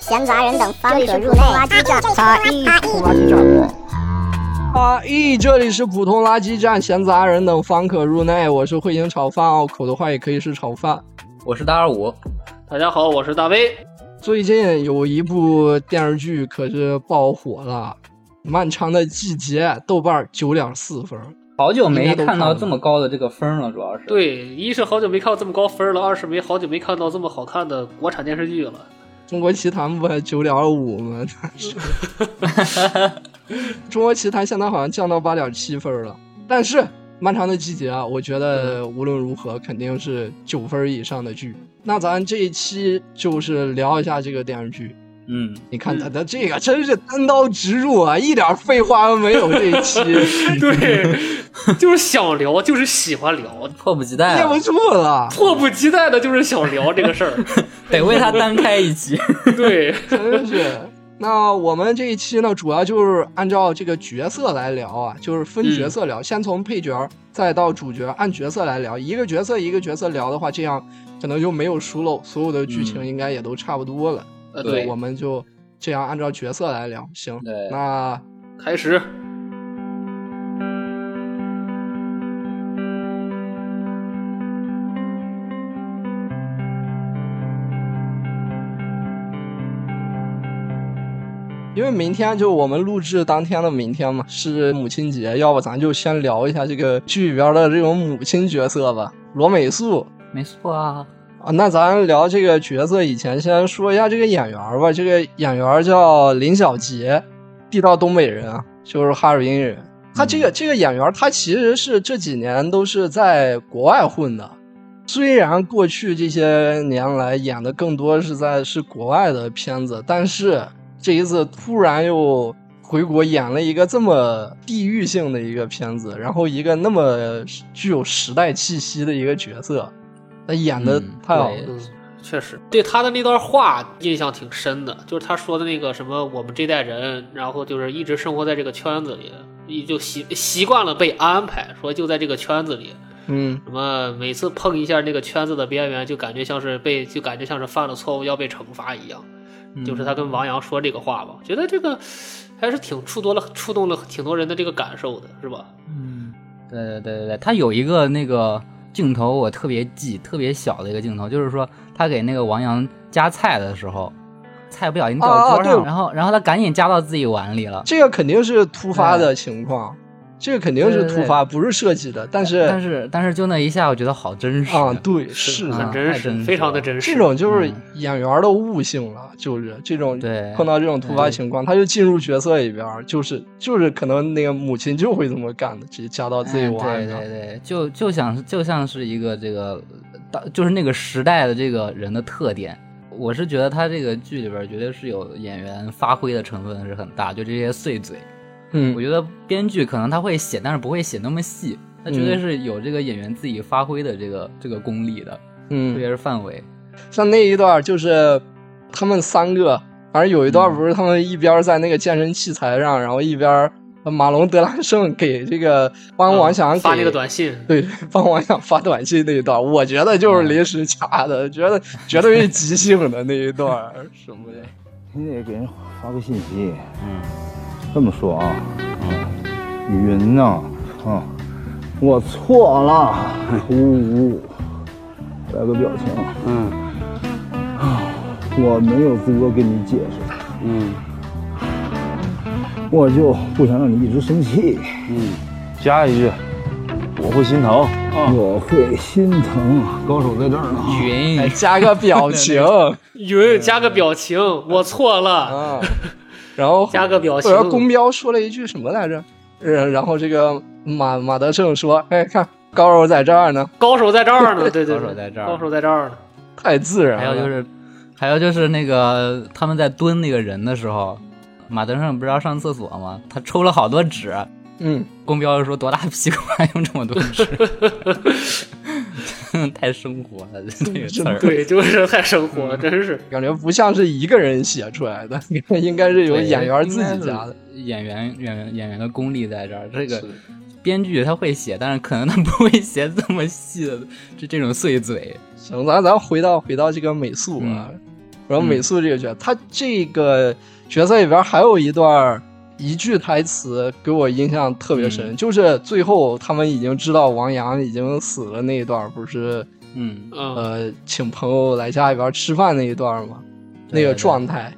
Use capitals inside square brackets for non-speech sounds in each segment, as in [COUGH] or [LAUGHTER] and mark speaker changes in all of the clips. Speaker 1: 闲杂人等方可入内。
Speaker 2: 阿义，垃圾站。
Speaker 3: 啊咦，这里是普通垃圾站，闲杂人等方可入内。我是会营炒饭，拗口的话也可以是炒饭。
Speaker 4: 我是大二五，
Speaker 5: 大家好，我是大威。
Speaker 3: 最近有一部电视剧可是爆火了，《漫长的季节》，豆瓣九点四分。
Speaker 4: 好久没看到这么高的这个分了，主要是。
Speaker 5: 对，一是好久没看到这么高分了，二是没好久没看到这么好看的国产电视剧了。
Speaker 3: 中国奇谭不还九点五吗？中国奇谭现在好像降到八点七分了，但是《漫长的季节》啊，我觉得无论如何肯定是九分以上的剧。那咱这一期就是聊一下这个电视剧。
Speaker 4: 嗯，
Speaker 3: 你看咱咱这个真是单刀直入啊，一点废话都没有。这一
Speaker 4: [LAUGHS]
Speaker 3: 期
Speaker 4: 啊
Speaker 5: 对，就是想聊，就是喜欢聊，
Speaker 4: 迫不及待啊
Speaker 3: 憋
Speaker 4: 了
Speaker 3: 哎不，住了，
Speaker 5: 迫不及待的，就是想聊这个事 [LAUGHS] 儿。
Speaker 4: 得为他单开一 [LAUGHS] 期。
Speaker 5: 对，
Speaker 3: 真是。那我们这一期呢，主要就是按照这个角色来聊啊，就是分角色
Speaker 4: 嗯
Speaker 3: 聊，先从配角，再到主角，按角色来聊，一个角色一个角色聊的话，这样可能就没有疏漏，所有的剧情
Speaker 4: 嗯
Speaker 3: 应该也都差不多了。
Speaker 5: 呃，
Speaker 3: 所以
Speaker 5: 对
Speaker 3: 我，们就这样按照角色来聊。行，
Speaker 4: 对
Speaker 3: 那
Speaker 5: 开始。
Speaker 3: 因为明天就我们录制当天的明天嘛，是母亲节，要不咱就先聊一下这个剧里边的这种母亲角色吧。罗美素
Speaker 4: 没错啊，
Speaker 3: 啊，那咱聊这个角色以前，先说一下这个演员吧。这个演员叫林小杰，地道东北人啊，就是哈尔滨人。他这个这个演员，他其实是这几年都是在国外混的，虽然过去这些年来演的更多是在是国外的片子，但是这一次突然又回国演了一个这么地域性的一个片子，然后一个那么具有时代气息的一个角色，那演的
Speaker 4: 嗯
Speaker 3: 太好了。
Speaker 4: 对
Speaker 5: 嗯，确实对他的那段话印象挺深的，就是他说的那个什么，我们这代人，然后就是一直生活在这个圈子里，你就习习惯了被安排，说就在这个圈子里，
Speaker 3: 嗯
Speaker 5: 什么每次碰一下那个圈子的边缘，就感觉像是被，就感觉像是犯了错误要被惩罚一样。
Speaker 4: 嗯
Speaker 5: 就是他跟王阳说这个话吧，觉得这个还是挺触多了，触动了挺多人的这个感受的，是吧？
Speaker 4: 嗯，对对对对对，他有一个那个镜头我特别记，特别小的一个镜头，就是说他给那个王阳夹菜的时候，菜不小心掉
Speaker 3: 啊啊
Speaker 4: 桌上，
Speaker 3: 对
Speaker 4: 然后然后他赶紧夹到自己碗里了。
Speaker 3: 这个肯定是突
Speaker 4: 哎
Speaker 3: 发的情况，这个肯定是突发，不是设计的。但是
Speaker 4: 但是但是就那一下，我觉得好真实
Speaker 3: 啊，对，是
Speaker 4: 啊
Speaker 5: 很
Speaker 3: 的，
Speaker 5: 真
Speaker 4: 太真
Speaker 5: 实，
Speaker 4: 实
Speaker 5: 非常的
Speaker 4: 了
Speaker 5: 真实。
Speaker 3: 这种就是
Speaker 4: 嗯
Speaker 3: 演员的悟性了，就是这种
Speaker 4: 对
Speaker 3: 碰到这种突发情况，他就进入角色里边儿，就是就是可能那个母亲就会这么干的，直接加到自己
Speaker 4: 哎
Speaker 3: 碗
Speaker 4: 对
Speaker 3: 上。
Speaker 4: 对对，就就像就像是一个这个，当就是那个时代的这个人的特点。我是觉得他这个剧里边绝对是有演员发挥的成分是很大，就这些碎嘴。我
Speaker 3: 嗯，
Speaker 4: 觉得编剧可能他会写，但是不会写那么细，他绝
Speaker 3: 嗯
Speaker 4: 对是有这个演员自己发挥的这个这个功力的，特别
Speaker 3: 嗯，
Speaker 4: 是范伟。
Speaker 3: 像那一段儿就是他们三个，反正有一
Speaker 5: 嗯
Speaker 3: 段儿不是他们一边儿在那个健身器材上，然后一边儿马龙德兰胜给这个帮王翔
Speaker 5: 嗯发那
Speaker 3: 给
Speaker 5: 个短信，
Speaker 3: 对，帮我想发短信那一段，我觉得
Speaker 5: 嗯
Speaker 3: 就是临时掐的，觉得绝对是即兴的那一段什么的。
Speaker 6: 你得给人发个信息。
Speaker 4: 嗯，
Speaker 6: 这么说啊，嗯，云呐、啊，我错了，
Speaker 7: 嗯
Speaker 6: 呜呜，来个表情，嗯，我没有资格跟你解释，嗯，我就不想让你一直生气，
Speaker 7: 嗯加一句，我会心疼。
Speaker 6: 我会心疼。啊高手在这儿呢，
Speaker 4: 云
Speaker 3: 哎，加个表情
Speaker 5: 云加个表情，我错了，
Speaker 3: 啊，然后
Speaker 5: 加个表
Speaker 3: 或
Speaker 5: 情。
Speaker 3: 者公标说了一句什么来着？呃，然后这个马马德胜说：“哎，看高手在这儿呢，
Speaker 5: 高手在这儿呢，对对，
Speaker 4: 高
Speaker 5: 对
Speaker 4: 手在这儿
Speaker 5: 高手在这儿呢。
Speaker 3: 太自然了。”
Speaker 5: 哎
Speaker 4: 还有就，是，还有就是那个他们在蹲那个人的时候，马德胜不是要上厕所吗？他抽了好多纸，
Speaker 3: 嗯，
Speaker 4: 公标说多大屁股还 [LAUGHS] 用这么多纸， [LAUGHS] 太生活了这个词儿。
Speaker 5: 对，就是太生活
Speaker 4: 嗯
Speaker 5: 了，真是。
Speaker 3: 感觉不像是一个人写出来的，应该是有 [LAUGHS]
Speaker 4: 对
Speaker 3: 演员自己
Speaker 4: 应该
Speaker 3: 加
Speaker 4: 是
Speaker 3: 的。
Speaker 4: [LAUGHS] 演员演员演员的功力在这儿。这个
Speaker 5: 是
Speaker 4: 编剧他会写，但是可能他不会写这么细的这这种碎嘴。
Speaker 3: 行，咱咱回到回到这个美素啊，
Speaker 4: 嗯
Speaker 3: 然后美素这个角色，她这个角色里边还有一段儿一句台词给我印象特别深，
Speaker 4: 嗯
Speaker 3: 就是最后他们已经知道王阳已经死了那一段儿，不是
Speaker 4: 嗯，
Speaker 5: 嗯，
Speaker 3: 呃请朋友来家里边吃饭那一段嘛，
Speaker 4: 对
Speaker 3: 那个
Speaker 4: 对
Speaker 3: 状态，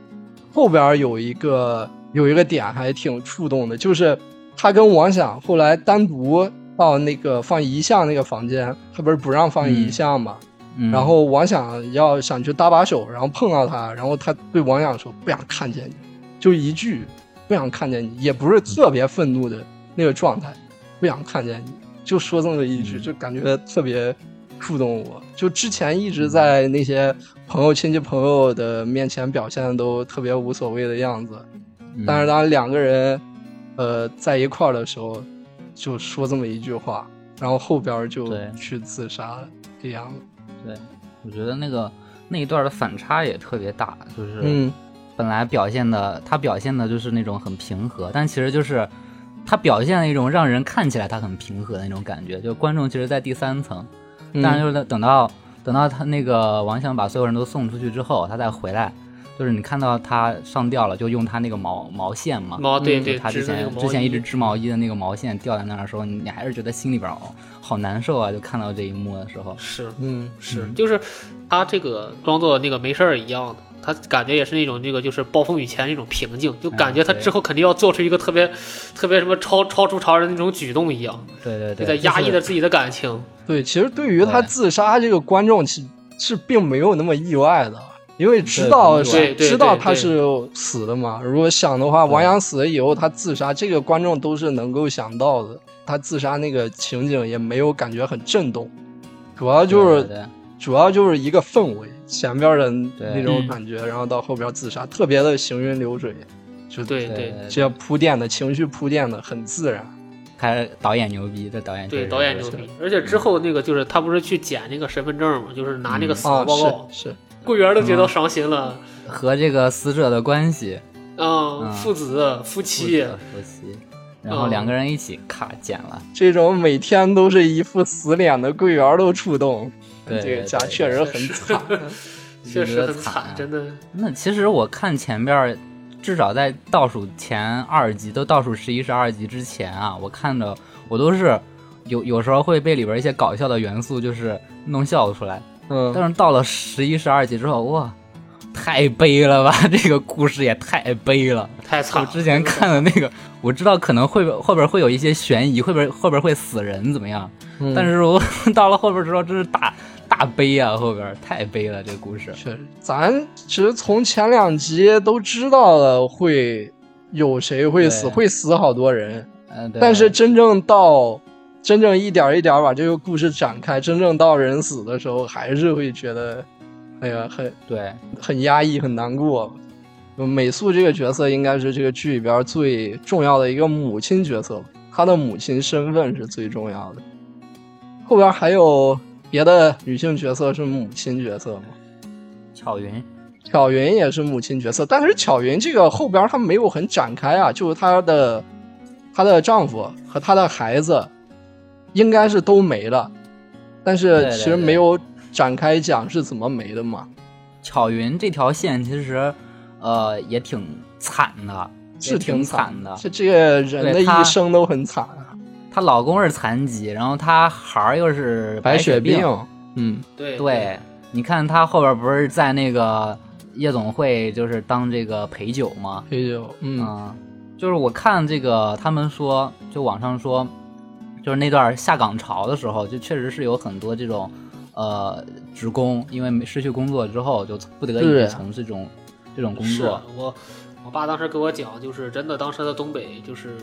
Speaker 3: 后边有一个有一个点还挺触动的，就是他跟王想后来单独到那个放遗像那个房间，他不是不让放遗
Speaker 4: 嗯
Speaker 3: 像嘛，
Speaker 4: 嗯
Speaker 3: 然后王想要想去搭把手，然后碰到他，然后他对王想说不想看见你，就一句不想看见你，也不是特别愤怒的那个状态，不想看见你，就说这么一句，
Speaker 4: 嗯
Speaker 3: 就感觉特别触动我。就之前一直在那些朋友、亲戚、朋友的面前表现得都特别无所谓的样子，
Speaker 4: 嗯
Speaker 3: 但是当两个人，呃，在一块儿的时候，就说这么一句话，然后后边儿就
Speaker 4: 对
Speaker 3: 去自杀了，这样子，
Speaker 4: 对，我觉得那个那一段的反差也特别大，就是
Speaker 3: 嗯。
Speaker 4: 本来表现的他表现的就是那种很平和，但其实就是他表现了一种让人看起来他很平和的那种感觉，就观众其实，在第三层，
Speaker 3: 嗯
Speaker 4: 但
Speaker 5: 嗯
Speaker 4: 是就是等到、等到他那个王想把所有人都送出去之后，他再回来，就是你看到他上吊了，就用他那个毛毛线嘛，
Speaker 5: 毛哦
Speaker 4: 嗯
Speaker 5: 对
Speaker 4: 就
Speaker 5: 对，
Speaker 4: 他之
Speaker 5: 织的那个
Speaker 4: 前
Speaker 5: 毛衣，
Speaker 4: 之前一直织毛衣的那个毛线吊在那儿的时候，你你还是觉得心里边儿哦好难受啊，就看到这一幕的时候，
Speaker 5: 是
Speaker 3: 嗯
Speaker 5: 是，就是他这个装作那个没事儿一样的，他感觉也是那种那个就是暴风雨前那种平静，就感觉他
Speaker 4: 对
Speaker 5: 之后肯定要做出一个特别特别什么超超出常人的那种举动一样，
Speaker 4: 对对
Speaker 5: 就
Speaker 4: 对，
Speaker 5: 在压抑
Speaker 4: 就是
Speaker 5: 着自己的感情。
Speaker 3: 对，其实对于他
Speaker 4: 对
Speaker 3: 自杀这个观众是是并没有那么意外的，因为知
Speaker 4: 对
Speaker 3: 道
Speaker 4: 不
Speaker 5: 意外
Speaker 3: 是
Speaker 5: 对
Speaker 3: 知
Speaker 5: 对
Speaker 3: 道
Speaker 5: 对
Speaker 3: 他是死的嘛。如果想的话，王阳死了以后他自杀，这个观众都是能够想到的。他自杀那个情景也没有感觉很震动，主要就是
Speaker 4: 对对对
Speaker 3: 主要就是一个氛围，前边的那
Speaker 4: 对
Speaker 3: 种
Speaker 5: 嗯
Speaker 3: 感觉，然后到后边自杀，特别的行云流水，就
Speaker 5: 对
Speaker 4: 对
Speaker 5: 对
Speaker 3: 这样铺垫的情绪铺垫的很自然。
Speaker 4: 还是导演牛逼，这导演确
Speaker 5: 对，
Speaker 4: 实
Speaker 5: 导演
Speaker 4: 是
Speaker 5: 牛逼。而且之后那个就是他不是去捡那个身份证嘛，就是拿那个死
Speaker 3: 啊
Speaker 5: 亡，报告，
Speaker 3: 是是，
Speaker 5: 柜员都觉得伤心了。
Speaker 4: 和这个死者的关系，
Speaker 5: 嗯，
Speaker 4: 嗯
Speaker 5: 父子夫妻， [LAUGHS]
Speaker 4: 夫妻，然后两个人一起咔剪了，
Speaker 3: 这种每天都是一副死脸的柜员都触动，
Speaker 4: 对
Speaker 3: 这个
Speaker 4: 对
Speaker 3: 家
Speaker 4: 对
Speaker 3: 确实很
Speaker 4: [LAUGHS]
Speaker 3: 惨。
Speaker 5: 确实很
Speaker 4: 惨
Speaker 5: 惨，，真的。
Speaker 4: 那其实我看前边儿，至少在倒数前二集，都倒数十一、十二集之前啊，我看着我都是有有时候会被里边儿一些搞笑的元素就是弄笑出来，
Speaker 3: 嗯，
Speaker 4: 但是到了十一、十二集之后，哇，太悲了吧！ [LAUGHS] 这个故事也太悲了。
Speaker 5: 太惨
Speaker 4: 我
Speaker 5: 了！
Speaker 4: 之前看的那个，我知道可能会后边会有一些悬疑，会不会后边会死人怎么样？
Speaker 3: 嗯
Speaker 4: 但是我 [LAUGHS] 到了后边之后，真是大大悲啊！后边太悲了，这个故事。
Speaker 3: 确实，咱其实从前两集都知道了会有谁会死，
Speaker 4: 对
Speaker 3: 会死好多人，
Speaker 4: 嗯，对
Speaker 3: 但是真正到真正一点儿一点儿把这个故事展开，真正到人死的时候，还是会觉得，哎呀，很
Speaker 4: 对，
Speaker 3: 很压抑，很难过。美素这个角色应该是这个剧里边最重要的一个母亲角色吧，她的母亲身份是最重要的。后边还有别的女性角色是母亲角色吗？
Speaker 4: 巧云，
Speaker 3: 巧云也是母亲角色，但是巧云这个后边她没有很展开啊，就是她的她的丈夫和她的孩子应该是都没了，但
Speaker 4: 对
Speaker 3: 是
Speaker 4: 对
Speaker 3: 其实
Speaker 4: 对
Speaker 3: 没有展开讲是怎么没的嘛。
Speaker 4: 巧云这条线其实，呃，也挺惨的，
Speaker 3: 是
Speaker 4: 也挺
Speaker 3: 惨
Speaker 4: 的。
Speaker 3: 这这个人的
Speaker 4: 对她
Speaker 3: 一生都很惨啊，
Speaker 4: 她老公是残疾，然后她孩儿又是
Speaker 3: 白
Speaker 4: 血
Speaker 3: 血病。嗯，
Speaker 5: 对
Speaker 4: 对，你看她后边不是在那个夜总会，就是当这个陪酒吗？
Speaker 3: 陪酒，嗯，
Speaker 4: 嗯，就是我看这个他们说，就网上说，就是那段下岗潮的时候，就确实是有很多这种呃职工，因为没失去工作之后，就不得
Speaker 3: 是啊
Speaker 4: 已从事这种这种工
Speaker 5: 是
Speaker 4: 作。
Speaker 5: 我我爸当时跟我讲，就是真的，当时在东北，就是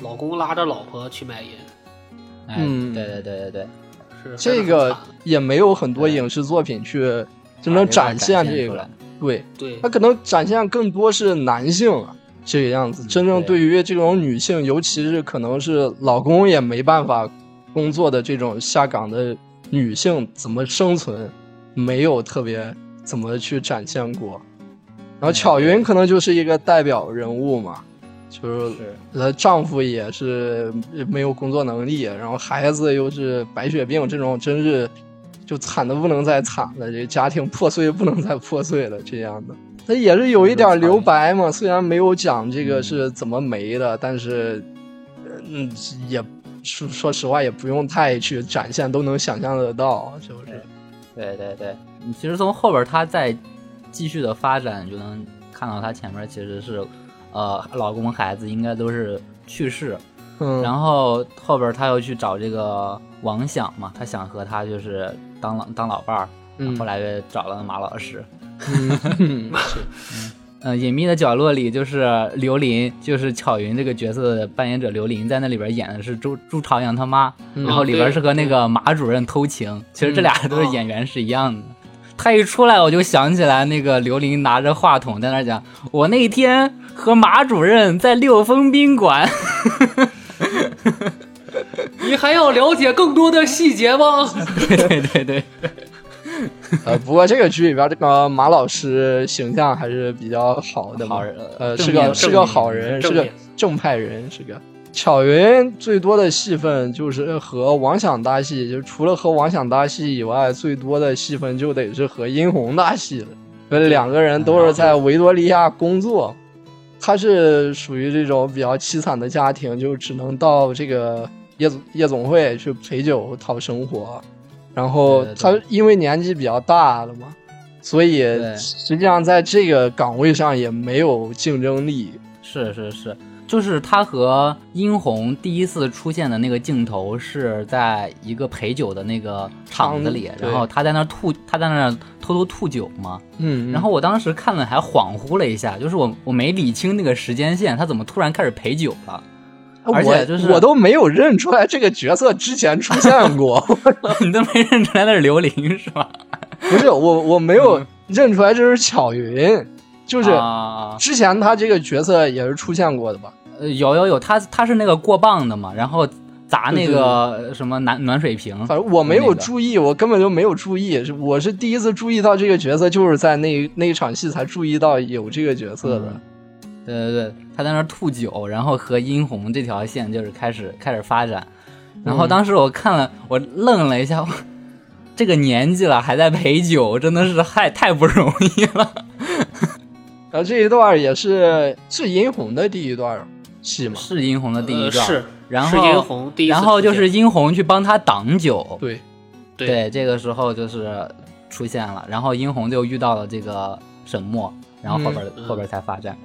Speaker 5: 老公拉着老婆去买烟，
Speaker 4: 哎，
Speaker 3: 嗯
Speaker 4: 对对对对对，
Speaker 3: 这
Speaker 5: 是真的很
Speaker 3: 个
Speaker 5: 惨
Speaker 3: 也没有很多影视作品去真正展现这
Speaker 4: 出来
Speaker 3: 个，对，
Speaker 5: 对
Speaker 3: 它可能展现更多是男性啊。这个样子，真正对
Speaker 4: 对
Speaker 3: 于这种女性，尤其是可能是老公也没办法工作的这种下岗的女性，怎么生存，没有特别怎么去展现过。然后巧云可能就是一个代表人物嘛，就是
Speaker 4: 是
Speaker 3: 她丈夫也是没有工作能力，然后孩子又是白血病，这种真是就惨的不能再惨了，这家庭破碎不能再破碎了，这样的。他也是有一点留白嘛，虽然没有讲这个是怎么没的，但是，呃嗯，也说说实话也不用太去展现，都能想象得到，就是
Speaker 4: 对对对，你其实从后边她再继续的发展，你就能看到她前面其实是，呃，老公孩子应该都是去世，
Speaker 3: 嗯，
Speaker 4: 然后后边她又去找这个王想嘛，她想和他就是当老当老伴儿，
Speaker 3: 嗯
Speaker 4: 后来又找了马老师。 [LAUGHS]
Speaker 3: 嗯
Speaker 4: 呃，隐秘的角落里就是刘琳，就是巧云这个角色的扮演者刘琳，在那里边演的是朱朱朝阳他妈，
Speaker 3: 嗯
Speaker 4: 然后里边是和那个马主任偷情，其实这俩都是演员是一样的。他一出来，我就想起来那个刘琳拿着话筒在那儿讲，我那天和马主任在六峰宾馆， [LAUGHS]
Speaker 5: 你还要了解更多的细节吗？
Speaker 4: 对对对对，
Speaker 3: 呃，不过这个剧里边这个马老师形象还是比较好的嘛，
Speaker 4: 好人
Speaker 3: 呃，
Speaker 4: 正
Speaker 3: 是
Speaker 4: 面
Speaker 3: 个是
Speaker 5: 正
Speaker 3: 个
Speaker 5: 面
Speaker 3: 好人，是
Speaker 5: 正
Speaker 3: 个
Speaker 5: 面
Speaker 3: 正派人，是个。巧云最多的戏份就是和王想搭戏，就除了和王想搭戏以外，最多的戏份就得是和殷红搭戏了。所以两个人都是在维多利亚工作，他是属于这种比较凄惨的家庭，就只能到这个夜总夜总会去陪酒讨生活。然后
Speaker 4: 对对
Speaker 3: 他
Speaker 4: 对
Speaker 3: 因为年纪比较大了嘛，所以
Speaker 4: 对
Speaker 3: 实际上在这个岗位上也没有竞争力。
Speaker 4: 是是是，就是他和殷红第一次出现的那个镜头是在一个陪酒的那个场子里
Speaker 3: 场，子
Speaker 4: 然后他在那儿吐，他在那儿偷偷吐酒嘛。
Speaker 3: 嗯，
Speaker 4: 然后我当时看了还恍惚了一下，就是我我没理清那个时间线，他怎么突然开始陪酒了？ [LAUGHS] 而且就是
Speaker 3: 我我都没有认出来这个角色之前出现
Speaker 4: [LAUGHS]
Speaker 3: 过，
Speaker 4: 你都没认出来那是刘琳是吧？
Speaker 3: 不是我我没有认出来这是巧云，就是
Speaker 4: 嗯啊，
Speaker 3: 之前他这个角色也是出现过的吧？
Speaker 4: 呃有有有，他他是那个过磅的嘛，然后砸
Speaker 3: 对
Speaker 4: 那
Speaker 3: 对
Speaker 4: 个什么暖暖水瓶，
Speaker 3: 反正我没有
Speaker 4: 那个
Speaker 3: 注意，我根本就没有注意，是我是第一次注意到这个角色，就是在那那一场戏才注意到有这个角色
Speaker 4: 嗯
Speaker 3: 的。
Speaker 4: 对对对，他在那儿吐酒，然后和殷红这条线就是开始开始发展。然后当时我看了，我愣了一下，我这个年纪了还在陪酒，真的是太太不容易了。
Speaker 3: 然后这一段也是是殷红的第一段戏嘛？
Speaker 4: 是殷红的 [LAUGHS] 第一
Speaker 5: 呃
Speaker 4: 段，
Speaker 5: 是，
Speaker 4: 然
Speaker 5: 是
Speaker 4: 后
Speaker 5: 殷红第一次出现，
Speaker 4: 然后就是殷红去帮他挡酒，
Speaker 3: 对，
Speaker 5: 对
Speaker 4: 这个时候就是出现了，然后殷红就遇到了这个沈墨，然后后边、
Speaker 5: 嗯
Speaker 4: 后边才发展。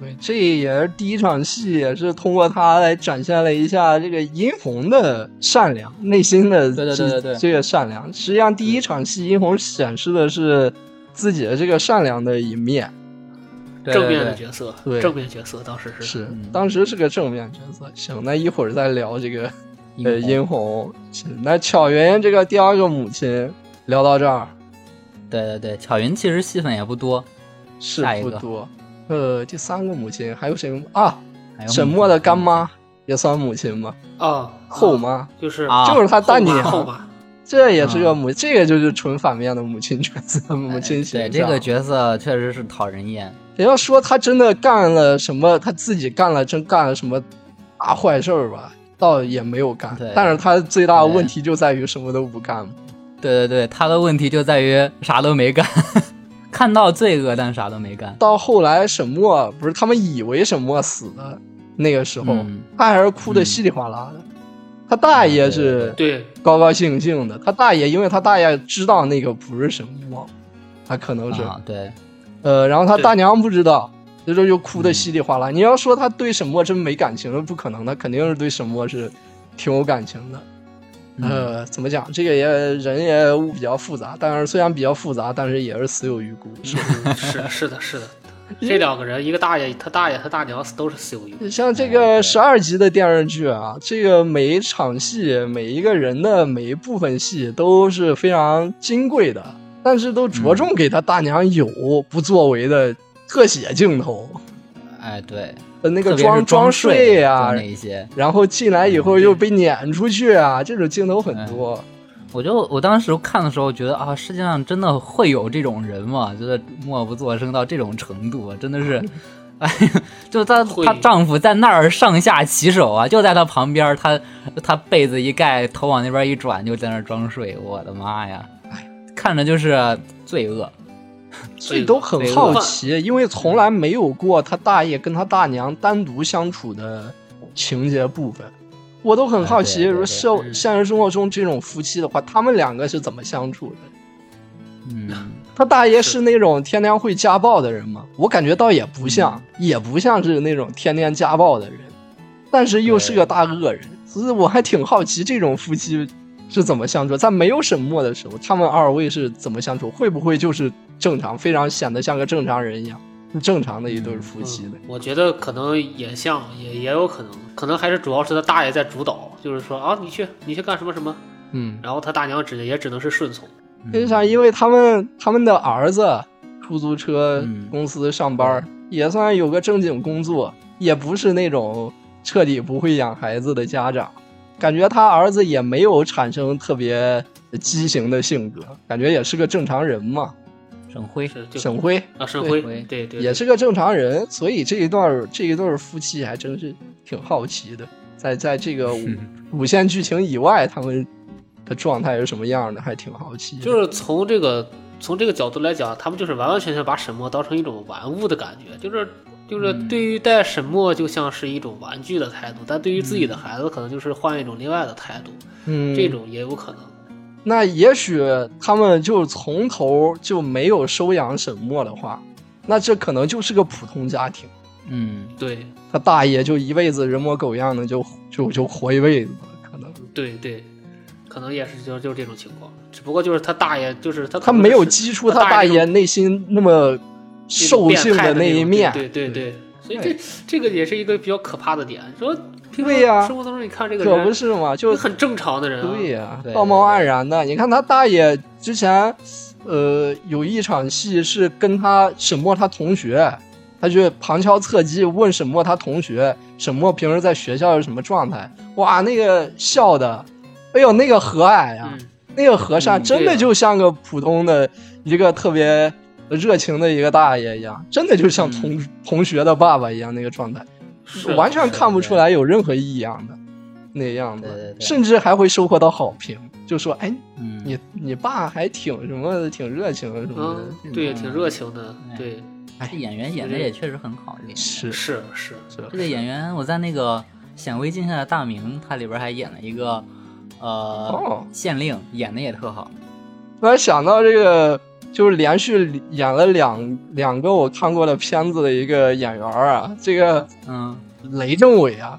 Speaker 3: 对，这也是第一场戏，也是通过他来展现了一下这个殷红的善良，内心的
Speaker 4: 对对
Speaker 3: 这
Speaker 4: 对对对
Speaker 3: 这个善良。实际上，第一场戏殷红显示的是自己的这个善良的一面，
Speaker 4: 对
Speaker 5: 正面的
Speaker 4: 对对
Speaker 5: 角色
Speaker 3: 对，
Speaker 5: 正面角色当时是
Speaker 3: 是
Speaker 4: 嗯
Speaker 3: 当时是个正面角色。行，那一会儿再聊这个呃
Speaker 4: 殷
Speaker 3: 殷红。是那巧云这个第二个母亲聊到这儿
Speaker 4: 对对对，巧云其实戏份也不多，
Speaker 3: 是
Speaker 4: 下一
Speaker 3: 不
Speaker 4: 个
Speaker 3: 多，呃，第三个母亲还有谁啊？
Speaker 4: 还有
Speaker 3: 沈
Speaker 4: 母
Speaker 3: 墨的
Speaker 4: 亲
Speaker 3: 干妈也算母亲吗？
Speaker 5: 啊，
Speaker 3: [LAUGHS] 后
Speaker 5: 妈
Speaker 3: 妈。
Speaker 5: 就是
Speaker 4: 啊
Speaker 3: 就是 [LAUGHS] 他
Speaker 5: 后
Speaker 3: 大
Speaker 5: 妈
Speaker 3: 娘，
Speaker 5: 后妈，
Speaker 3: 这也是个母，这个就是纯反面的母亲角色，母亲形
Speaker 4: 对
Speaker 3: 象。
Speaker 4: 这个角色确实是讨人厌。
Speaker 3: 你要说他真的干了什么，他自己干了真干了什么大坏事儿吧，倒也没有干
Speaker 4: 对。
Speaker 3: 但是他最大的问题就在于什么都不干嘛。
Speaker 4: 对对对，他的问题就在于啥都没干， [LAUGHS] 看到罪恶但啥都没干。
Speaker 3: 到后来沈墨不是他们以为沈墨死了那个时候，
Speaker 4: 嗯
Speaker 3: 他还是哭的稀里哗啦的。他大爷是
Speaker 5: 嗯对，
Speaker 3: 高高兴兴的，他大爷因为他大爷知道那个不是沈墨，他可能是
Speaker 4: 啊，对，
Speaker 3: 呃，然后他
Speaker 5: 对
Speaker 3: 大娘不知道，所以说就哭的稀里哗啦。你要说他对沈墨真没感情，那不可能，他肯定是对沈墨是挺有感情的。
Speaker 4: 嗯
Speaker 3: 呃，怎么讲？这个也人也物比较复杂，但是虽然比较复杂，但是也是死有余辜。是
Speaker 5: 是是
Speaker 3: [LAUGHS]
Speaker 5: 的，是的，这两个人，一个大爷，他大爷，他大娘都是死有余辜。
Speaker 3: 像这个嗯哎十二集的电视剧啊，这个每一场戏、每一个人的每一部分戏都是非常金贵的，但是都着重嗯给他大娘有不作为的特写镜头，
Speaker 4: 哎对，
Speaker 3: 呃，那
Speaker 4: 特
Speaker 3: 个
Speaker 4: 别是
Speaker 3: 装
Speaker 4: 装
Speaker 3: 睡啊呀、
Speaker 4: 就那一些，
Speaker 3: 然后进来以
Speaker 4: 哎
Speaker 3: 后又被撵出去啊，这种镜头很多。
Speaker 4: 我就我当时看的时候觉得啊，世界啊上真的会有这种人吗？就是默不作声到这种程度，真的是。 [LAUGHS] 哎呀，就她
Speaker 5: 会
Speaker 4: 她丈夫在那儿上下其手啊，就在她旁边，她她被子一盖，头往那边一转，就在那儿装睡，我的妈呀！看着就是罪恶，
Speaker 3: 所以都很好奇，因为从来没有过他大爷跟他大娘单独相处的情节部分，我都很好奇，
Speaker 4: 哎对对
Speaker 3: 如果现
Speaker 5: 嗯
Speaker 3: 现实生活中这种夫妻的话，他们两个是怎么相处的？
Speaker 4: 嗯，
Speaker 3: 他大爷是那种天天会家暴的人吗？我感觉倒也不像，也不像是那种天天家暴的人，但是又是个大恶人，所以我还挺好奇这种夫妻是怎么相处，在没有沈默的时候，他们二位是怎么相处？会不会就是正常，非常显得像个正常人一样，是正常的一对夫妻的？
Speaker 5: 嗯我觉得可能也像，也也有可能，可能还是主要是他大爷在主导，就是说啊，你去，你去干什么什么，
Speaker 3: 嗯，
Speaker 5: 然后他大娘只也只能是顺从。
Speaker 4: 嗯
Speaker 3: [LAUGHS] 为啥？因为他们他们的儿子出租车
Speaker 4: 嗯
Speaker 3: 公司上班，也算有个正经工作，也不是那种彻底不会养孩子的家长。感觉他儿子也没有产生特别畸形的性格，感觉也是个正常人嘛。
Speaker 4: 沈辉，
Speaker 5: 是就
Speaker 3: 沈辉
Speaker 5: 啊，沈
Speaker 3: 对
Speaker 5: 辉，
Speaker 4: 辉
Speaker 5: 对对对，
Speaker 3: 也是个正常人，所以这一段儿这一对儿夫妻还真是挺好奇的，在在这
Speaker 5: [LAUGHS]
Speaker 3: 个五五线剧情以外，他们的状态是什么样的，还挺好奇的。
Speaker 5: 就是从这个从这个角度来讲，他们就是完完全全把沈墨当成一种玩物的感觉，就是就是
Speaker 4: 嗯
Speaker 5: 对于待沈墨就像是一种玩具的态度，但对于自己的孩子可能就是换一种另外的态度，
Speaker 3: 嗯，
Speaker 5: 这种也有可能。
Speaker 3: 那也许他们就从头就没有收养沈墨的话，那这可能就是个普通家庭。
Speaker 4: 嗯，
Speaker 5: 对
Speaker 3: 他大爷就一辈子人模狗样的就就就活一辈子了，可能
Speaker 5: 对对，可能也是就就是这种情况，只不过就是他大爷就是他
Speaker 3: 他没有激出
Speaker 5: 他
Speaker 3: 他大爷内心那么
Speaker 5: 这
Speaker 3: 兽
Speaker 5: 种
Speaker 3: 性
Speaker 5: 变态
Speaker 3: 那
Speaker 5: 那
Speaker 3: 一
Speaker 5: 种
Speaker 3: 面。
Speaker 5: 对对对，所以
Speaker 3: 对
Speaker 5: 这这个也是一个比较可怕的点。说平
Speaker 3: 对呀
Speaker 5: 常生活当中你看这个
Speaker 3: 可
Speaker 5: 人
Speaker 3: 不是嘛，
Speaker 5: 就
Speaker 3: 就
Speaker 5: 很正常的人、啊，
Speaker 3: 对呀、
Speaker 4: 对
Speaker 3: 道貌岸然的。你看他大爷之前，呃，有一场戏是跟他沈墨他同学，他去旁敲侧击问沈墨他同学，沈墨平时在学校是什么状态？哇，那个笑的，哎呦，那个和蔼呀、
Speaker 5: 嗯。
Speaker 3: 那个和尚
Speaker 5: 嗯
Speaker 3: 真
Speaker 5: 对
Speaker 3: 的
Speaker 5: 呀
Speaker 3: 就像个普通的一个特别热情的一个大爷一样，真的就
Speaker 4: 嗯
Speaker 3: 像同、同学的爸爸一样那个状态，
Speaker 5: 是
Speaker 3: 完全看不
Speaker 4: 是
Speaker 3: 出来有任何异样的那样子，
Speaker 4: 对对对
Speaker 3: 甚至还会收获到好评，就说哎，
Speaker 4: 嗯
Speaker 3: 你你爸还挺什么的，挺热情什么的，
Speaker 5: 嗯，
Speaker 3: 这种
Speaker 5: 对，挺热情的，
Speaker 3: 嗯
Speaker 4: 哎
Speaker 5: 对，
Speaker 4: 这演员演的也确实很好，这个演员
Speaker 3: 是
Speaker 5: 是是，
Speaker 4: 这个演员，我在那个《显微镜下的大明》，它里边还演了一个，呃，
Speaker 3: 哦
Speaker 4: 县令，演的也特好。
Speaker 3: 突然想到这个，就是连续演了两两个我看过的片子的一个演员啊，这个
Speaker 4: 嗯，
Speaker 3: 雷政委啊，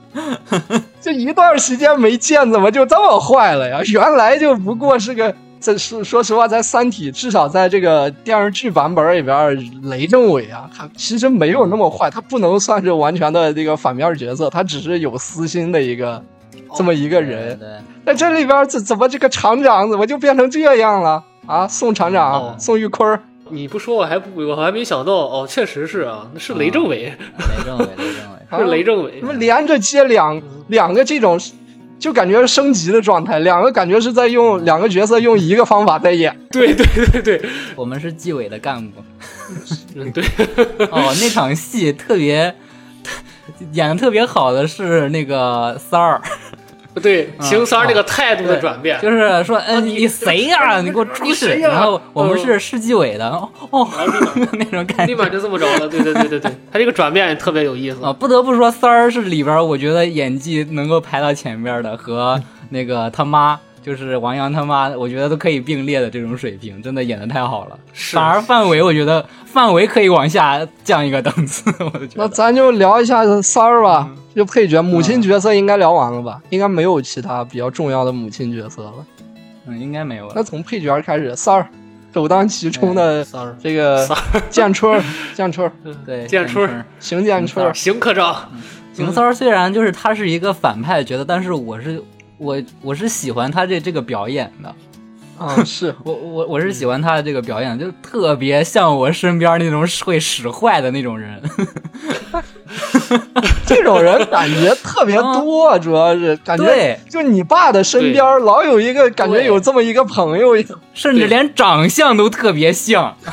Speaker 3: 这一段时间没见，怎么就这么坏了呀？原来就不过是个，这说说实话，在《三体》至少在这个电视剧版本里边，雷政委啊，他其实没有那么坏，他不能算是完全的这个反面角色，他只是有私心的一个这么一个人。
Speaker 4: 对，
Speaker 3: 那这里边怎怎么这个厂长怎么就变成这样了啊？宋厂长、
Speaker 5: 哦
Speaker 3: 宋玉坤儿
Speaker 5: 你不说我还不我还没想到哦，确实是啊，那是雷政委，
Speaker 4: 对雷政委，雷政委，
Speaker 3: 啊
Speaker 5: [LAUGHS] 是雷政委
Speaker 3: 他，们连着接两
Speaker 5: 嗯
Speaker 3: 两个这种，就感觉是升级的状态，两个感觉是在用两个角色用一个方法在演。
Speaker 5: 对对对对，
Speaker 4: 我们是纪委的干部。
Speaker 5: 嗯对，
Speaker 4: 哦，那场戏特别。演的特别好的是那个三儿，
Speaker 5: 对，
Speaker 3: 啊
Speaker 5: 邢三儿这个态度的
Speaker 4: 对
Speaker 5: 转变，啊
Speaker 4: 就是说，嗯、
Speaker 5: 你
Speaker 4: 你谁呀、你给我出去！
Speaker 5: 谁呀
Speaker 4: 然后我们是
Speaker 5: 嗯
Speaker 4: 市纪委的，哦，哦 [LAUGHS] 那种感
Speaker 5: 哎立
Speaker 4: 觉。
Speaker 5: 马就这么着了，对对对对对，他这个转变也特别有意思，
Speaker 3: 哦
Speaker 4: 啊，不得不说，三儿是里边儿我觉得演技能够排到前边儿的，和
Speaker 5: 嗯
Speaker 4: 那个他妈就是王阳他妈，我觉得都可以并列的这种水平，真的演的太好了。
Speaker 5: 是
Speaker 4: 反而范伟，我觉得范伟可以往下降一个档次， [LAUGHS] 我就觉
Speaker 3: 那
Speaker 4: 得。
Speaker 3: 咱就聊一下三儿吧，
Speaker 5: 嗯
Speaker 3: 就配角母亲角色应该聊完了吧？应该没有其他比较重要的母亲角色了。
Speaker 4: 嗯，应该没有了。
Speaker 3: 那从配角开始，三儿首当其冲的
Speaker 5: 哎三儿，
Speaker 3: 这个
Speaker 5: 三
Speaker 3: 建春
Speaker 5: [LAUGHS]
Speaker 3: 儿，建春儿，
Speaker 4: 对，
Speaker 5: 建春
Speaker 4: 儿
Speaker 5: 儿，嗯
Speaker 3: 邢建春儿，
Speaker 5: 邢科长，
Speaker 4: 邢三儿虽然就是他是一个反派角色，但是我是我我是喜欢他这这个表演的。
Speaker 3: 啊是。
Speaker 4: 我我我是喜欢他的这个表演，就特别像我身边那种会使坏的那种人。
Speaker 3: 这种人感觉特别
Speaker 5: [LAUGHS]
Speaker 3: 多，主要是感觉
Speaker 4: 对
Speaker 3: 就你爸的身边儿老有一个感觉
Speaker 4: 对
Speaker 3: 有这么一个朋友一样，
Speaker 4: 甚哦至连长相都特别像。
Speaker 3: [LAUGHS]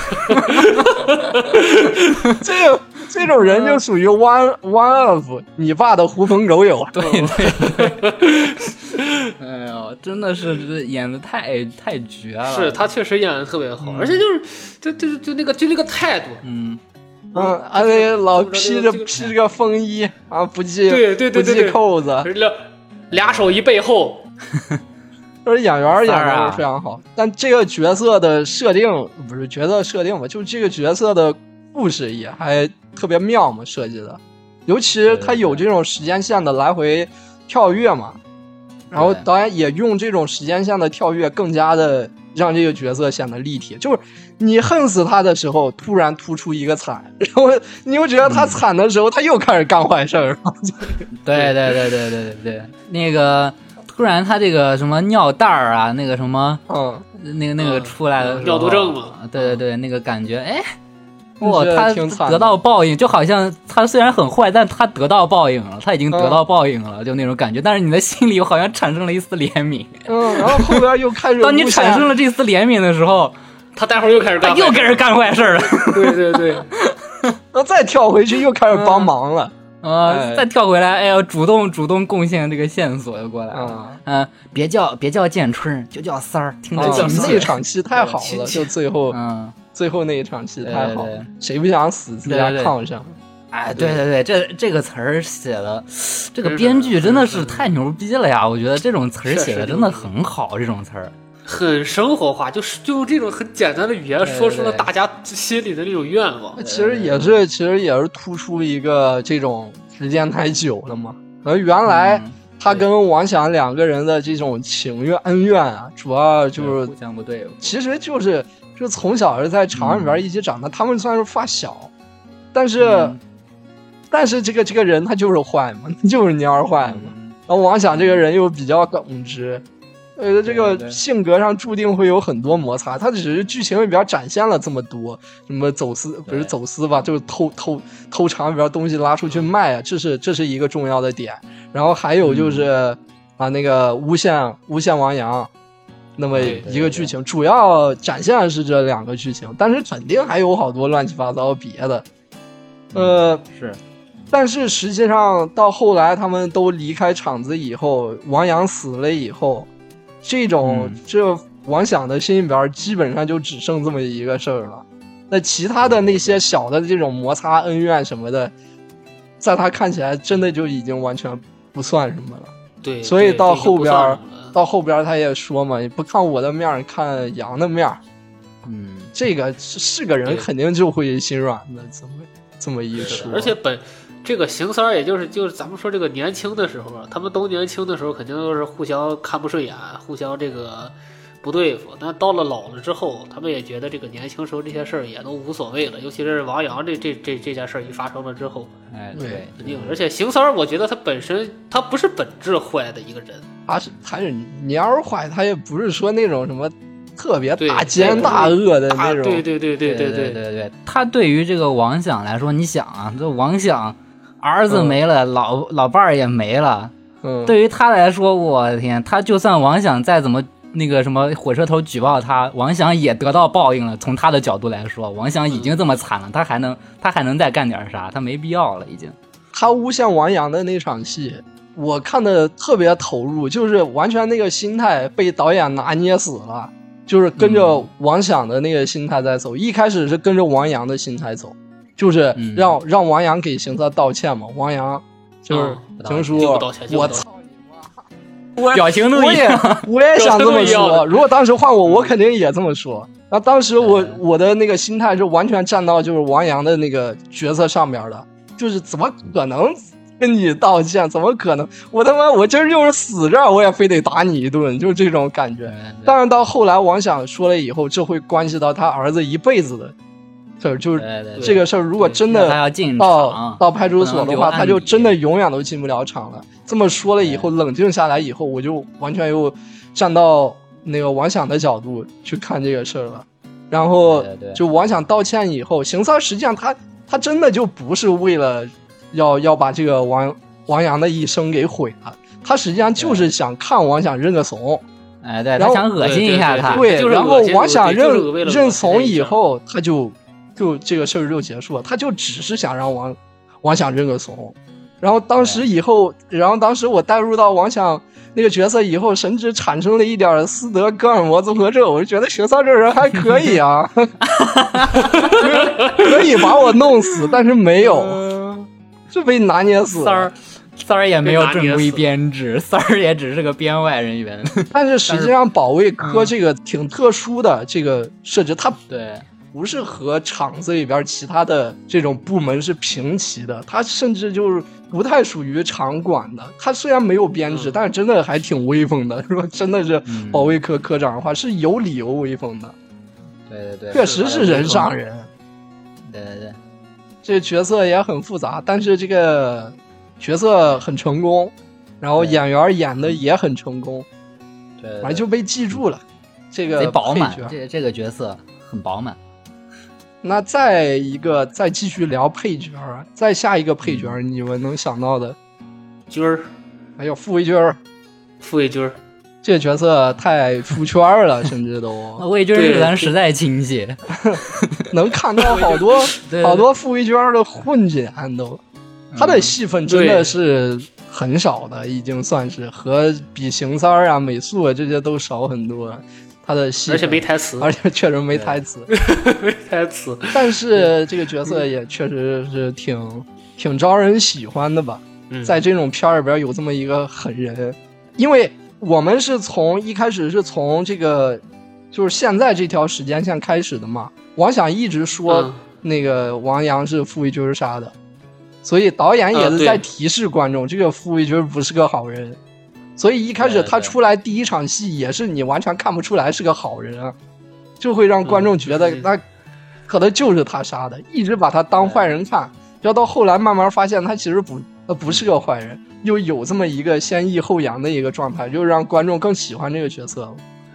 Speaker 3: 这个这种人就属于
Speaker 5: 嗯
Speaker 3: one one of 你爸的狐朋狗友。
Speaker 4: [LAUGHS]
Speaker 3: 啊
Speaker 4: 对对对， [LAUGHS] 哎呦，真的是这演的太太绝
Speaker 3: 啊
Speaker 4: 了。
Speaker 5: 是他确实演的特别好，而且就是就就就那个就那个态度，
Speaker 4: 嗯，
Speaker 3: 嗯，而且老
Speaker 5: 这
Speaker 3: 披
Speaker 5: 个
Speaker 3: 着
Speaker 5: 这个
Speaker 3: 披着个风衣啊，不系
Speaker 5: 对对对对
Speaker 3: 不系
Speaker 5: 对
Speaker 3: 扣子。
Speaker 5: 俩俩手一背后，
Speaker 3: 就是演员儿演
Speaker 4: 三儿啊
Speaker 3: 的非常好，但这个角色的设定不是角色设定吧，就是这个角色的故事也还特别妙嘛，设计的，尤其他有这种时间线的来回跳跃嘛，然后
Speaker 4: 对
Speaker 3: 导演也用这种时间线的跳跃，更加的让这个角色显得立体。就是你恨死他的时候，突然突出一个惨，然后你又觉得他惨的时候，他又开始干坏事儿了。
Speaker 4: 对对对对对对对，那个突然他这个什么尿袋儿啊，那个什么
Speaker 3: 嗯，
Speaker 4: 那个那个
Speaker 5: 嗯
Speaker 4: 出来的时候
Speaker 5: 尿毒症嘛，嗯
Speaker 4: 对对对，那个感觉，哎，哇，
Speaker 3: 是
Speaker 4: 他
Speaker 3: 挺惨的
Speaker 4: 得到报应，就好像他虽然很坏，但他得到报应了，他已经得
Speaker 3: 嗯
Speaker 4: 到报应了，就那种感觉。但是你的心里好像产生了一丝怜悯。
Speaker 3: 嗯，然后后边又开始
Speaker 4: 当你
Speaker 3: 诬陷
Speaker 4: 产生了这丝怜悯的时候，
Speaker 5: 他待会儿又开始
Speaker 4: 他
Speaker 3: 啊
Speaker 5: 干，
Speaker 4: 又开始干坏事儿了。
Speaker 5: 对对对，
Speaker 3: 然后再跳回去又开始帮忙了。
Speaker 4: 啊
Speaker 3: 哎，
Speaker 4: 再跳回来，哎呦，主动主动贡献这个线索就过来了
Speaker 3: 啊。
Speaker 4: 嗯，别叫别叫建春，就叫三儿，听着
Speaker 3: 啊
Speaker 4: 亲
Speaker 3: 那
Speaker 4: 切。
Speaker 3: 场戏太好
Speaker 5: 亲
Speaker 3: 了，
Speaker 5: 切
Speaker 3: 就最后
Speaker 4: 嗯，
Speaker 3: 最后那一场戏
Speaker 4: 对
Speaker 3: 太
Speaker 4: 对
Speaker 3: 好
Speaker 4: 对
Speaker 3: 了，谁不想死自家
Speaker 4: 对对对
Speaker 3: 炕上？
Speaker 4: 哎，对对对，这这个词儿写的，这个编剧真的是太牛逼了呀！我觉得这种词儿写的真的很好，这种词儿。
Speaker 5: 很生活化，就是就用这种很简单的语言
Speaker 4: 对
Speaker 5: 说出了
Speaker 4: 对
Speaker 5: 大家心里的那种愿望。
Speaker 3: 其实也是，其实也是突出一个这种时间太久了嘛。可能原来
Speaker 4: 嗯
Speaker 3: 他跟王响两个人的这种情怨恩怨啊，主要就是
Speaker 4: 互相不对付。
Speaker 3: 其实就是就从小是在厂里边一起长大，他们虽然是发小，但是、
Speaker 4: 嗯
Speaker 3: 但是这个这个人他就是坏嘛， [LAUGHS] 就是蔫儿坏嘛。
Speaker 4: 嗯
Speaker 3: 然后王想这个人又比较耿直，呃，这
Speaker 4: 对
Speaker 3: 个
Speaker 4: 对
Speaker 3: 性格上注定会有很多摩擦。他只是剧情里边展现了这么多，什么走私不是走私吧，就是偷偷偷厂里边东西拉出
Speaker 4: 嗯
Speaker 3: 去卖啊，这是这是一个重要的点。然后还有
Speaker 4: 嗯
Speaker 3: 就是、啊，那个诬陷诬陷王阳。那么
Speaker 5: 对
Speaker 4: 对
Speaker 3: 一个剧情主要展现的是这两个剧情，但是肯定还有好多乱七八糟别的，呃，
Speaker 4: 是
Speaker 3: 但是实际上到后来他们都离开厂子以后，王阳死了以后，这种、
Speaker 4: 嗯
Speaker 3: 这王想的心里边基本上就只剩这么一个事儿了。那其他的那些小的这种摩擦、恩怨什么的，在他看起来真的就已经完全不算什么了。
Speaker 5: 对，
Speaker 3: 所以
Speaker 5: 对
Speaker 3: 到
Speaker 5: 这个
Speaker 3: 后
Speaker 5: 不
Speaker 3: 边
Speaker 5: 算
Speaker 3: 儿
Speaker 5: 什么
Speaker 3: 到后边他也说嘛，你不看我的面儿，看羊的面儿，
Speaker 4: 嗯，
Speaker 3: 这个是是个人
Speaker 5: 对
Speaker 3: 肯定就会心软的，这么这么一说。
Speaker 5: 而且本这个邢三儿，也就是就是咱们说这个年轻的时候啊，他们都年轻的时候，肯定都是互相看不顺眼，互相这个不对付。但到了老了之后，他们也觉得这个年轻时候这些事儿也都无所谓了。尤其是王阳这这这这件事儿一发生了之后，
Speaker 4: 哎
Speaker 3: 对
Speaker 4: 对，
Speaker 5: 肯定。而且邢三儿，我觉得他本身他不是本质坏的一个人，
Speaker 3: 他是他是你要是坏，他也不是说那种什么特别
Speaker 5: 对
Speaker 3: 大奸大恶的
Speaker 5: 大
Speaker 3: 那种，
Speaker 5: 对对对对
Speaker 4: 对
Speaker 5: 对
Speaker 4: 对对，他对于这个王想来说，你想啊，这王想儿子
Speaker 3: 嗯
Speaker 4: 没了，老老伴儿也没了，
Speaker 3: 嗯，
Speaker 4: 对于他来说，我天，他就算王想再怎么那个什么火车头举报他，王想也得到报应了。从他的角度来说，王想已经这么惨了，他还能他还能再干点啥？他没必要了，已经。
Speaker 3: 他诬陷王阳的那场戏，我看的特别投入，就是完全那个心态被导演拿捏死了，就是跟
Speaker 5: 嗯
Speaker 3: 着王想的那个心态在走。一开始是跟着王阳的心态走，就是
Speaker 4: 嗯
Speaker 3: 让、让王阳给邢三道歉嘛。王阳就是
Speaker 5: 嗯
Speaker 4: 不道歉
Speaker 3: 邢叔，
Speaker 5: 就不道歉就不
Speaker 3: 我
Speaker 5: 道歉
Speaker 3: 操你妈！我
Speaker 4: 表情都
Speaker 3: 我
Speaker 4: 一
Speaker 3: 也
Speaker 4: 样。
Speaker 3: 我也想这么
Speaker 5: 就是这么
Speaker 3: 说。
Speaker 5: 样
Speaker 3: 如果当时换我，我肯定也这么说。那当时我
Speaker 4: 对
Speaker 3: 我的那个心态是完全站到就是王阳的那个角色上面的，就是怎么可能跟你道歉？怎么可能？我他妈我今儿就是死这儿，我也非得打你一顿，就是这种感觉。当然到后来王想说了以后，这会关系到他儿子一辈子的事儿，就是
Speaker 4: 对对对
Speaker 3: 这个事儿如果
Speaker 5: 对
Speaker 3: 真
Speaker 4: 那
Speaker 3: 的
Speaker 4: 他要进
Speaker 3: 到
Speaker 4: 厂，
Speaker 3: 到派出所
Speaker 4: 不能
Speaker 3: 的
Speaker 4: 留
Speaker 3: 话，
Speaker 4: 案底
Speaker 3: 他就真的永远都进不了场了。这么说了以后，冷静下来以后，我就完全又站到那个王想的角度去看这个事儿了。然后
Speaker 4: 对对对
Speaker 3: 就王想道歉以后，邢三实际上他他真的就不是为了要要把这个王王阳的一生给毁了，他实际上就是想看王想认个怂。
Speaker 4: 哎，对
Speaker 3: 然
Speaker 4: 他
Speaker 3: 后
Speaker 4: 想恶心一下他，
Speaker 5: 对
Speaker 3: 对，
Speaker 5: 啊就是
Speaker 3: 然后
Speaker 5: 恶心
Speaker 3: 王想
Speaker 5: 对就是
Speaker 3: 认
Speaker 5: 为了恶心
Speaker 3: 认怂
Speaker 5: 这一
Speaker 3: 以
Speaker 5: 下
Speaker 3: 后，他就就这个事儿就结束了。他就只是想让王王响认个怂，然后当时以后，然后当时我带入到王响那个角色以后，甚至产生了一点斯德哥尔摩综合症，我就觉得学校这人还可以
Speaker 5: [LAUGHS]
Speaker 3: 啊，可以把我弄死，但是没有，
Speaker 5: 嗯
Speaker 3: 是被拿捏死
Speaker 4: 三
Speaker 3: 了。
Speaker 4: 儿，三儿也没有正规编制，三儿也只是个编外人 [LAUGHS] 员。
Speaker 3: 但是实际上，保卫
Speaker 5: 嗯
Speaker 3: 科这个挺特殊的这个设置，它
Speaker 4: 对，
Speaker 3: 不是和厂子里边其他的这种部门是平齐的，它甚至就是不太属于场管的。它虽然没有编制，
Speaker 5: 嗯
Speaker 3: 但是真的还挺威风的。 [LAUGHS] 如果真的是
Speaker 4: 嗯
Speaker 3: 保卫科科长的话，是有理由威风的，
Speaker 4: 对对对，
Speaker 3: 确实是人上人。
Speaker 4: 对对对，
Speaker 3: 这角色也很复杂，但是这个角色很成功，然后
Speaker 4: 对
Speaker 3: 演员演的也很成功，
Speaker 4: 对对对，
Speaker 3: 反正就被记住了。这个
Speaker 4: 贼饱满
Speaker 3: 配角，
Speaker 4: 哎这这个角色很饱满。
Speaker 3: 那再一个，再继续聊配角儿啊，再下一个配角
Speaker 4: 嗯
Speaker 3: 儿，你们能想到的，
Speaker 5: 军儿，
Speaker 3: 还有傅卫军儿
Speaker 5: 傅卫军儿，
Speaker 3: 这角色太出圈儿了，甚至
Speaker 4: 那
Speaker 5: [LAUGHS]
Speaker 3: 都
Speaker 4: 魏军是
Speaker 5: 对
Speaker 4: 咱时代亲戚，
Speaker 3: 能看到好多
Speaker 4: 对
Speaker 3: 好多傅卫军儿的混剪都，
Speaker 5: 嗯
Speaker 3: 他的戏份真的
Speaker 5: 对
Speaker 3: 是很少的，已经算是和比邢三儿啊、美素啊这些都少很多了，他的戏
Speaker 5: 而且
Speaker 3: 份
Speaker 5: 没台词，
Speaker 3: 而且确实没台词，
Speaker 5: 没台词，
Speaker 3: 但是这个角色也确实是挺挺招人喜欢的吧。
Speaker 5: 嗯，
Speaker 3: 在这种片儿里边有这么一个狠人，因为我们是从一开始是从这个就是现在这条时间线开始的嘛。王想一直说、
Speaker 5: 嗯
Speaker 3: 那个王阳是傅卫军杀的，所以导演也
Speaker 5: 啊
Speaker 3: 是
Speaker 5: 对
Speaker 3: 在提示观众，这个傅卫军不是个好人。所以一开始
Speaker 4: 对
Speaker 3: 他
Speaker 4: 对
Speaker 3: 出来第一场戏也是你完全看不出来是个好人啊，就会让观众觉得
Speaker 5: 嗯
Speaker 3: 那可能就是他杀的，一直把他当坏人看，
Speaker 4: 嗯
Speaker 3: 要到后来慢慢发现他其实不呃不是个坏人，又有这么一个先抑后扬的一个状态，就让观众更喜欢这个角色了。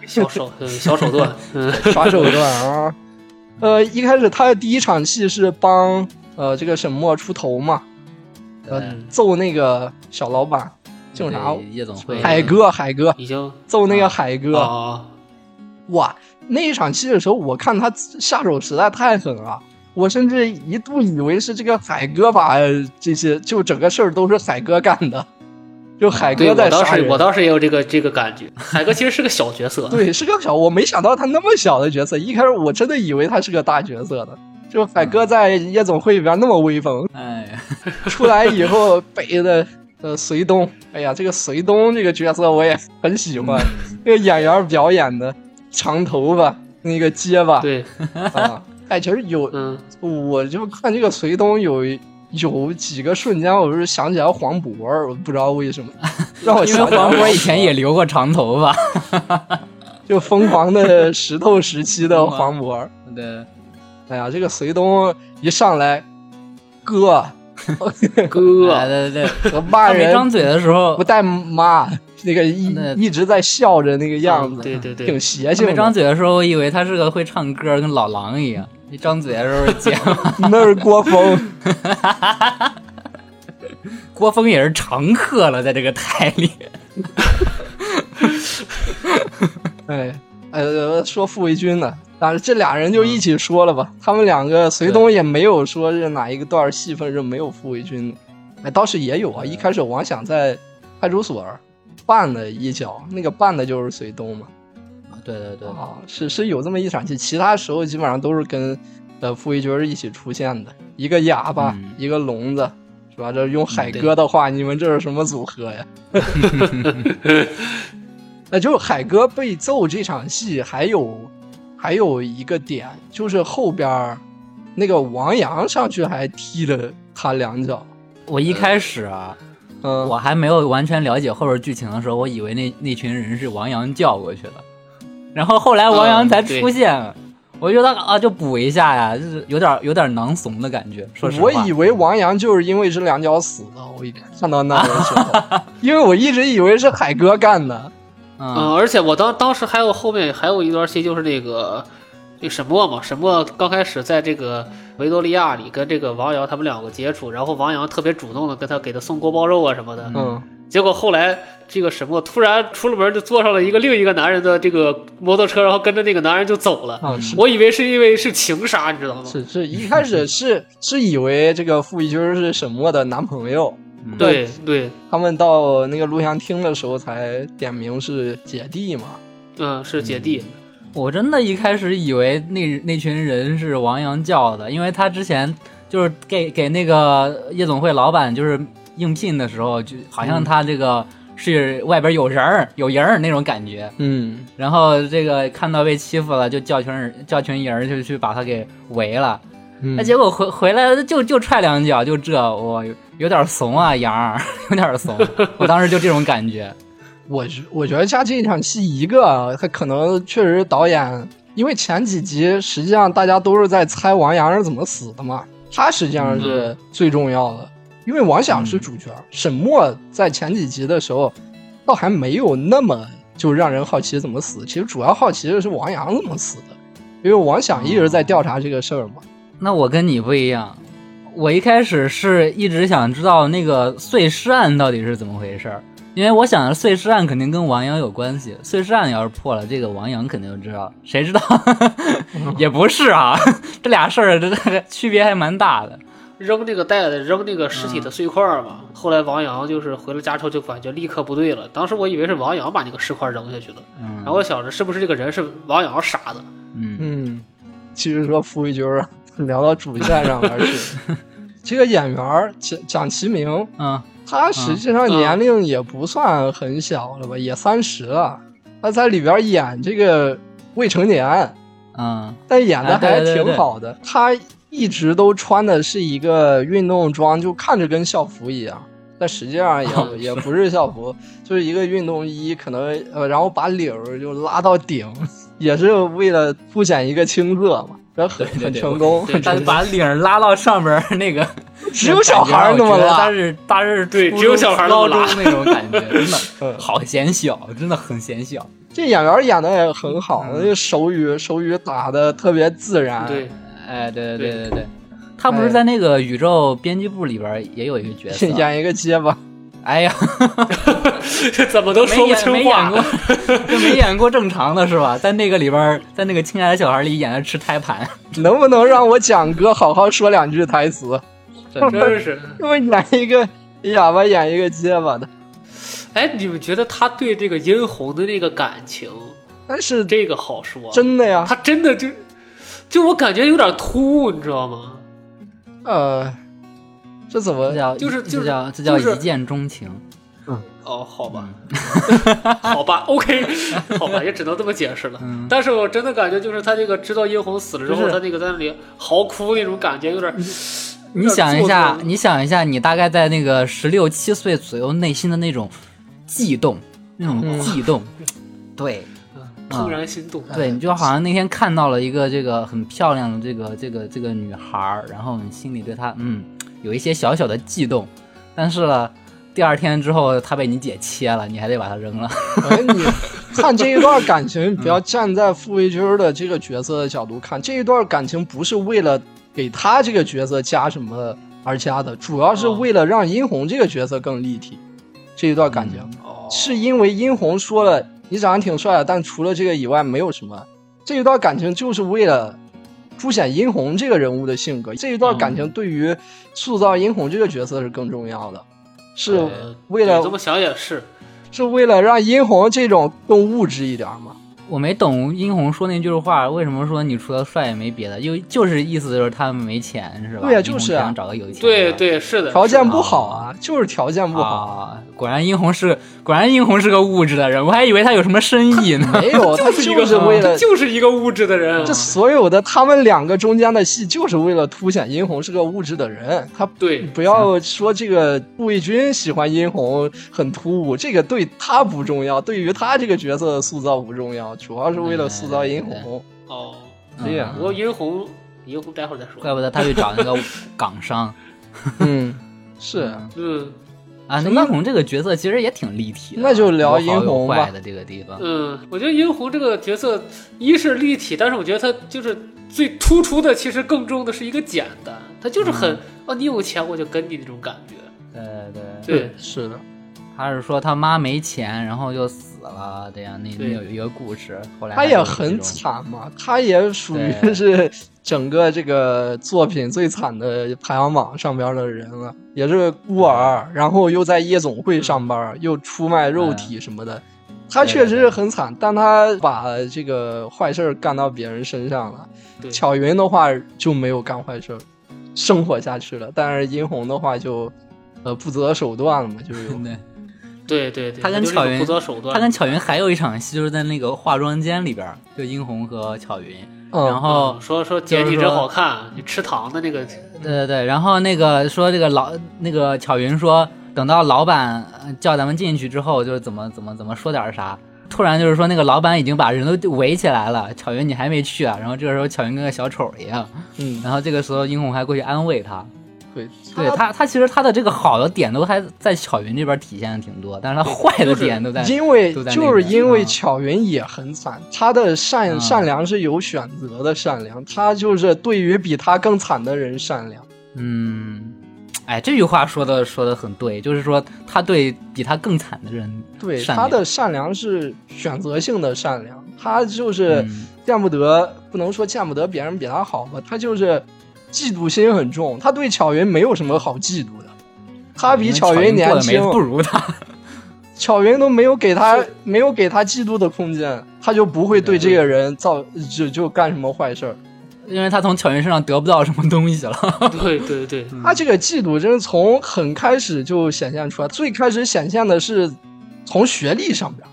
Speaker 5: 小手，嗯小手段，嗯，
Speaker 3: 耍手段啊。
Speaker 4: [LAUGHS]
Speaker 3: 呃，一开始他的第一场戏是帮呃这个沈墨出头嘛，呃
Speaker 5: 嗯
Speaker 3: 揍那个小老板，叫啥？
Speaker 4: 对哦夜总会
Speaker 3: 海哥，海哥
Speaker 5: 已经
Speaker 3: 揍那个海哥，
Speaker 5: 啊，
Speaker 3: 哇！那一场戏的时候，我看他下手实在太狠了，我甚至一度以为是这个海哥把这些就整个事儿都是海哥干的，就海
Speaker 5: 对
Speaker 3: 哥
Speaker 5: 我
Speaker 3: 在
Speaker 5: 当
Speaker 3: 杀
Speaker 5: 时
Speaker 3: 人。
Speaker 5: 我当时也有这个这个感觉，海哥其实是个小角色，
Speaker 3: 对，是个小，我没想到他那么小的角色，一开始我真的以为他是个大角色的。就海
Speaker 5: 嗯
Speaker 3: 哥在夜总会里边那么威风，
Speaker 4: 哎，
Speaker 3: 出来以
Speaker 5: [LAUGHS]
Speaker 3: 后背的呃隋东，哎呀，这个隋东这个角色我也很喜欢，
Speaker 5: 嗯
Speaker 3: 那个演员表演的长头发那个结巴，
Speaker 5: 对，
Speaker 3: 啊，哎，其实有 [LAUGHS]
Speaker 5: 嗯，
Speaker 3: 我就看这个隋东有有几个瞬间，我是想起来黄渤儿，我不知道为
Speaker 4: [LAUGHS]
Speaker 3: 什么，让我
Speaker 4: 因为
Speaker 3: 想起来
Speaker 4: 黄渤以前也留过长头发。
Speaker 3: 就疯狂的石头时期的黄渤儿。
Speaker 4: 对，
Speaker 3: 哎呀，这个隋东一上来，哥
Speaker 4: 哎
Speaker 5: 哥，
Speaker 4: [LAUGHS] 对
Speaker 5: 嗯
Speaker 4: 对对，
Speaker 3: 和
Speaker 4: 他
Speaker 3: 骂
Speaker 4: 没张
Speaker 3: 人
Speaker 4: 嘴的时候
Speaker 3: 不，带妈，那个一
Speaker 4: 那
Speaker 3: 一直在笑着那个样子，
Speaker 5: 嗯对对对
Speaker 3: 挺邪
Speaker 4: 他没
Speaker 3: 性
Speaker 4: 张
Speaker 3: 的。
Speaker 4: 嘴的时候，我以为他是个会唱歌，跟老狼一样。一张嘴的时候是结巴，
Speaker 3: 那是郭峰，
Speaker 4: [LAUGHS] 郭峰也是常客了，在这个台里。
Speaker 3: [LAUGHS] 哎，呃，说傅卫军呢，但是这俩人就一起说了吧，他们两个隋东也没有说是哪一个段儿戏份是没有傅卫军的，哎，倒是也有啊，一开始王想在派出所儿绊了一脚，那个绊的就是隋东嘛。
Speaker 4: 对对对，
Speaker 3: 啊，是是有这么一场戏，其他时候基本上都是跟呃傅卫军儿一起出现的，一个哑巴，
Speaker 4: 嗯
Speaker 3: 一个聋子，是吧？这用海哥的话，你们这是什么组合呀？ [LAUGHS] 那就是海哥被揍这场戏，还有还有一个点，就是后边儿那个王阳上去还踢了他两脚，
Speaker 4: 我一开始啊，
Speaker 3: 嗯，
Speaker 4: 我还没有完全了解后边剧情的时候，我以为那那群人是王阳叫过去的，然后后来王阳才出现，我觉得啊就补一下呀，就是有点有点囊怂的感觉。说实话，
Speaker 3: 我以为王阳就是因为这两脚死的，我一看到那儿的时
Speaker 4: [LAUGHS]
Speaker 3: 候，因为我一直以为是海哥干的。
Speaker 4: 嗯
Speaker 5: 嗯，而且我当当时还有后面还有一段戏，就是那个那沈墨嘛，沈墨刚开始在这个维多利亚里跟这个王瑶他们两个接触，然后王瑶特别主动的跟他给他送锅包肉啊什么的，
Speaker 3: 嗯，
Speaker 5: 结果后来这个什么突然出了门就坐上了一个另一个男人的这个摩托车，然后跟着那个男人就走了。
Speaker 3: 啊，是
Speaker 5: 我以为是因为是情杀，你知道吗？
Speaker 3: 是是，一开始是是以为这个傅一军是沈墨的男朋友，
Speaker 5: 对对，
Speaker 3: 他们到那个录像厅的时候才点名是姐弟嘛。
Speaker 5: 嗯，是姐弟。
Speaker 4: 我真的一开始以为那那群人是王阳叫的，因为他之前就是给给那个夜总会老板就是应聘的时候，就好像他这个是外边有人儿有人儿那种感觉。
Speaker 3: 嗯，
Speaker 4: 然后这个看到被欺负了，就叫群人叫群人就去把他给围了。
Speaker 5: 嗯
Speaker 3: 嗯
Speaker 4: 那、结果回回来就就踹两脚，就这我有点怂啊，杨儿 [LAUGHS] 有点怂。我当时就这种感觉。 [LAUGHS]
Speaker 3: 我觉我觉得像这场戏一个，他可能确实导演，因为前几集实际上大家都是在猜王阳是怎么死的嘛，他实际上是最重要的，因为王想是主角，沈墨在前几集的时候倒还没有那么就让人好奇怎么死，其实主要好奇的是王阳怎么死的，因为王想一直在调查这个事儿嘛。
Speaker 4: 那我跟你不一样，我一开始是一直想知道那个碎尸案到底是怎么回事儿，因为我想着碎尸案肯定跟王阳有关系，碎尸案要是破了，这个王阳肯定就知道，谁
Speaker 5: [LAUGHS]
Speaker 4: 知道也不是啊， [LAUGHS] 这俩事儿这这区别还蛮大的。
Speaker 5: 扔那个袋子，扔那个尸
Speaker 3: 嗯
Speaker 5: 体的碎块儿嘛。后来王阳就是回了家之后，就感觉立刻不对了。当时我以为是王阳把那个尸块扔下去的，
Speaker 4: 嗯
Speaker 5: 然后我想着是不是这个人是王阳杀的？
Speaker 4: 嗯，
Speaker 3: 嗯，其实说傅玉军儿啊， [LAUGHS] 聊到主线上面去，这个演员儿蒋蒋奇明，
Speaker 4: 嗯
Speaker 3: 他实际上年龄也不算很小了吧，也三十了。他在里边演这个未成年，
Speaker 4: 嗯
Speaker 3: 但演的
Speaker 4: 啊对
Speaker 3: 还
Speaker 4: 对对
Speaker 3: 挺
Speaker 4: 对
Speaker 3: 好的。他一直都穿的是一个运动装，就看着跟校服一样，但实际上也、
Speaker 4: 哦 [LAUGHS]
Speaker 3: 也不是校服，就是一个运动衣，可能呃，然后把领儿就拉到顶，也是为了凸显一个青涩嘛。然后很
Speaker 4: 对对
Speaker 3: 很
Speaker 4: 对
Speaker 3: 成功，
Speaker 4: [LAUGHS]
Speaker 5: 对
Speaker 3: 很
Speaker 4: 他
Speaker 3: 成功
Speaker 4: 把领儿拉到上边儿 [LAUGHS] 那
Speaker 5: [LAUGHS]
Speaker 4: 个，
Speaker 3: 只有小孩儿那么
Speaker 4: 我觉得他
Speaker 3: 拉，
Speaker 4: 是他是
Speaker 5: 对
Speaker 4: 初
Speaker 5: 只有
Speaker 4: 中
Speaker 5: 小孩儿那
Speaker 4: 高
Speaker 5: 么拉
Speaker 4: 中那种感觉，真的
Speaker 3: 嗯，
Speaker 4: 好显小，真的很显
Speaker 5: [LAUGHS]
Speaker 4: 小。
Speaker 3: 这演员演的也很好，那个手语手语打的特别自然，
Speaker 5: 嗯对， [LAUGHS]
Speaker 4: 哎，对对
Speaker 5: 对哎
Speaker 4: 对对对，他不是在那个宇宙编辑部里边也有一个角色？
Speaker 3: [LAUGHS] 演一个结巴，
Speaker 4: 哎呀， [LAUGHS]
Speaker 5: 怎么都
Speaker 4: 没
Speaker 5: 说不
Speaker 4: 演没
Speaker 5: 清
Speaker 4: 演
Speaker 5: 话。
Speaker 4: 过，就没演过正常的是吧？在那个里边，在那个《亲爱的小孩》里演的吃胎盘，
Speaker 3: 能不能让我蒋哥好好说两句台词？ [LAUGHS]
Speaker 4: 真是
Speaker 5: [LAUGHS] 真是，
Speaker 3: 因为演一个哑巴，演一个结巴的，
Speaker 5: 哎，你们觉得他对这个殷红的那个感情，
Speaker 3: 但是
Speaker 5: 这个好说，
Speaker 3: 真的呀，
Speaker 5: 他真的就，就我感觉有点突兀，你知道吗？
Speaker 3: 呃，这怎么
Speaker 4: [LAUGHS] 这叫
Speaker 5: 就是
Speaker 4: 这
Speaker 5: 就是
Speaker 4: 叫这叫
Speaker 5: 就是
Speaker 4: 一见钟情。
Speaker 5: 哦，好吧， [LAUGHS] 好吧，OK，好吧，也只能这么解释了。但是我真的感觉，就是他这个知道殷红死了之后，
Speaker 4: 就是
Speaker 5: 他那个在那里嚎哭那种感觉，有点。
Speaker 4: 你想一
Speaker 5: 有点
Speaker 4: 下
Speaker 5: 做，作
Speaker 4: 你想一下，你大概在那个十六七岁左右内心的那种悸动，那
Speaker 3: 嗯
Speaker 4: 种悸动，对，
Speaker 5: 怦然心动。
Speaker 4: 啊对，你就好像那天看到了一个这个很漂亮的这个这个这个女孩儿，然后你心里对她嗯有一些小小的悸动，但是呢，第二天之后她被你姐切了，你还得把她扔了。 [LAUGHS]
Speaker 3: 哎， [LAUGHS] 你看这一段感
Speaker 5: [LAUGHS] 嗯
Speaker 3: 情，不要站在傅维军的这个角色的角度看，这一段感情不是为了给他这个角色加什么而加的，主要
Speaker 5: 哦
Speaker 3: 是为了让殷红这个角色更立体。这一段感情、
Speaker 5: 哦，
Speaker 3: 是因为殷红说了你长得挺帅的，但除了这个以外没有什么。这一段感情就是为了凸显殷红这个人物的性格，这一段感情对于塑造殷红这个角色是更重要的，是
Speaker 5: 呃
Speaker 3: 为了
Speaker 5: 对这么想也是，
Speaker 3: 是为了让殷红这种更物质一点嘛？
Speaker 4: 我没懂殷红说那句话，为什么说你除了帅也没别的？就就是意思就是他们没钱是吧？
Speaker 3: 对呀
Speaker 4: 殷
Speaker 3: 就
Speaker 4: 红
Speaker 3: 是啊
Speaker 4: 想找个有钱
Speaker 5: 对
Speaker 4: 人。
Speaker 5: 对是的，
Speaker 3: 条件不好啊，就是条件不好。
Speaker 4: 啊，果然殷红是果然殷红是个物质的人，我还以为他有什么深意呢。
Speaker 3: [LAUGHS] 没
Speaker 5: [LAUGHS]
Speaker 3: 有，他
Speaker 5: 是一个
Speaker 3: 就是为了
Speaker 5: 就是一个物质的人啊
Speaker 3: 这，所有的他们两个中间的戏，就是为了凸显殷红是个物质的人。他
Speaker 5: 对
Speaker 3: 不要说这个顾翊君喜欢殷红很突兀，这个对他不重要，对于他这个角色的塑造不重要，主要是为了塑造殷红。
Speaker 5: 哦。
Speaker 4: 嗯
Speaker 3: 对呀
Speaker 5: 不过殷红，殷红待会儿再
Speaker 4: 怪
Speaker 5: 说。
Speaker 4: 不得他去找那个港商。
Speaker 3: 嗯，是
Speaker 5: 嗯
Speaker 4: 啊，那
Speaker 3: 那
Speaker 4: 殷红这个角色其实也挺立体的，
Speaker 3: 那就聊
Speaker 4: 有好有
Speaker 3: 殷红吧
Speaker 4: 坏的这个地方。
Speaker 5: 嗯，我觉得殷红这个角色，一是立体，但是我觉得她就是最突出的，其实更重的是一个简单，
Speaker 4: 嗯
Speaker 3: 嗯
Speaker 5: 她就是很、哦，你有钱我就跟你那种感觉。
Speaker 4: 对对，
Speaker 5: 对，
Speaker 3: 是的。
Speaker 4: 他是说他妈没钱，然后就死了，这样那那
Speaker 5: 对
Speaker 4: 有一个故事，后来
Speaker 3: 他
Speaker 4: 还
Speaker 3: 也
Speaker 4: 有这
Speaker 3: 很
Speaker 4: 种
Speaker 3: 惨嘛，他也属于
Speaker 4: 对
Speaker 3: 是整个这个作品最惨的排行榜上边的人了，也是孤儿，然后又在夜总
Speaker 4: 嗯
Speaker 3: 会上班，又出卖肉体什么的。他
Speaker 4: 对
Speaker 3: 确实
Speaker 4: 对
Speaker 3: 是很惨，但他把这个坏事儿干到别人身上了。
Speaker 5: 对，
Speaker 3: 巧云的话就没有干坏事儿，生活下去了，但是殷红的话就，呃，不择手段了嘛，就是
Speaker 4: [LAUGHS]
Speaker 3: 有
Speaker 4: 对，
Speaker 5: 对对对，
Speaker 4: 他跟
Speaker 5: 就是一个
Speaker 4: 巧云
Speaker 5: 不择手段，
Speaker 4: 他跟巧云还有一场戏，就是在那个化妆间里边儿，就殷红和巧云，
Speaker 3: 嗯，
Speaker 4: 然后
Speaker 5: 嗯说说姐
Speaker 4: 就是
Speaker 5: 你真
Speaker 4: 说
Speaker 5: 好看，你吃糖的那个，
Speaker 4: 对对对，然后那个说这个老那个巧云说，等到老板呃叫咱们进去之后，就是怎么怎么怎么说点儿啥。突然就是说，那个老板已经把人都围起来了，巧云你还没去啊？然后这个时候巧云跟个小丑一样，
Speaker 3: 嗯，
Speaker 4: 然后这个时候殷红还过去安慰他，
Speaker 3: 对，
Speaker 4: 对他，他其实他的这个好的点都还在巧云这边体现的挺多，但是他坏的点都在，
Speaker 3: 因为
Speaker 4: 都在那
Speaker 3: 就是
Speaker 4: 边
Speaker 3: 因为
Speaker 4: 嗯
Speaker 3: 巧云也很惨，她的善
Speaker 4: 嗯
Speaker 3: 善良是有选择的善良，她就是对于比她更惨的人善良。
Speaker 4: 嗯，哎，这句话说的说的很对，就是说他对比他更惨的人
Speaker 3: 对，
Speaker 4: 善
Speaker 3: 她
Speaker 4: 良
Speaker 3: 的善良是选择性的善良，她就是
Speaker 4: 嗯
Speaker 3: 见不得，不能说见不得别人比她好吧，她就是嫉妒心很重，她对巧云没有什么好嫉妒的，她比
Speaker 4: 因为
Speaker 3: 巧
Speaker 4: 巧
Speaker 3: 云
Speaker 4: 过
Speaker 3: 年
Speaker 4: 得没
Speaker 3: 轻，
Speaker 4: 不如他，
Speaker 3: 巧云都没有给他没有给他嫉妒的空间，他就不会对这个人造就就干什么坏事
Speaker 4: 嗯
Speaker 3: 儿。
Speaker 4: 因为他从巧云身上得不到什么东
Speaker 3: [LAUGHS]
Speaker 4: 西了。
Speaker 5: 对对对，
Speaker 4: 嗯
Speaker 3: 他这个嫉妒真是从很开始就显现出来，最开始显现的是从学历上边儿，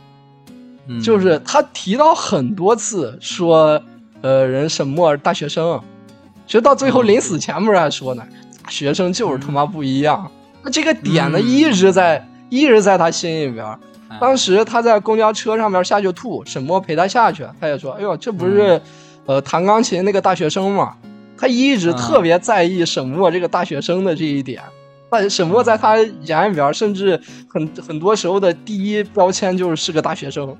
Speaker 4: 嗯
Speaker 3: 就是他提到很多次说，呃，人沈墨大学生，其实到最后临死前不是还说呢，大学生就是他妈不一样。那这个点呢，
Speaker 4: 嗯
Speaker 3: 一直在一直在他心里边儿。
Speaker 4: 哎
Speaker 3: 当时他在公交车上面下去吐，沈墨陪他下去，他也说：“哎呦，这不是，呃，弹钢琴那个大学生嘛。”他一直
Speaker 4: 嗯
Speaker 3: 特别在意沈墨这个大学生的这一点，但沈墨在他眼里边，甚至很很多时候的第一标签就是是个大学生，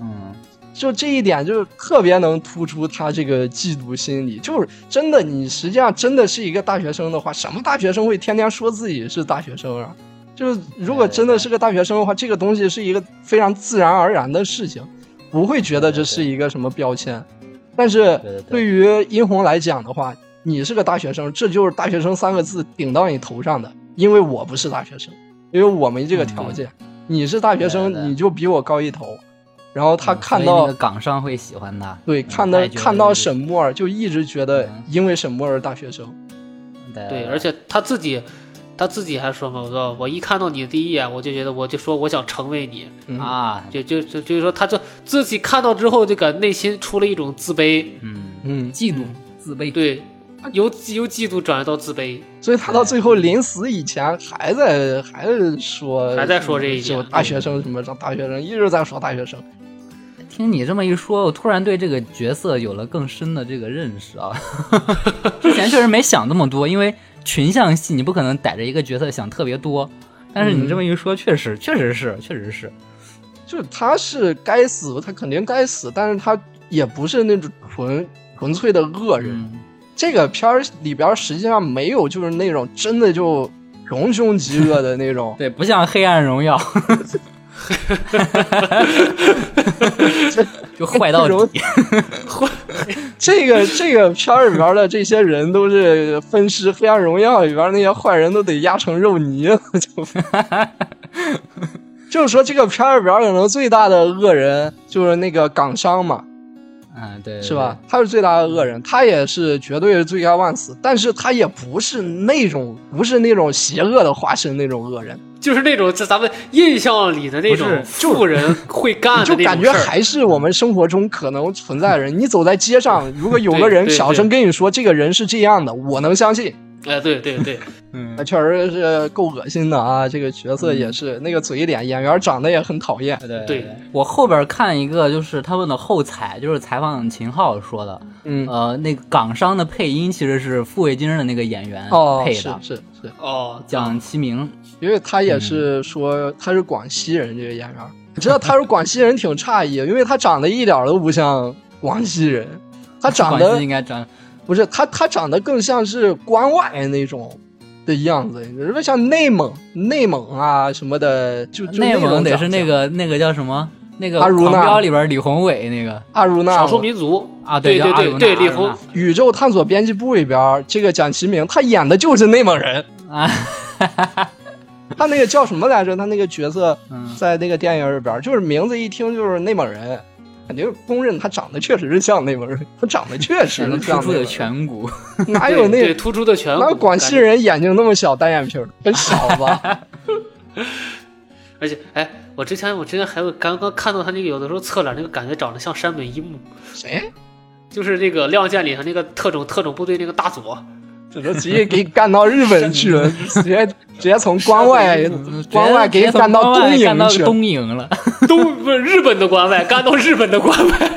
Speaker 4: 嗯，
Speaker 3: 就这一点就是特别能突出他这个嫉妒心理。就是真的，你实际上真的是一个大学生的话，什么大学生会天天说自己是大学生啊？就是如果真的是个大学生的话，这个东西是一个非常自然而然的事情，不会觉得这是一个什么标签。但是
Speaker 4: 对对对
Speaker 3: 对于殷红来讲的话，你是个大学生，这就是大学生三个字顶到你头上的，因为我不是大学生，因为我没这个条件。你是大学生，
Speaker 4: 嗯对对对
Speaker 3: 你就比我高一头。然后他
Speaker 4: 嗯
Speaker 3: 看
Speaker 4: 所以
Speaker 3: 到、
Speaker 4: 那个岗上会喜欢他，
Speaker 3: 对，
Speaker 4: 嗯
Speaker 3: 看
Speaker 4: 他
Speaker 3: 到
Speaker 4: 也觉得
Speaker 3: 看到
Speaker 4: 就是
Speaker 3: 沈墨儿就一直觉得
Speaker 4: 嗯，
Speaker 3: 因为沈墨儿是大学生，
Speaker 4: 对
Speaker 5: 对，而且他自己，他自己还说嘛，我我一看到你的第一眼，我就觉得我就说我想成为你，
Speaker 3: 嗯，
Speaker 4: 啊，
Speaker 5: 就就就就是说，他就自己看到之后，这个内心出了一种自卑，
Speaker 4: 嗯，
Speaker 3: 嗯，
Speaker 4: 嫉妒、自卑，
Speaker 5: 对，由由嫉妒转到自卑，
Speaker 3: 所以他到最后临死以前还在还是说
Speaker 5: 还在说这一
Speaker 3: 就
Speaker 5: 点
Speaker 3: 大学生什么大学生一直在说大学生，
Speaker 4: 听你这么一说，我突然对这个角色有了更深的这个认识
Speaker 5: [LAUGHS]
Speaker 4: 啊。之前确实没想那么多，因为群像戏你不可能逮着一个角色想特别多。但是你
Speaker 3: 嗯
Speaker 4: 这么一说，确实，确实是，确实是，
Speaker 3: 就是他是该死，他肯定该死，但是他也不是那种纯纯粹的恶人。
Speaker 4: 嗯，，
Speaker 3: 这个片儿里边儿实际上没有就是那种真的就穷凶极恶的那种
Speaker 4: 对，不像《黑暗荣
Speaker 3: [LAUGHS]
Speaker 4: 耀》 [LAUGHS] 就坏到底，
Speaker 3: 这个这个片儿里边的这些人都是分尸，《黑暗荣耀》里边那些坏人都得压成肉泥了，就。
Speaker 5: [LAUGHS]
Speaker 3: 就是说，这个片儿里边可能最大的恶人就是那个港商嘛，
Speaker 4: 嗯，对，对
Speaker 3: 是吧？？他是最大的恶人，他也是绝对是罪该万死，但是他也不是那种不是那种邪恶的化身那种恶人，
Speaker 5: 就是那种在咱们印象里的那
Speaker 4: 不
Speaker 5: 种
Speaker 4: 是就
Speaker 5: 富人会干
Speaker 3: 就
Speaker 5: 的那种事儿
Speaker 3: 感觉还是我们生活中可能存在的人。你走在街上，如果有个人
Speaker 5: 对对
Speaker 3: 小声跟你说这个人是这样的，我能相信，
Speaker 5: 哎，对对对，
Speaker 4: 嗯
Speaker 3: 啊，，确实是够恶心的啊！这个角色也是、那个嘴脸，演员长得也很讨厌。
Speaker 4: 啊对
Speaker 5: 对
Speaker 4: 我后边看一个，就是他们的后采，就是采访秦昊说的，
Speaker 3: 嗯，
Speaker 4: 呃，那个港商的配音其实是傅卫军的那个演员
Speaker 3: 哦，
Speaker 4: 配
Speaker 3: 是
Speaker 4: 的，
Speaker 3: 是是，
Speaker 5: 哦，
Speaker 4: 蒋奇明。
Speaker 3: 因为他也
Speaker 4: 嗯
Speaker 3: 是说他是广西人，这个演员，你知道他是广西人，挺诧异，因为他长得一点儿都不像广西人，他长
Speaker 4: 广西
Speaker 3: 得
Speaker 4: 应该长
Speaker 3: 不是他他长得更像是关外那种的样子。你说像内蒙、内蒙啊什么的，就就
Speaker 4: 内
Speaker 3: 那种
Speaker 4: 蒙得
Speaker 3: 长
Speaker 4: 是那
Speaker 3: 相
Speaker 4: 个那个叫什么？那个
Speaker 3: 阿如
Speaker 4: 狂
Speaker 3: 纳
Speaker 4: 飙里边李宏伟那个
Speaker 3: 阿如那
Speaker 5: 少数
Speaker 3: 嘛
Speaker 5: 民族
Speaker 4: 啊，
Speaker 5: 对
Speaker 4: 叫阿如
Speaker 5: 对
Speaker 4: 纳
Speaker 5: 对，
Speaker 4: 阿
Speaker 5: 李
Speaker 4: 如
Speaker 5: 红
Speaker 4: 纳
Speaker 3: 宇宙探索编辑部里边，这个蒋奇明他演的就是内蒙人，
Speaker 4: 啊，
Speaker 3: [LAUGHS] 他那个叫什么来着？他那个角色
Speaker 4: 嗯，
Speaker 3: 在那个电影里边，就是名字一听就是内蒙人，肯定公认他长得确实是像内蒙人，他长得确实
Speaker 4: 显得
Speaker 3: 是
Speaker 4: 突
Speaker 3: 像
Speaker 4: 出
Speaker 3: 内
Speaker 4: 的
Speaker 3: 蒙
Speaker 4: [LAUGHS]
Speaker 3: [LAUGHS]
Speaker 4: 颧骨，
Speaker 3: 人，哪
Speaker 5: 对
Speaker 3: 有
Speaker 5: 对
Speaker 3: 那
Speaker 5: 突出的颧
Speaker 3: 哪有
Speaker 5: 骨，
Speaker 3: 广西
Speaker 5: 感觉，
Speaker 3: 人眼睛那么小单眼皮儿，很小
Speaker 4: [LAUGHS]
Speaker 3: 吧？
Speaker 5: 而且哎，我之前我之前还有刚刚看到他那个有的时候侧脸那个感觉长得像山本一木，
Speaker 3: 谁？
Speaker 5: 就是那个《亮剑》里头那个特种特种部队那个大佐，
Speaker 3: 只能直接给干到日本去
Speaker 4: [LAUGHS]
Speaker 3: 了，直接直接从关外关外给
Speaker 4: 直接
Speaker 3: 你
Speaker 4: 从
Speaker 3: 干到
Speaker 4: 关外
Speaker 3: 东
Speaker 4: 干
Speaker 3: 营
Speaker 4: 到
Speaker 3: 去了。
Speaker 4: 东营了，
Speaker 5: 东不是日本的关外，干到日本的关外。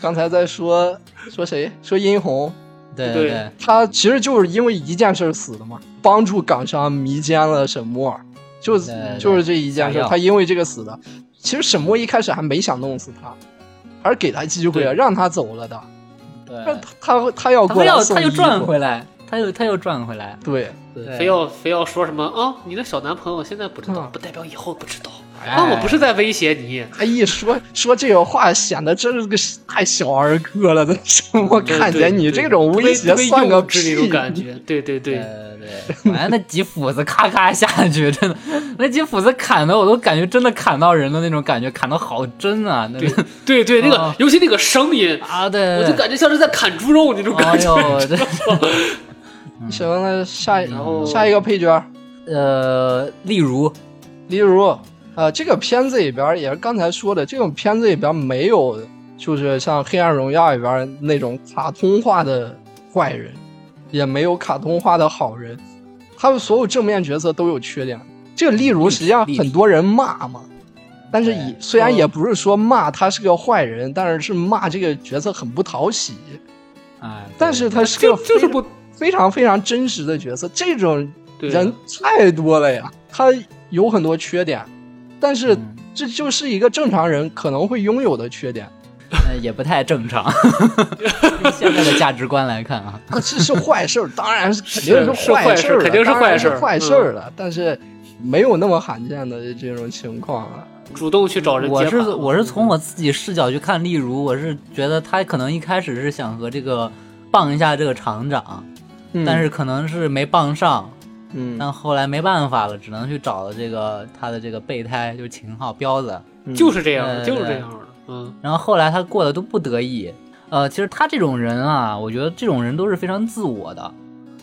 Speaker 3: 刚才在说说谁？说殷红，
Speaker 4: 对
Speaker 5: 对
Speaker 4: 对，
Speaker 3: 他其实就是因为一件事儿死的嘛，帮助港商迷奸了沈墨，就
Speaker 4: 对对
Speaker 3: 就是这一件事
Speaker 4: 下
Speaker 3: 儿，
Speaker 4: 药
Speaker 3: 他因为这个死的。其实沈墨一开始还没想弄死他，还是给他机会
Speaker 5: 对
Speaker 3: 了，让他走了的。
Speaker 4: 对
Speaker 3: 但，他他要
Speaker 4: 他
Speaker 3: 过
Speaker 4: 要
Speaker 3: 来送
Speaker 4: 他就
Speaker 3: 衣
Speaker 4: 转
Speaker 3: 服
Speaker 4: 回来，他又他又转回来，
Speaker 3: 对，
Speaker 4: 对
Speaker 5: 非要非要说什么啊？你的小男朋友现在不知道，
Speaker 3: 嗯
Speaker 5: 不代表以后不知道。
Speaker 4: 哎
Speaker 5: 那我不是在威胁你，
Speaker 3: 他一说说这个话，显得真是个太小儿科了。沈墨
Speaker 5: 对
Speaker 3: 看起来
Speaker 5: 对
Speaker 3: 你
Speaker 5: 对
Speaker 3: 这种
Speaker 5: 特别
Speaker 3: 威胁
Speaker 5: 特别
Speaker 3: 算
Speaker 5: 幼
Speaker 3: 个
Speaker 5: 稚那
Speaker 3: 屁
Speaker 5: 种！感觉。对对对，
Speaker 4: 对对对，完了那几斧子咔咔下去，真的，那几斧子砍的我都感觉真的砍到人的那种感觉，砍的好真啊，那个
Speaker 5: 对对，那个、
Speaker 4: 哦
Speaker 5: 尤其那个声音，
Speaker 4: 啊，对，
Speaker 5: 我就感觉像是在砍猪肉那种
Speaker 4: 哎
Speaker 5: 感觉。
Speaker 4: 呦，这
Speaker 3: 行了，下一
Speaker 5: 然后
Speaker 3: 下一个配角，
Speaker 4: 呃，例如
Speaker 3: 例如，呃，这个片子里边儿也是刚才说的，这种片子里边儿没有就是像《黑暗荣耀》里边儿那种卡通化的坏人，也没有卡通化的好人，他们所有正面角色都有缺点。这个例如实际上
Speaker 4: 例如
Speaker 3: 很多人骂嘛，但是也
Speaker 4: 对
Speaker 3: 虽然也不是说骂他是个坏人，但是是骂这个角色很不讨喜。
Speaker 4: 啊，对
Speaker 3: 但
Speaker 4: [LAUGHS]
Speaker 3: 是他是
Speaker 5: 就
Speaker 3: 个
Speaker 5: 就是
Speaker 3: 非
Speaker 5: 不
Speaker 3: 非常非常真实的角色，这种
Speaker 5: 对
Speaker 3: 人太多了呀，他有很多缺点，但是
Speaker 4: 嗯
Speaker 3: 这就是一个正常人可能会拥有的缺点，
Speaker 4: 呃也不太正常， [LAUGHS] 用现在的价值观来看啊，
Speaker 3: 啊，这是坏
Speaker 5: [LAUGHS]
Speaker 3: 事儿，当然是肯
Speaker 5: 是
Speaker 3: 定
Speaker 5: 是坏
Speaker 3: 坏
Speaker 5: 事
Speaker 3: 儿了，
Speaker 5: 肯定是
Speaker 3: 当然
Speaker 5: 坏事
Speaker 3: 是
Speaker 5: 儿
Speaker 3: 坏
Speaker 5: 嗯
Speaker 3: 事儿了，但是没有那么罕见的这种情况啊了。
Speaker 5: 主动去找人
Speaker 4: 我
Speaker 5: 接
Speaker 4: 是
Speaker 5: 盘。
Speaker 4: 我是从我自己视角去看，例如我是觉得他可能一开始是想和这个傍一下这个厂长，
Speaker 3: 嗯
Speaker 4: 但是可能是没傍上，
Speaker 3: 嗯
Speaker 4: 但后来没办法了，只能去找了这个他的这个备胎，就是秦昊彪子。
Speaker 5: 就是这样
Speaker 4: 嗯
Speaker 5: 的，就是
Speaker 4: 对
Speaker 5: 这
Speaker 4: 对
Speaker 5: 样的。嗯，
Speaker 4: 然后后来他过得都不得已。呃，其实他这种人啊，我觉得这种人都是非常自我的。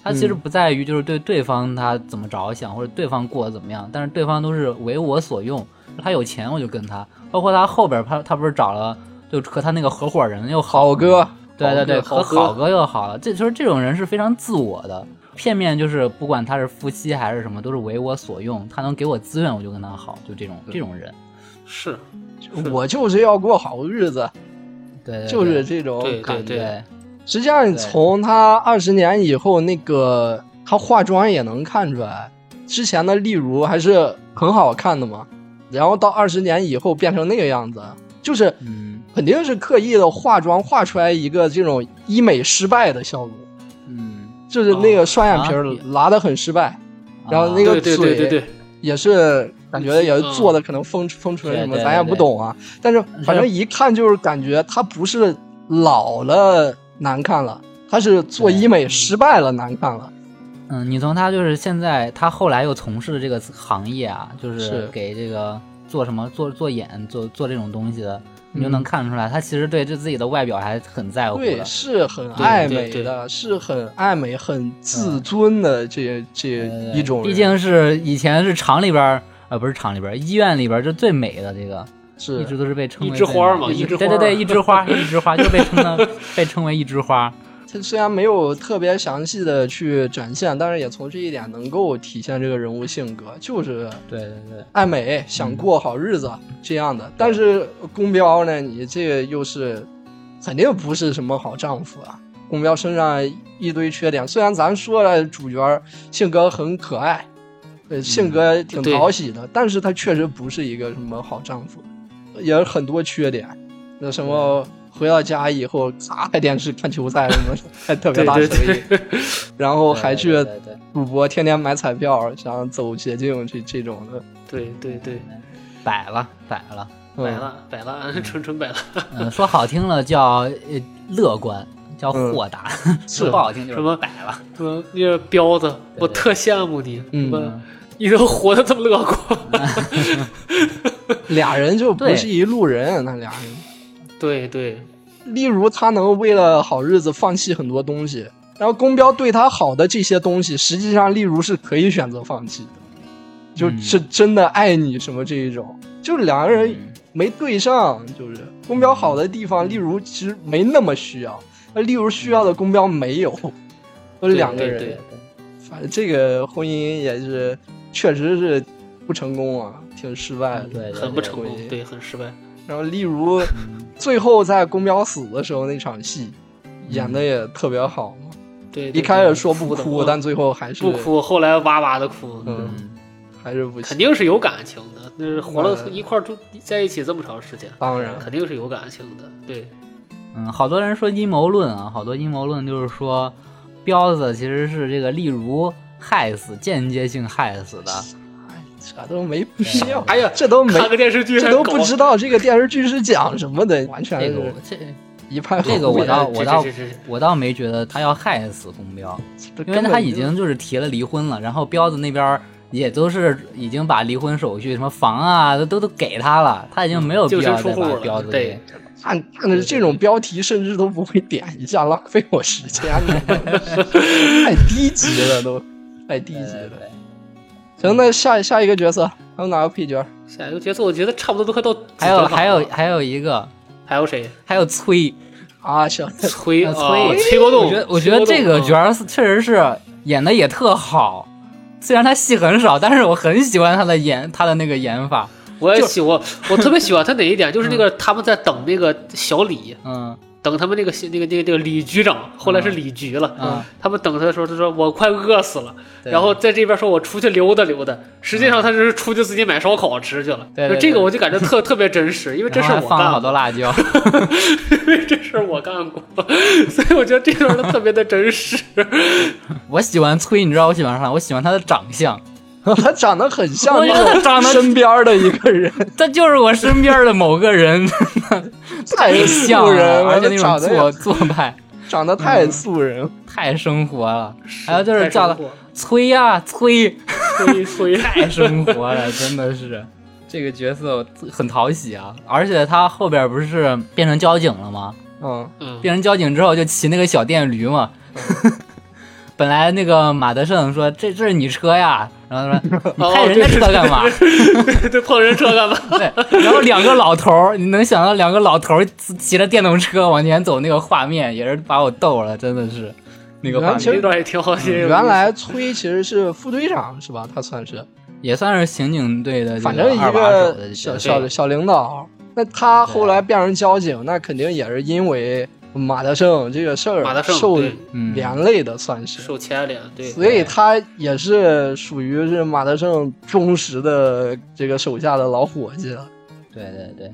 Speaker 4: 他其实
Speaker 3: 嗯
Speaker 4: 不在于就是对对方他怎么着想，或者对方过得怎么样，但是对方都是为我所用。他有钱我就跟他，包括他后边儿他他不是找了就和他那个合伙人又好
Speaker 3: 好哥，
Speaker 4: 对对对，
Speaker 5: 好
Speaker 4: 和
Speaker 5: 哥
Speaker 4: 好哥又好了。这就是这种人是非常自我的，片面就是不管他是夫妻还是什么，都是为我所用。他能给我资源，我就跟他好，就这种这种人。
Speaker 5: 是
Speaker 3: 我就是要过好日子，
Speaker 4: 对对
Speaker 3: 就是
Speaker 4: 对
Speaker 3: 这种
Speaker 5: 对对
Speaker 3: 感觉。
Speaker 4: 对
Speaker 3: 实际上，你
Speaker 4: 对
Speaker 3: 从他二十年以后那个他化妆也能看出来，之前的例如还是很好看的嘛。然后到二十年以后变成那个样子，就是
Speaker 4: 嗯
Speaker 3: 肯定是刻意的化妆化出来一个这种医美失败的效果，
Speaker 4: 嗯，
Speaker 3: 就是那个双眼皮
Speaker 4: 哦
Speaker 3: 儿拉的很失败，然后那
Speaker 4: 啊
Speaker 3: 个
Speaker 5: 啊对对对对对，
Speaker 3: 也是感
Speaker 4: 嗯
Speaker 3: 觉也是做的可能丰丰唇什么，咱也不懂啊。但是反正一看就是感觉他不是老了难看了，他是做医美失败了难看了。
Speaker 4: 嗯，你从他就是现在他后来又从事的这个行业啊，就是
Speaker 3: 是
Speaker 4: 给这个做什么做做眼做做这种东西的，你就能看出来他其实对这自己的外表还很在
Speaker 3: 嗯
Speaker 4: 乎
Speaker 3: 对，
Speaker 4: 的。
Speaker 3: 是很爱
Speaker 5: 对
Speaker 3: 美
Speaker 5: 对
Speaker 3: 的，是很爱美、很自尊的这这
Speaker 4: 对
Speaker 3: 一种人，
Speaker 4: 毕竟是以前是厂里边儿，呃，不是厂里边儿，医院里边儿就最美的这个，一直
Speaker 3: 是
Speaker 4: 都是被称为
Speaker 5: 一枝花儿
Speaker 4: 最
Speaker 5: 嘛
Speaker 4: 美
Speaker 5: 一枝花
Speaker 4: 对对
Speaker 5: 儿
Speaker 4: 对，一枝花儿，一枝花儿，就被称的被称为一枝花儿。
Speaker 3: 他虽然没有特别详细的去展现，但是也从这一点能够体现这个人物性格，就是
Speaker 4: [LAUGHS] 对对对，
Speaker 3: 爱美，想过好日子
Speaker 4: 嗯
Speaker 3: 这样的。但是公标呢，你这个又是肯定不是什么好丈夫啊。公标身上一堆缺点，虽然咱说了主角性格很可爱，
Speaker 4: 嗯
Speaker 3: 呃，性格挺讨喜的，但是
Speaker 4: 嗯
Speaker 3: 他确实不是一个什么好丈夫，也有很多缺点。那什么回到家以后，咔开电视看球赛什
Speaker 4: [LAUGHS]
Speaker 3: 么，还特别
Speaker 5: 对
Speaker 3: 大
Speaker 5: 对
Speaker 3: 收益。
Speaker 5: 对，
Speaker 3: 然后还去
Speaker 4: 对对对对
Speaker 3: 赌博，天天买彩票，想走捷径这这种的。
Speaker 5: 对对对，
Speaker 4: 摆了摆了。
Speaker 3: 嗯
Speaker 5: 摆烂摆烂，纯纯摆烂。
Speaker 4: 嗯，说好听了叫呃乐观，叫豁达；
Speaker 3: 是
Speaker 4: [LAUGHS] 说不好听就是
Speaker 5: 嗯什么
Speaker 4: 摆了。
Speaker 5: 什么那个彪子，我
Speaker 4: 对
Speaker 5: 特羡慕你，
Speaker 3: 嗯
Speaker 5: 什么你都活得这么乐观。 [LAUGHS]
Speaker 3: 俩人就不
Speaker 4: 对
Speaker 3: 是一路人，那俩人。
Speaker 5: 对对，
Speaker 3: 例如，他能为了好日子放弃很多东西，然后公标对他好的这些东西，实际上例如是可以选择放弃的，就是真的爱你什么这一种，就是两个人
Speaker 4: 嗯
Speaker 3: 没对上，就是公标好的地方，例如其实没那么需要，那例如需要的公标没有，都是两个
Speaker 5: 对
Speaker 3: 人，
Speaker 5: 对
Speaker 3: 反正这个婚姻也是确实是不成功啊，挺失败的，
Speaker 4: 嗯对对
Speaker 5: 很不成
Speaker 3: 婚
Speaker 5: 功，
Speaker 3: 姻
Speaker 5: 对，很失败。
Speaker 3: 然后，例如
Speaker 4: 嗯
Speaker 3: 最后在公标死的时候那场戏，
Speaker 4: 嗯
Speaker 3: 演的也特别好嘛。
Speaker 5: 对，对
Speaker 3: 一开始说不
Speaker 5: 的
Speaker 3: 哭，
Speaker 5: 嗯
Speaker 3: 但最后还是
Speaker 5: 不，哭，后来哇哇的哭，
Speaker 3: 嗯，还是不
Speaker 5: 肯
Speaker 3: 行。
Speaker 5: 定是有感情的。那是活了
Speaker 3: 嗯
Speaker 5: 一块儿住在一起这么长时间，
Speaker 3: 当然，
Speaker 5: 肯定是有感情的。对，
Speaker 4: 嗯，好多人说阴谋论啊，好多阴谋论就是说，彪子其实是这个例如害死，间接性害死的。
Speaker 3: 这都没必要。
Speaker 5: 哎呀
Speaker 3: 这都没，
Speaker 5: 看个电视剧
Speaker 3: 这
Speaker 5: 还
Speaker 3: 都
Speaker 5: 搞啊
Speaker 3: 不知道这个电视剧是讲什么的，完全
Speaker 4: 这个我
Speaker 3: 是
Speaker 4: 这
Speaker 3: 一派
Speaker 4: 这个
Speaker 3: 胡
Speaker 4: 我
Speaker 3: 言
Speaker 4: 倒
Speaker 5: 这
Speaker 4: 我倒
Speaker 5: 这这这
Speaker 4: 我倒没觉得他要害死公彪，
Speaker 3: 这
Speaker 4: 因为
Speaker 3: 根本
Speaker 4: 他
Speaker 3: 就
Speaker 4: 已经就是提了离婚了，然后彪子那边儿也都是已经把离婚手续什么房啊都都给他了，他已经没有必
Speaker 5: 净身
Speaker 4: 要
Speaker 5: 嗯出
Speaker 4: 再
Speaker 5: 户
Speaker 4: 把
Speaker 5: 了。
Speaker 4: 彪子
Speaker 5: 对
Speaker 4: 给，
Speaker 3: 看看着这种标题，甚至都不会点一下，浪费我时间
Speaker 4: [LAUGHS]
Speaker 3: 了，太低级了都，太低级
Speaker 4: 对
Speaker 3: 了。
Speaker 4: 对
Speaker 3: 行，那下下一个角色还有哪个配角？
Speaker 5: 下一个角色我觉得差不多都快到
Speaker 4: 还有
Speaker 5: 主角了
Speaker 4: 还有还有一个，
Speaker 5: 还有谁？
Speaker 4: 还有崔，
Speaker 3: 啊，小 [LAUGHS]
Speaker 5: 崔
Speaker 4: 啊
Speaker 5: 啊
Speaker 4: 崔
Speaker 5: 崔国栋，
Speaker 4: 我觉得我觉
Speaker 5: 崔
Speaker 4: 得
Speaker 5: 国栋
Speaker 4: 这个
Speaker 5: 嗯
Speaker 4: 角儿是确实是演的也特好，虽然他戏很少，但是我很喜欢他的演他的那个演法，
Speaker 5: 我也
Speaker 4: 就
Speaker 5: 喜欢，我特别喜欢他哪一点，就是那个他们在等那个小李，
Speaker 4: 嗯
Speaker 5: 等他们那个那个那个那个李局长，后来是李局了。
Speaker 4: 嗯
Speaker 5: 他们等他的时候，他说我快饿死了，
Speaker 4: 对嗯
Speaker 5: 然后在这边说我出去溜达溜达，实际上他就是出去自己买烧烤吃去了。
Speaker 4: 对对对
Speaker 5: 这个我就感觉
Speaker 4: [LAUGHS]
Speaker 5: 特特别真实，因为这
Speaker 4: 然
Speaker 5: 事
Speaker 4: 后
Speaker 5: 儿
Speaker 4: 还
Speaker 5: 我
Speaker 4: 放了
Speaker 5: 干
Speaker 4: 好多
Speaker 5: 过，
Speaker 4: 辣椒，
Speaker 5: [LAUGHS] 因为这事儿我干过， [LAUGHS] 所以我觉得这段儿他特别的真实。
Speaker 4: 我喜欢崔，你知道我喜欢啥？我喜欢他的长相，
Speaker 3: 他长得很像
Speaker 4: 我觉得
Speaker 3: 那种
Speaker 4: 长得
Speaker 3: 身边的一个
Speaker 4: [LAUGHS]
Speaker 3: 人，
Speaker 4: 他就是我身边的某个人，
Speaker 5: [LAUGHS]
Speaker 3: 太
Speaker 4: 像
Speaker 3: 素人
Speaker 4: 了，
Speaker 3: 了，
Speaker 4: 而且那
Speaker 3: 长
Speaker 4: 种
Speaker 3: 得
Speaker 4: 做
Speaker 3: 也
Speaker 4: 做派
Speaker 3: 长得太素人了，
Speaker 4: 太生活了， [LAUGHS] 还有就是
Speaker 5: 太
Speaker 4: 叫他
Speaker 5: 生活了
Speaker 4: 崔呀、崔，
Speaker 5: 崔崔，
Speaker 4: [LAUGHS] 太生活了，真的是。这个角色很讨喜啊，而且他后边不是变成交警了吗？
Speaker 3: 嗯，
Speaker 5: 嗯，
Speaker 4: 变成交警之后就骑那个小电驴嘛。 [LAUGHS] 本来那个马德胜说：“这这是你车呀？”然后
Speaker 5: [LAUGHS]
Speaker 4: 他说：“你
Speaker 5: 哦
Speaker 4: 开人家车干嘛？”
Speaker 5: [LAUGHS] 对碰人车
Speaker 4: [LAUGHS]
Speaker 5: 干嘛？
Speaker 4: 对，然后两个老头儿，你能想到两个老头儿骑骑着电动车往前走那个画面，也是把我逗了，真的是那个画
Speaker 3: 原其实
Speaker 4: 面
Speaker 5: 这段也挺好听。
Speaker 4: 嗯
Speaker 3: 原来崔其实是副队长是吧？他算是，
Speaker 4: 也算是刑警队的这
Speaker 3: 反正一
Speaker 4: 二把手的
Speaker 3: 个
Speaker 4: 角
Speaker 3: 小
Speaker 4: 色
Speaker 3: 小小领导。那他后来变成交警，那肯定也是因为马德胜这个事儿，
Speaker 5: 马德胜
Speaker 3: 受
Speaker 5: 对
Speaker 4: 嗯
Speaker 3: 连累的算是。
Speaker 5: 受牵连，对，
Speaker 3: 所以他也是属于是马德胜忠实的这个手下的老伙计了。
Speaker 4: 对对对。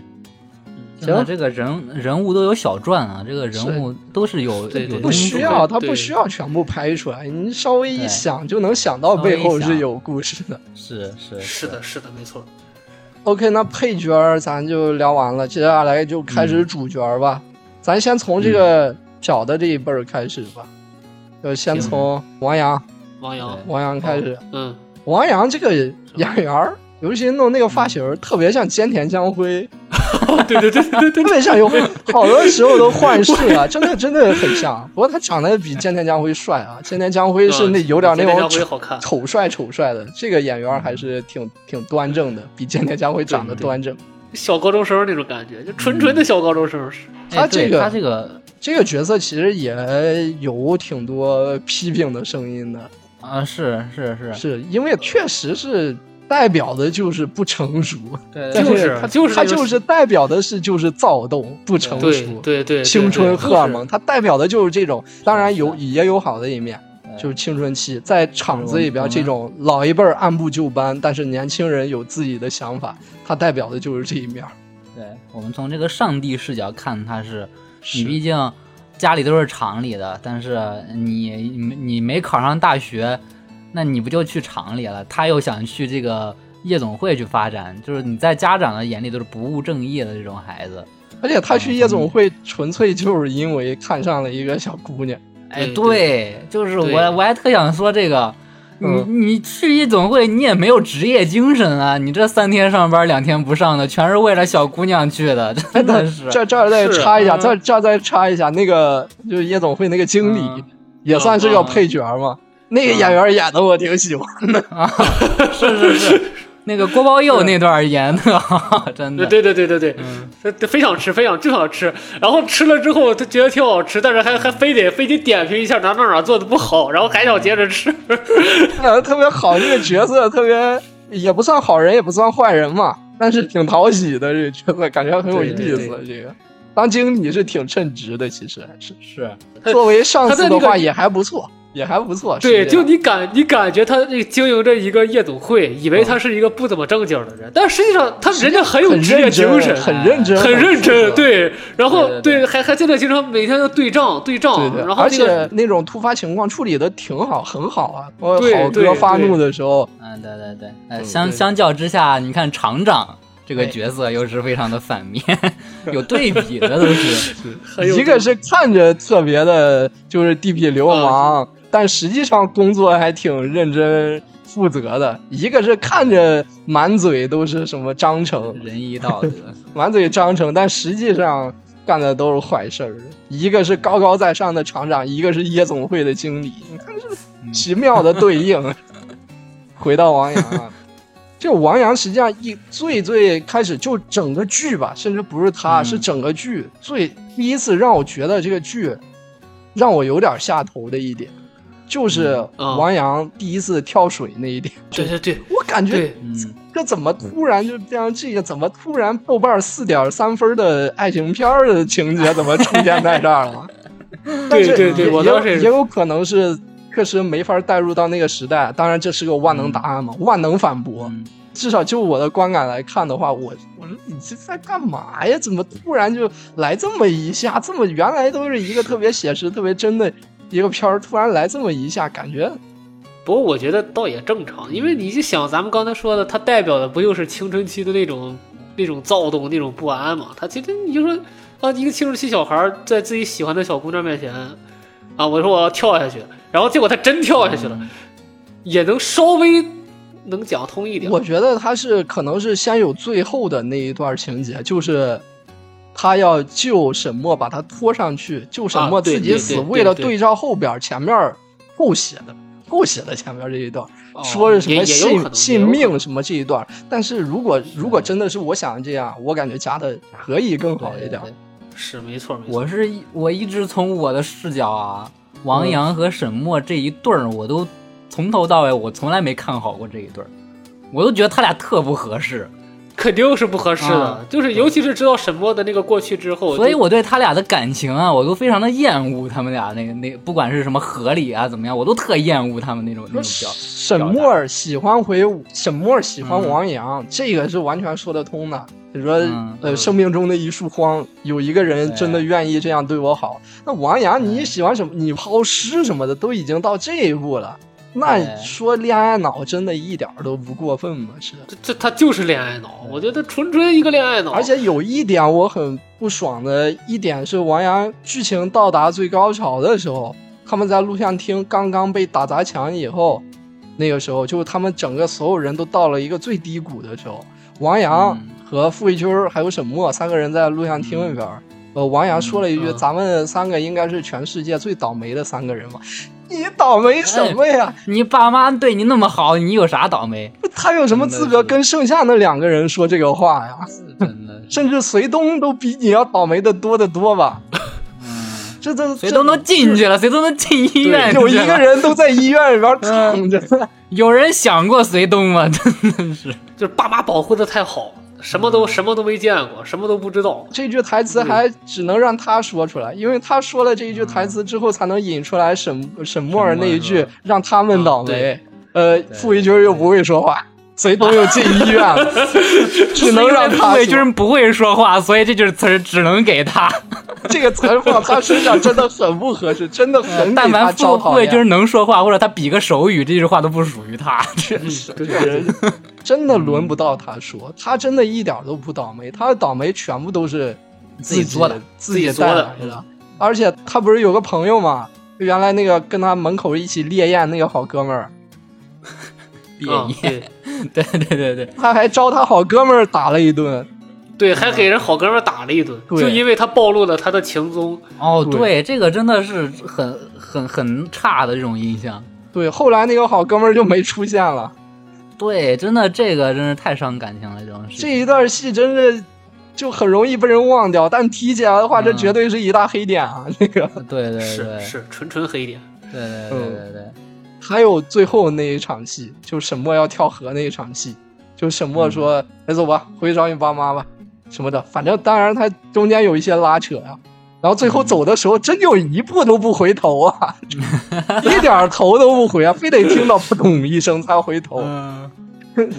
Speaker 3: 行
Speaker 5: 嗯
Speaker 4: 真的这个人人物都有小传啊，这个人物都是有
Speaker 5: 对对
Speaker 4: 有
Speaker 5: 对
Speaker 3: 不
Speaker 4: 东西
Speaker 3: 需
Speaker 4: 的
Speaker 3: 要，
Speaker 5: 对
Speaker 3: 他不需要全部拍出来，你稍微一
Speaker 4: 对
Speaker 3: 想就能想到背后是有故事的。
Speaker 4: 是是
Speaker 5: 是的，是的，没错。
Speaker 3: OK，那配角儿咱就聊完了，接下来就开
Speaker 5: 嗯
Speaker 3: 始主角儿吧。咱先从这个小的这一辈儿开始吧，就先从王阳，
Speaker 5: 王阳，
Speaker 3: 王阳开始。
Speaker 5: 嗯，
Speaker 3: 王阳这个演员儿，尤其弄那个发型儿，
Speaker 5: 嗯
Speaker 3: 特别像菅田将晖，
Speaker 5: [LAUGHS] 对对对对
Speaker 3: [LAUGHS]
Speaker 5: 对，
Speaker 3: 特别像有好多时候都幻视啊，真的真的很像。不过他长得比菅田将晖帅啊，菅田将晖是那有点那
Speaker 5: 嗯菅田
Speaker 3: 种
Speaker 5: 将晖
Speaker 3: 丑
Speaker 5: 好
Speaker 3: [LAUGHS]
Speaker 5: 看
Speaker 3: 丑帅丑帅的，这个演员还是挺挺端正的，比菅田将晖长得
Speaker 5: 对对
Speaker 3: 端正。
Speaker 5: 小高中生那种感觉，就纯纯的小高中生。
Speaker 4: 哎
Speaker 3: 他这
Speaker 4: 对
Speaker 3: 个
Speaker 4: 他这个
Speaker 3: 这个角色其实也有挺多批评的声音的，
Speaker 4: 啊是是是，
Speaker 3: 是因为确实是代表的就是不成熟，
Speaker 4: 对
Speaker 5: [LAUGHS] 就
Speaker 4: 对
Speaker 3: 但
Speaker 5: 是
Speaker 3: 他
Speaker 5: 就是
Speaker 3: 他
Speaker 5: 那种
Speaker 3: 就是代表的是就是躁动、不成
Speaker 5: 对
Speaker 3: 熟、
Speaker 5: 对对，
Speaker 3: 青春
Speaker 5: 对
Speaker 3: 荷尔蒙，它代表的就是这种。当然有也有好的一面，
Speaker 5: 哎
Speaker 4: 对
Speaker 3: 就是青春期在厂子里边
Speaker 4: 嗯
Speaker 3: 这种老一辈儿按部就班，但是年轻人有自己的想法，它代表的就是这一面儿。
Speaker 4: 对，我们从这个上帝视角看他是
Speaker 3: 是
Speaker 4: 你毕竟家里都是厂里的，但是你你你没考上大学，那你不就去厂里了？他又想去这个夜总会去发展，就是你在家长的眼里都是不务正业的这种孩子。
Speaker 3: 而且他去夜总会纯粹就是因为看上了一个小姑娘，
Speaker 4: 哎，
Speaker 5: 对
Speaker 4: 对，就是
Speaker 5: 对嗯
Speaker 4: 我我还特想说这个。你你去夜总会，你也没有职业精神啊！你这三天上班，两天不上的，全是为了小姑娘去的，真的是。
Speaker 3: 这这儿再
Speaker 5: 是
Speaker 3: 插一下，
Speaker 5: 嗯
Speaker 3: 这这儿再插一下，那个就是夜总会那个经理
Speaker 4: 嗯
Speaker 3: 也算是个
Speaker 5: 嗯嗯啊
Speaker 3: 配角嘛，那个演员演的我挺喜欢。
Speaker 4: 是是是，那个锅包肉那段儿演的好， [LAUGHS] 真的。
Speaker 5: 对对对对对，
Speaker 3: 嗯
Speaker 5: 他他非想吃，非想就想吃，然后吃了之后他觉得挺好吃，但是还还非得非得点评一下哪哪哪做的不好，然后还想接着吃。
Speaker 3: 嗯
Speaker 5: 嗯
Speaker 3: [LAUGHS] 演的特别好，这个角色特别也不算好人，也不算坏人嘛，但是挺讨喜的这个角色，感觉很有意思。
Speaker 5: 对对
Speaker 3: 这个当经理是挺称职的，其实还是
Speaker 4: 是，
Speaker 5: 他
Speaker 3: 作为上司的
Speaker 5: 啊他在那
Speaker 3: 话
Speaker 5: 个
Speaker 3: 也还不错，也还不错。
Speaker 5: 对，
Speaker 3: 是这
Speaker 5: 就
Speaker 3: 样
Speaker 5: 你感你感觉他这经营着一个夜总会，以为他是一个不怎么正经的人，但实际上他人家很
Speaker 3: 嗯
Speaker 5: 有
Speaker 3: 很
Speaker 5: 职业
Speaker 3: 认真
Speaker 5: 精神，
Speaker 3: 很认真，
Speaker 5: 很认真，对，然后
Speaker 4: 对对
Speaker 5: 还还真的经常每天要对账对
Speaker 3: 对
Speaker 5: 账，
Speaker 3: 对，
Speaker 5: 哦然后
Speaker 3: 而
Speaker 5: 那个
Speaker 3: 且那种突发情况处理的挺好，很好啊。我
Speaker 5: 对
Speaker 3: 好
Speaker 5: 对
Speaker 3: 哥发怒的时候，
Speaker 4: 嗯，对对对，呃，相
Speaker 5: 对
Speaker 4: 相较之下，你看厂长这个角色又是非常的反面，有对比的都是。
Speaker 5: 很有
Speaker 3: 一个是看着特别的，就是地痞流氓，
Speaker 5: 啊
Speaker 3: 但实际上工作还挺认真负责的；一个是看着满嘴都是什么章程，
Speaker 4: 仁义道德，
Speaker 3: 满嘴章程，但实际上干的都是坏事儿。一个是高高在上的厂长，一个是夜总会的经理，你看
Speaker 5: 嗯
Speaker 3: 这奇妙的对应。 [LAUGHS] 回到王阳啊，这王阳实际上一最最开始就整个剧吧，甚至不是他，
Speaker 4: 嗯
Speaker 3: 是整个剧最第一次让我觉得这个剧让我有点下头的一点，就是
Speaker 5: 嗯
Speaker 3: 王阳第一次跳水那一点， [LAUGHS]
Speaker 5: 对对对
Speaker 3: 我感觉
Speaker 5: 对，
Speaker 4: 嗯，
Speaker 3: 这怎么突然就变成这个？怎么突然豆瓣四点三分的爱情片儿的情节怎么出现在这儿
Speaker 5: [LAUGHS]
Speaker 3: 了？但是
Speaker 5: 对对
Speaker 3: 也
Speaker 5: 我当时
Speaker 3: 也
Speaker 5: 也
Speaker 3: 有
Speaker 5: 是
Speaker 3: 也有可能是确实没法带入到那个时代。当然，这是个万能答案嘛，万能反驳。
Speaker 4: 嗯
Speaker 3: 至少就我的观感来看的话，我我说你这在干嘛呀？怎么突然就来这么一下？这么原来都是一个特别写实、特别真的一个片儿，突然来这么一下，感觉
Speaker 5: 不过我觉得倒也正常，因为你就想咱们刚才说的，它代表的不就是青春期的那种那种躁动、那种不安嘛？他其实你就说啊，一个青春期小孩儿在自己喜欢的小姑娘面前啊，我说我要跳下去，然后结果他真跳下去了，也能稍微能讲通一点。
Speaker 3: 我觉得他是可能是先有最后的那一段情节，就是他要救沈墨，把他拖上去，救沈墨
Speaker 5: 啊对
Speaker 3: 自己死，
Speaker 5: 对对
Speaker 3: 为了
Speaker 5: 对
Speaker 3: 对照后边前面后写的后写的前面这一段，
Speaker 5: 哦
Speaker 3: 说是什
Speaker 5: 也
Speaker 3: 么
Speaker 5: 也有可
Speaker 3: 信
Speaker 5: 能
Speaker 3: 信，
Speaker 5: 也有可
Speaker 3: 命
Speaker 5: 能
Speaker 3: 什么这一段。但是如果如果真的是我想这样，我感觉加的可以更好一
Speaker 4: 对
Speaker 3: 点。
Speaker 4: 对
Speaker 5: 是没错没错。
Speaker 4: 我是一我一直从我的视角啊，王阳和沈墨这一对儿，我都从头到尾我从来没看好过这一对儿，我都觉得他俩特不合适，
Speaker 5: 肯定是不合适的，
Speaker 4: 啊
Speaker 5: 就是尤其是知道沈墨的那个过去之后，
Speaker 4: 所以
Speaker 5: 就
Speaker 4: 我对他俩的感情啊，我都非常的厌恶他们俩那个那不管是什么合理啊怎么样，我都特厌恶他们那种那种表。
Speaker 3: 沈墨儿喜欢回沈墨儿喜欢王阳，这个是完全说得通的。你说，
Speaker 4: 嗯
Speaker 3: 呃，
Speaker 5: 嗯
Speaker 3: 生命中的一束光，有一个人
Speaker 4: 对
Speaker 3: 真的愿意这样对我好，那王阳你喜欢什么？你抛尸什么的都已经到这一步了，那
Speaker 4: 对
Speaker 3: 说恋爱脑真的一点儿都不过分吗？是。
Speaker 5: 这这他就是恋爱脑，我觉得纯纯一个恋爱脑，
Speaker 3: 而且有一点我很不爽的一点是，王阳剧情到达最高潮的时候，他们在录像厅刚刚被打砸墙以后，那个时候就是他们整个所有人都到了一个最低谷的时候，王阳
Speaker 4: 嗯
Speaker 3: 和傅一秋儿还有沈墨三个人在录像厅里边儿，呃，王阳说了一句：“
Speaker 5: 嗯
Speaker 3: 咱们三个应该是全世界最倒霉的三个人吧。”你倒霉什么呀？
Speaker 4: 你爸妈对你那么好，你有啥倒霉？
Speaker 3: 他有什么资格跟剩下那两个人说这个话呀？
Speaker 4: 真的，
Speaker 3: 甚至隋东都比你要倒霉的多得多吧？
Speaker 4: 嗯
Speaker 3: 这这
Speaker 4: 谁都能进去了，谁都能进医院
Speaker 3: 这
Speaker 4: 去了
Speaker 3: 有一个，人都在医院里边躺着，
Speaker 4: 有人想过隋东吗？ [LAUGHS] 真的是，
Speaker 5: 就是爸妈保护的太好，什么都
Speaker 4: 嗯
Speaker 5: 什么都没见过，什么都不知道。
Speaker 3: [LAUGHS] 这句台词还只能让他说出来，因为他说了这一句台词之后，才能引出来沈沈墨儿那一
Speaker 4: 沈墨
Speaker 3: 句
Speaker 4: 儿是
Speaker 3: 让他们倒
Speaker 5: 啊
Speaker 3: 霉。呃，傅一军又不会说话，隋东又进医院
Speaker 4: [LAUGHS]
Speaker 3: 了，只能让他说 [LAUGHS]
Speaker 4: 因为 [LAUGHS] 魏军不会说话，所以这句词儿只能给他。
Speaker 3: 这个词儿放他身上真的很不合适，真的很
Speaker 4: 呃但
Speaker 3: 给他
Speaker 4: 凡
Speaker 3: 招
Speaker 4: 富
Speaker 3: 讨
Speaker 4: 贵
Speaker 3: 厌。
Speaker 4: 就是能说话，或者他比个手语，这句话都不属于他。真是
Speaker 3: 这个嗯人 [LAUGHS] 真的轮不到他说，他真的一点儿都不倒霉，他的倒霉全部都是
Speaker 4: 自己做的，
Speaker 3: 自己
Speaker 5: 自己做
Speaker 3: 带
Speaker 5: 的
Speaker 3: 来的。而且他不是有个朋友嘛，原来那个跟他门口一起烈焰那个好哥们儿，嗯
Speaker 4: 别
Speaker 5: 啊，
Speaker 4: 演，
Speaker 5: 对
Speaker 4: [LAUGHS] 对对对对，
Speaker 3: 他还招他好哥们儿打了一顿。
Speaker 5: 对，还给人好哥们儿打了一顿，
Speaker 3: 对
Speaker 5: 就因为他暴露了他的行踪。
Speaker 4: 哦，
Speaker 3: 对
Speaker 4: 对，这个真的是很很很差的这种印象。
Speaker 3: 对，后来那个好哥们儿就没出现了。
Speaker 4: 对，真的这个真是太伤感情了，这种事情。
Speaker 3: 这一段戏真是就很容易被人忘掉，但提起来的话，这
Speaker 4: 嗯
Speaker 3: 绝对是一大黑点啊！这个
Speaker 4: 对对
Speaker 5: 是
Speaker 4: 对，
Speaker 5: 是，嗯纯纯
Speaker 4: [LAUGHS]
Speaker 5: 黑点。
Speaker 4: 对对对对对，
Speaker 3: 还有最后那一场戏，就沈墨要跳河那一场戏，就沈墨
Speaker 4: 嗯
Speaker 3: 说：“哎，走吧，回去找你爸妈吧，什么的。”反正当然他中间有一些拉扯呀、然后最后走的时候，真就一步都不回头啊，
Speaker 4: 嗯
Speaker 3: [LAUGHS] 一点儿头都不回
Speaker 4: [LAUGHS]
Speaker 3: 啊，非得听到扑通一声才回头。
Speaker 5: 哦
Speaker 4: 嗯，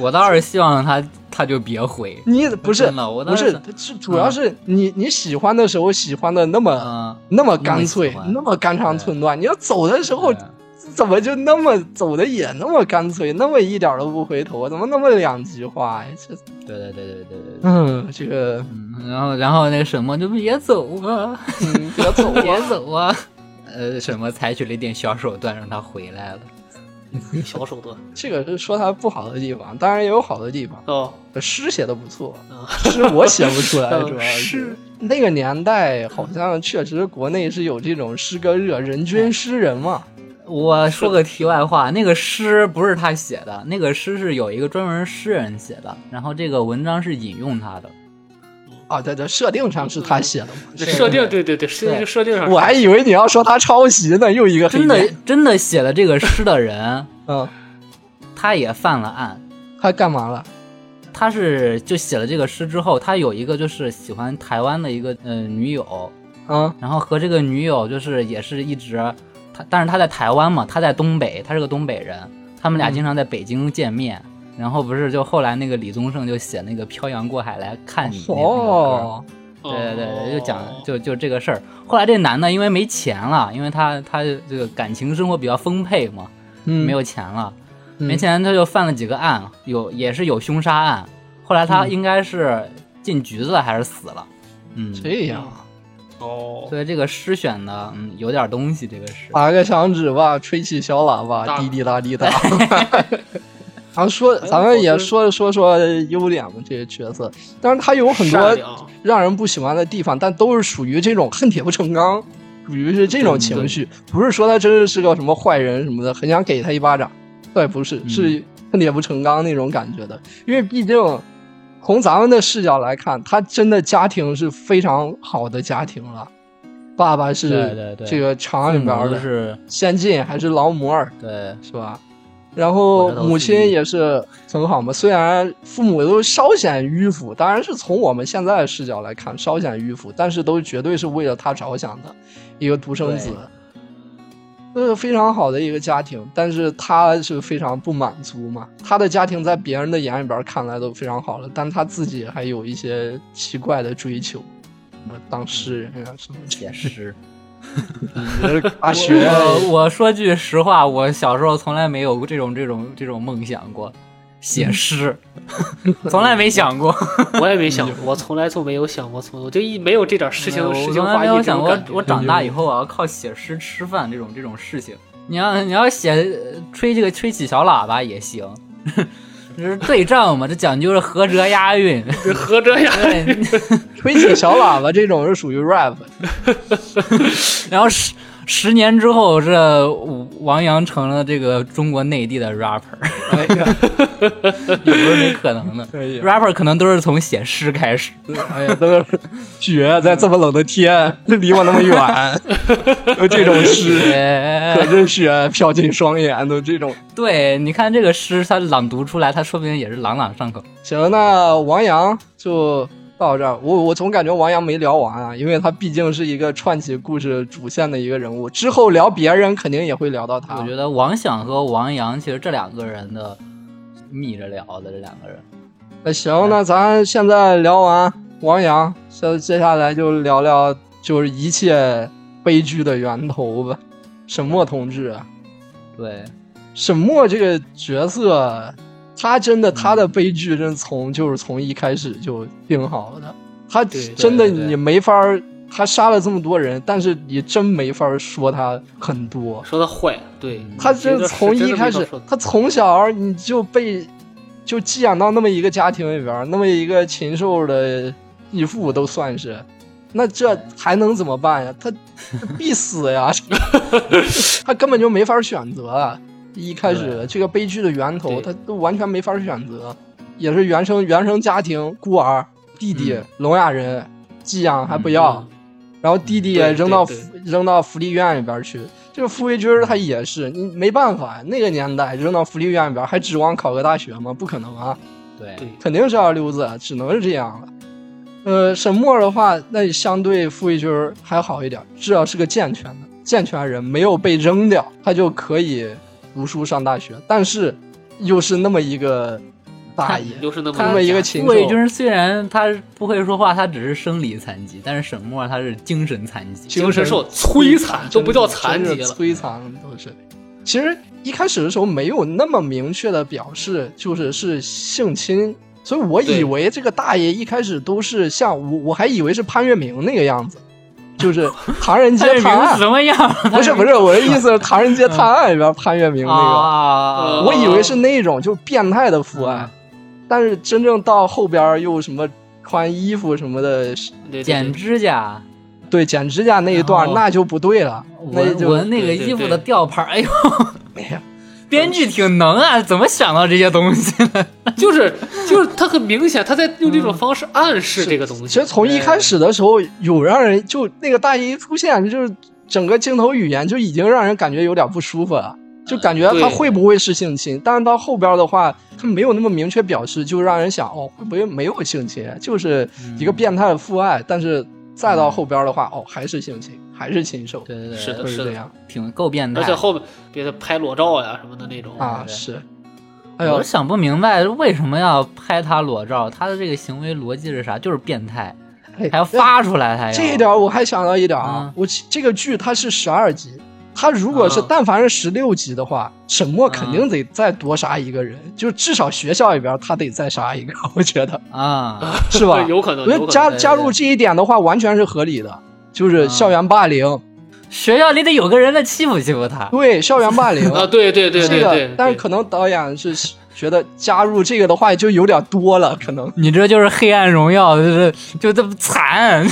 Speaker 4: 我倒是希望他他就别回。
Speaker 3: 你不是
Speaker 4: 真的我
Speaker 3: 不
Speaker 4: 当
Speaker 3: 是
Speaker 4: 时，
Speaker 3: 是主要是你你喜欢的时候喜欢的那么。
Speaker 4: 嗯，
Speaker 3: 那么干脆
Speaker 4: 那么喜，欢
Speaker 3: 那么肝肠寸断。你要走的时候
Speaker 4: 对，
Speaker 3: 怎么就那么走的也那么干脆，那么一点儿都不回头？怎么那么两极化呀？这，
Speaker 4: 对对对对对对对。 [LAUGHS]
Speaker 3: 嗯，这个，
Speaker 4: 嗯然后然后那个沈墨就别走啊，
Speaker 3: 嗯，别走啊，
Speaker 4: 别走啊。呃，沈墨采取了一点小手段让他回来了。
Speaker 5: 小手段
Speaker 3: 这个是说他不好的地方，当然也有好的地方。
Speaker 5: 哦，
Speaker 3: 诗写的不错，
Speaker 4: 嗯
Speaker 5: 啊
Speaker 3: 诗我写不出
Speaker 4: [LAUGHS]
Speaker 3: 来，
Speaker 5: 嗯
Speaker 3: 主要
Speaker 5: 是
Speaker 3: 那个年代，好像确实国内是有这种诗歌热，人均诗人嘛。
Speaker 4: 我说个题外话，那个诗不是他写的，那个诗是有一个专门诗人写的，然后这个文章是引用他的。
Speaker 3: 啊，在这设定上是他写的嘛？
Speaker 5: 这
Speaker 4: 是
Speaker 5: 设定对对对，设定
Speaker 4: 对
Speaker 5: 设定上
Speaker 3: 我还以为你要说他抄袭呢，又一个黑
Speaker 4: 真的
Speaker 3: 店，
Speaker 4: 真的写了这个诗的人，
Speaker 3: 嗯，
Speaker 4: 他也犯了案。
Speaker 3: 他干嘛了？
Speaker 4: 他是就写了这个诗之后，他有一个就是喜欢台湾的一个呃女友，
Speaker 3: 嗯，
Speaker 4: 然后和这个女友就是也是一直，他但是他在台湾嘛，他在东北，他是个东北人，他们俩经常在北京见面。然后不是就后来那个李宗盛就写那个《漂洋过海来看你》那那个歌，
Speaker 3: 哦，
Speaker 5: 哦
Speaker 4: 对对对，就讲就就这个事儿。后来这男的因为没钱了，因为他他这个感情生活比较丰沛嘛，
Speaker 3: 嗯，
Speaker 4: 没有钱了，
Speaker 3: 嗯
Speaker 4: 没钱他就犯了几个案，有也是有凶杀案。后来
Speaker 3: 嗯
Speaker 4: 他应该是进局子了还是死了？嗯，
Speaker 3: 这样。
Speaker 5: 哦，
Speaker 4: 所以这个诗选的嗯有点东西，这个诗。
Speaker 3: 打个响指吧，吹起小喇叭，
Speaker 5: 大
Speaker 3: 滴滴答滴
Speaker 4: [LAUGHS]
Speaker 3: 答。然后说，
Speaker 4: 哎
Speaker 3: 咱们也说说说优点嘛，这个角色，但是他有很
Speaker 5: 善
Speaker 3: 多
Speaker 4: [LAUGHS]
Speaker 5: 良
Speaker 3: 让人不喜欢的地方，但都是属于这种恨铁不成钢，属于是这种情绪，不是说他真的是个什么坏人什么的，很想给他一巴掌，倒也不是，
Speaker 4: 嗯
Speaker 3: 是恨铁不成钢那种感觉的。因为毕竟从咱们的视角来看，他真的家庭是非常好的家庭了，爸爸
Speaker 4: 对
Speaker 3: 是
Speaker 4: 对对
Speaker 3: 这个厂里边
Speaker 4: 父母
Speaker 3: 的
Speaker 4: 都是
Speaker 3: 先进还是劳模儿
Speaker 4: 对
Speaker 3: 是吧？然后母亲也是很好嘛，虽然父母都稍显迂腐，当然是从我们现在的视角来看稍显迂腐，但是都绝对是为了他着想的一个独生子，这是非常好的一个家庭。但是他是非常不满足嘛，他的家庭在别人的眼里边看来都非常好了，但他自己还有一些奇怪的追求，什么当诗人啊什么 [LAUGHS]
Speaker 4: 写诗。
Speaker 3: 的，大学
Speaker 4: 我呃我说句实话，我小时候从来没有过这种这种这种梦想过，
Speaker 3: 嗯
Speaker 4: 写诗， [LAUGHS] 从来没想过。
Speaker 5: 我也没想过，我从来就没有想过，从我就一没有这点事情
Speaker 4: 我
Speaker 5: 事情
Speaker 4: 从来嗯
Speaker 5: 发
Speaker 4: 没
Speaker 5: 生
Speaker 4: 有
Speaker 5: 这
Speaker 4: 想
Speaker 5: 种
Speaker 4: 过
Speaker 5: 感，觉
Speaker 4: 我长大以后我要靠写诗吃饭这种这种事情。你要你要写呃吹这个吹起小喇叭也行， [LAUGHS] 这是对仗嘛，这讲究是合辙押韵。 [LAUGHS]
Speaker 5: 这合着呀， [LAUGHS]
Speaker 4: 对， [LAUGHS]
Speaker 3: 吹起小喇叭这种是属于 rap，
Speaker 4: 然后十十年之后，这王阳成了这个中国内地的 rapper， [LAUGHS]
Speaker 3: 哎呀。
Speaker 4: 也不是没啊可啊能的。rapper 可能都是从写诗开始。 [LAUGHS]
Speaker 3: 哎呀，都是雪在这么冷的天，离我那
Speaker 4: [LAUGHS]
Speaker 3: 么远，有这种诗，可
Speaker 4: 对 [LAUGHS]
Speaker 3: 是雪飘进双眼，都这种。
Speaker 4: 对，你看这个诗，他朗读出来，他说不定也是朗朗上口。
Speaker 3: 行，那王阳就到这儿。我我总感觉王阳没聊完啊，因为他毕竟是一个串起故事主线的一个人物，之后聊别人肯定也会聊到他。
Speaker 4: 我觉得王想和王阳其实这两个人的密着聊的这两个人，
Speaker 3: 那行，那咱现在聊完王阳，下接下来就聊聊就是一切悲剧的源头吧。沈墨同志啊，
Speaker 4: 对，
Speaker 3: 沈墨这个角色，他真的他的
Speaker 4: 嗯
Speaker 3: 悲剧，真从就是从一开始就定好的。他
Speaker 5: 对对
Speaker 3: 真的
Speaker 4: 对
Speaker 3: 你没法儿，他杀了这么多人，但是你真没法儿说他很多。
Speaker 5: 说他坏，对
Speaker 3: 他这
Speaker 5: 这嗯个是
Speaker 3: 从
Speaker 5: 真
Speaker 3: 一
Speaker 5: 的
Speaker 3: 开
Speaker 5: 没法
Speaker 3: 始
Speaker 5: 说，
Speaker 3: 他从小儿你就被就寄养到那么一个家庭里边儿，那么一个禽兽的义父都算是，那这还能怎么办呀？他他必死
Speaker 5: [LAUGHS]
Speaker 3: 呀！他根本就没法选择啊。一开始这个悲剧的源头，
Speaker 5: 对
Speaker 3: 他都完全没法选择，也是原生原生家庭孤儿弟弟
Speaker 4: 嗯
Speaker 3: 聋哑人寄养还不要，
Speaker 5: 嗯
Speaker 3: 然后弟弟
Speaker 5: 对
Speaker 3: 也
Speaker 5: 对
Speaker 3: 扔到
Speaker 5: 对
Speaker 3: 福扔到福利院里边去。这个傅卫军儿他也是，你没办法，那个年代扔到福利院里边，还指望考个大学吗？不可能啊，
Speaker 4: 对，
Speaker 5: 对
Speaker 3: 肯定是二流子，啊只能是这样了。呃，沈墨的话，那相对傅卫军儿还好一点，至少是个健全的健全人，没有被扔掉，他就可以读书上大学。但是，又是那么一个大爷，
Speaker 5: [LAUGHS] 又是那么
Speaker 3: 那么一个禽
Speaker 4: 傅
Speaker 3: 兽，
Speaker 4: 卫军虽然他不会说话，他只是生理残疾，但是沈墨他是精神残疾。
Speaker 5: 精神受摧残，都不叫残疾
Speaker 3: 真是
Speaker 5: 了。
Speaker 3: 摧残都是。其实一开始的时候没有那么明确的表示，就是是性侵，所以我以
Speaker 5: 对
Speaker 3: 为这个大爷一开始都是像我，我还以为是潘粤明那个样子，
Speaker 5: [LAUGHS]
Speaker 3: 就是《唐人街
Speaker 4: 他
Speaker 3: 探案
Speaker 4: 什》。么样？
Speaker 3: 不是不是，我的意思是《唐人街探案》里边潘粤明那
Speaker 4: 啊
Speaker 3: 个，
Speaker 5: 嗯
Speaker 3: 我以为是那种就变态的父爱，但是真正到后边又什么穿衣服什么的，
Speaker 5: 对对
Speaker 4: 剪
Speaker 5: 对
Speaker 4: 指甲，
Speaker 3: 对剪指甲那一段
Speaker 4: 哦
Speaker 3: 那就不对了，那
Speaker 4: 闻
Speaker 3: 就
Speaker 4: 闻那个
Speaker 5: 对对
Speaker 4: 衣服
Speaker 5: 对
Speaker 4: 的吊牌，哎呦，
Speaker 3: 哎呀，
Speaker 4: 编剧挺能啊，怎么想到这些东西的？
Speaker 5: 就是就是他很明显，他在用这种方式暗示这个东
Speaker 3: 其
Speaker 5: 西
Speaker 3: 实。从一开始的时候，有让人就那个大爷一出现，就是整个镜头语言就已经让人感觉有点不舒服了，就感觉他
Speaker 5: 对
Speaker 3: 会不会是性侵？但是到后边的话，他没有那么明确表示，就让人想哦，会不会没有性侵？就是
Speaker 4: 嗯
Speaker 3: 一个变态的父爱。但是再到后边的话，哦，还是性侵，还是禽兽，
Speaker 4: 对嗯 [LAUGHS] 对对，
Speaker 5: 是的
Speaker 3: 就是
Speaker 5: 的
Speaker 3: 这样
Speaker 4: 挺够变态。
Speaker 5: 而且后面别的拍裸照呀什么的那种，
Speaker 3: 啊，
Speaker 4: 对
Speaker 3: 是。哎
Speaker 4: 我
Speaker 3: 呦
Speaker 4: 是，想不明白为什么要拍他裸照，他的这个行为逻辑是啥？就是变态，
Speaker 3: 哎
Speaker 4: 还要发出来，他
Speaker 5: 哎
Speaker 4: 要
Speaker 3: 这一点我还想到一点啊
Speaker 4: 嗯，
Speaker 3: 我这这个剧它是十二集，它如果是
Speaker 5: 嗯？
Speaker 3: 但凡是十六集的话，沈墨肯定得再多杀一个人，就至少学校里边他得再杀一个，我觉得
Speaker 4: 啊，
Speaker 3: 是吧
Speaker 5: 有可能，
Speaker 3: 我觉
Speaker 5: 有
Speaker 3: 得
Speaker 5: 可能
Speaker 3: 加
Speaker 4: 对对
Speaker 3: 加入这一点的话，完全是合理的，
Speaker 5: 嗯
Speaker 3: 就是校园霸凌，
Speaker 4: 学校里得有个人来欺负欺负他。
Speaker 3: 对，校园霸凌
Speaker 5: [LAUGHS] 啊，对对对
Speaker 3: 这
Speaker 5: 对
Speaker 3: 个
Speaker 5: 对，，
Speaker 3: 但是可能导演是觉得加入这个的话就有点多了，可能。
Speaker 4: 你这就是黑暗荣耀，就是就这么惨，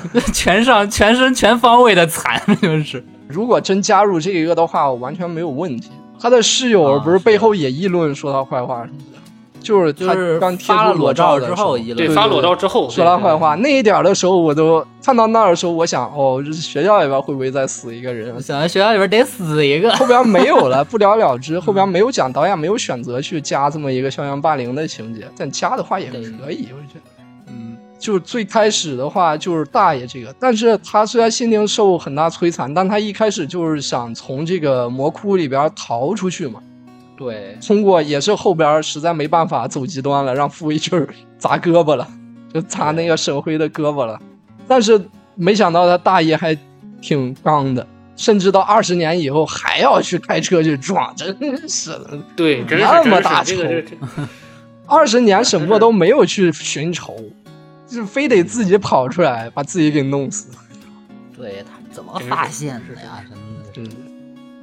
Speaker 4: [LAUGHS] 全上全身全方位的惨，就是
Speaker 3: 如果真加入这一个的话，我完全没有问题。他的室友
Speaker 4: 啊
Speaker 3: 不是背
Speaker 4: 是
Speaker 3: 后也议论说他坏话什么的，就是
Speaker 4: 就
Speaker 3: 他
Speaker 4: 是
Speaker 3: 刚贴
Speaker 4: 发了
Speaker 3: 出裸
Speaker 4: 裸照
Speaker 3: 的
Speaker 4: 之
Speaker 3: 时候
Speaker 4: 后一
Speaker 5: 对
Speaker 4: 论，
Speaker 5: 发裸照之后
Speaker 3: 说
Speaker 5: 对
Speaker 3: 他坏话那一点的时候，我都看到那儿的时候，我想哦，这学校里边会不会再死一个人
Speaker 4: 我？想学校里边得死一个，
Speaker 3: 后边没有了，不了了之。后边没有讲，导演没有选择去加这么一个校园霸凌的情节，但加的话也
Speaker 4: 对
Speaker 3: 可以，我觉得。
Speaker 4: 嗯，
Speaker 3: 就是最开始的话，就是大爷这个，但是他虽然心灵受很大摧残，但他一开始就是想从这个魔窟里边逃出去嘛。
Speaker 4: 对，
Speaker 3: 通过也是后边实在没办法走极端了，让傅卫军儿砸胳膊了， [LAUGHS] 就砸那个沈辉的胳膊了。但是没想到他大爷还挺刚的，甚至到二十年以后还要去开车去撞，真是的。
Speaker 5: 对，真是
Speaker 3: 那么
Speaker 5: 真
Speaker 3: 大
Speaker 5: 是这个
Speaker 3: 仇
Speaker 5: 是这
Speaker 3: 二十年沈墨都没有去寻仇，就是非得自己跑出来把自己给弄死。
Speaker 4: 对他怎么发现的呀？真的是，
Speaker 3: 嗯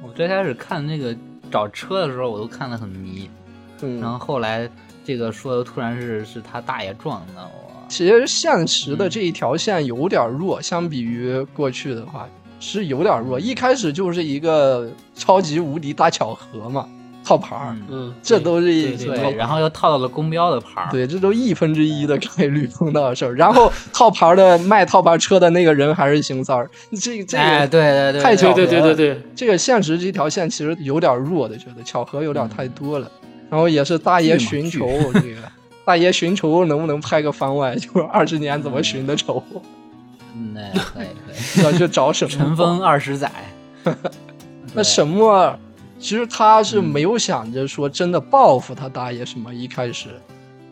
Speaker 4: 我最开始看那个找车的时候，我都看得很迷，
Speaker 3: 嗯，
Speaker 4: 然后后来这个说的突然是是他大爷撞的，我
Speaker 3: 其实现实
Speaker 4: 嗯
Speaker 3: 的这一条线有点弱，相比于过去的话是有点弱。一开始就是一个超级无敌大巧合嘛，套牌儿，
Speaker 4: 嗯
Speaker 5: 嗯，
Speaker 3: 这都是
Speaker 5: 对
Speaker 3: 一
Speaker 5: 对
Speaker 3: 套
Speaker 4: 对，然后又套到了公标的牌儿，
Speaker 3: 对，这都一分之一的概率碰到的事儿。然后套牌儿的卖套牌车的那个人还是邢三儿，这这
Speaker 4: 哎，
Speaker 3: 个
Speaker 4: 对对对，
Speaker 3: 太巧
Speaker 5: 对
Speaker 3: 了
Speaker 5: 对对对对，
Speaker 3: 这个现实这条线其实有点弱的，觉得巧合有点太多了。然后也是大爷
Speaker 4: 剧嗯嘛
Speaker 3: 寻
Speaker 4: 剧
Speaker 3: 仇这个。大爷寻仇能不能拍个番外？ [LAUGHS] 就是二十年怎么寻的仇，
Speaker 4: 嗯，哎可以可以，
Speaker 3: 要去找沈
Speaker 5: [LAUGHS]
Speaker 4: 尘
Speaker 3: 风。
Speaker 4: 封二十载，
Speaker 3: 那沈墨其实他是没有想着说真的报复他大爷什么，一开始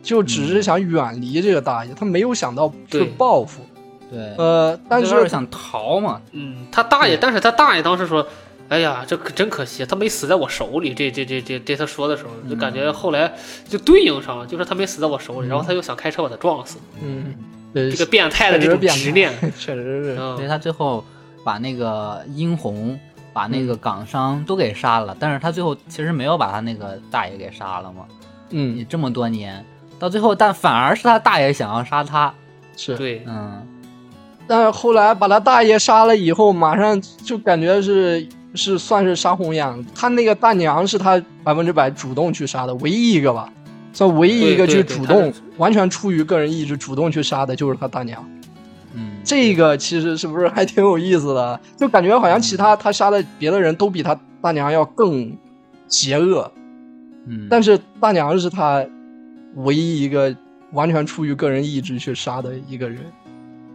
Speaker 3: 就只是想远离这个大爷，他没有想到是
Speaker 5: 嗯对
Speaker 3: 报复。
Speaker 4: 对，
Speaker 3: 呃，但
Speaker 4: 这要
Speaker 3: 是
Speaker 4: 想逃嘛，
Speaker 5: 嗯，他大爷，但是他大爷当时说：“哎呀，这可真可惜，他没死在我手里。这”这这这这他说的时候，就感
Speaker 3: 嗯
Speaker 5: 觉后来就对应上了，就是他没死在我手里，然后他又想开车把他撞死，
Speaker 3: 嗯，对，
Speaker 5: 这个变态的
Speaker 3: 确
Speaker 5: 这
Speaker 3: 实
Speaker 5: 种
Speaker 3: 变
Speaker 5: 执念。
Speaker 3: 态，确实是，
Speaker 4: 所以
Speaker 5: 嗯，
Speaker 4: 他最后把那个殷红、把那个港商都给杀了，但是他最后其实没有把他那个大爷给杀了嘛。
Speaker 3: 嗯
Speaker 4: 你，这么多年，到最后，但反而是他大爷想要杀他，
Speaker 3: 是。
Speaker 5: 对，
Speaker 4: 嗯，
Speaker 3: 但是后来把他大爷杀了以后，马上就感觉是是算是杀红眼了。他那个大娘是他百分之百主动去杀的，唯一一个吧，算唯一一个
Speaker 5: 对对
Speaker 3: 去
Speaker 5: 对
Speaker 3: 主
Speaker 5: 他
Speaker 3: 动
Speaker 5: 是，
Speaker 3: 完全出于个人意志主动去杀的，就是他大娘。
Speaker 4: 嗯，
Speaker 3: 这个其实是不是还挺有意思的？就感觉好像其他他杀的别的人都比他大娘要更邪恶，
Speaker 4: 嗯，
Speaker 3: 但是大娘是他唯一一个完全出于个人意志去杀的一个人。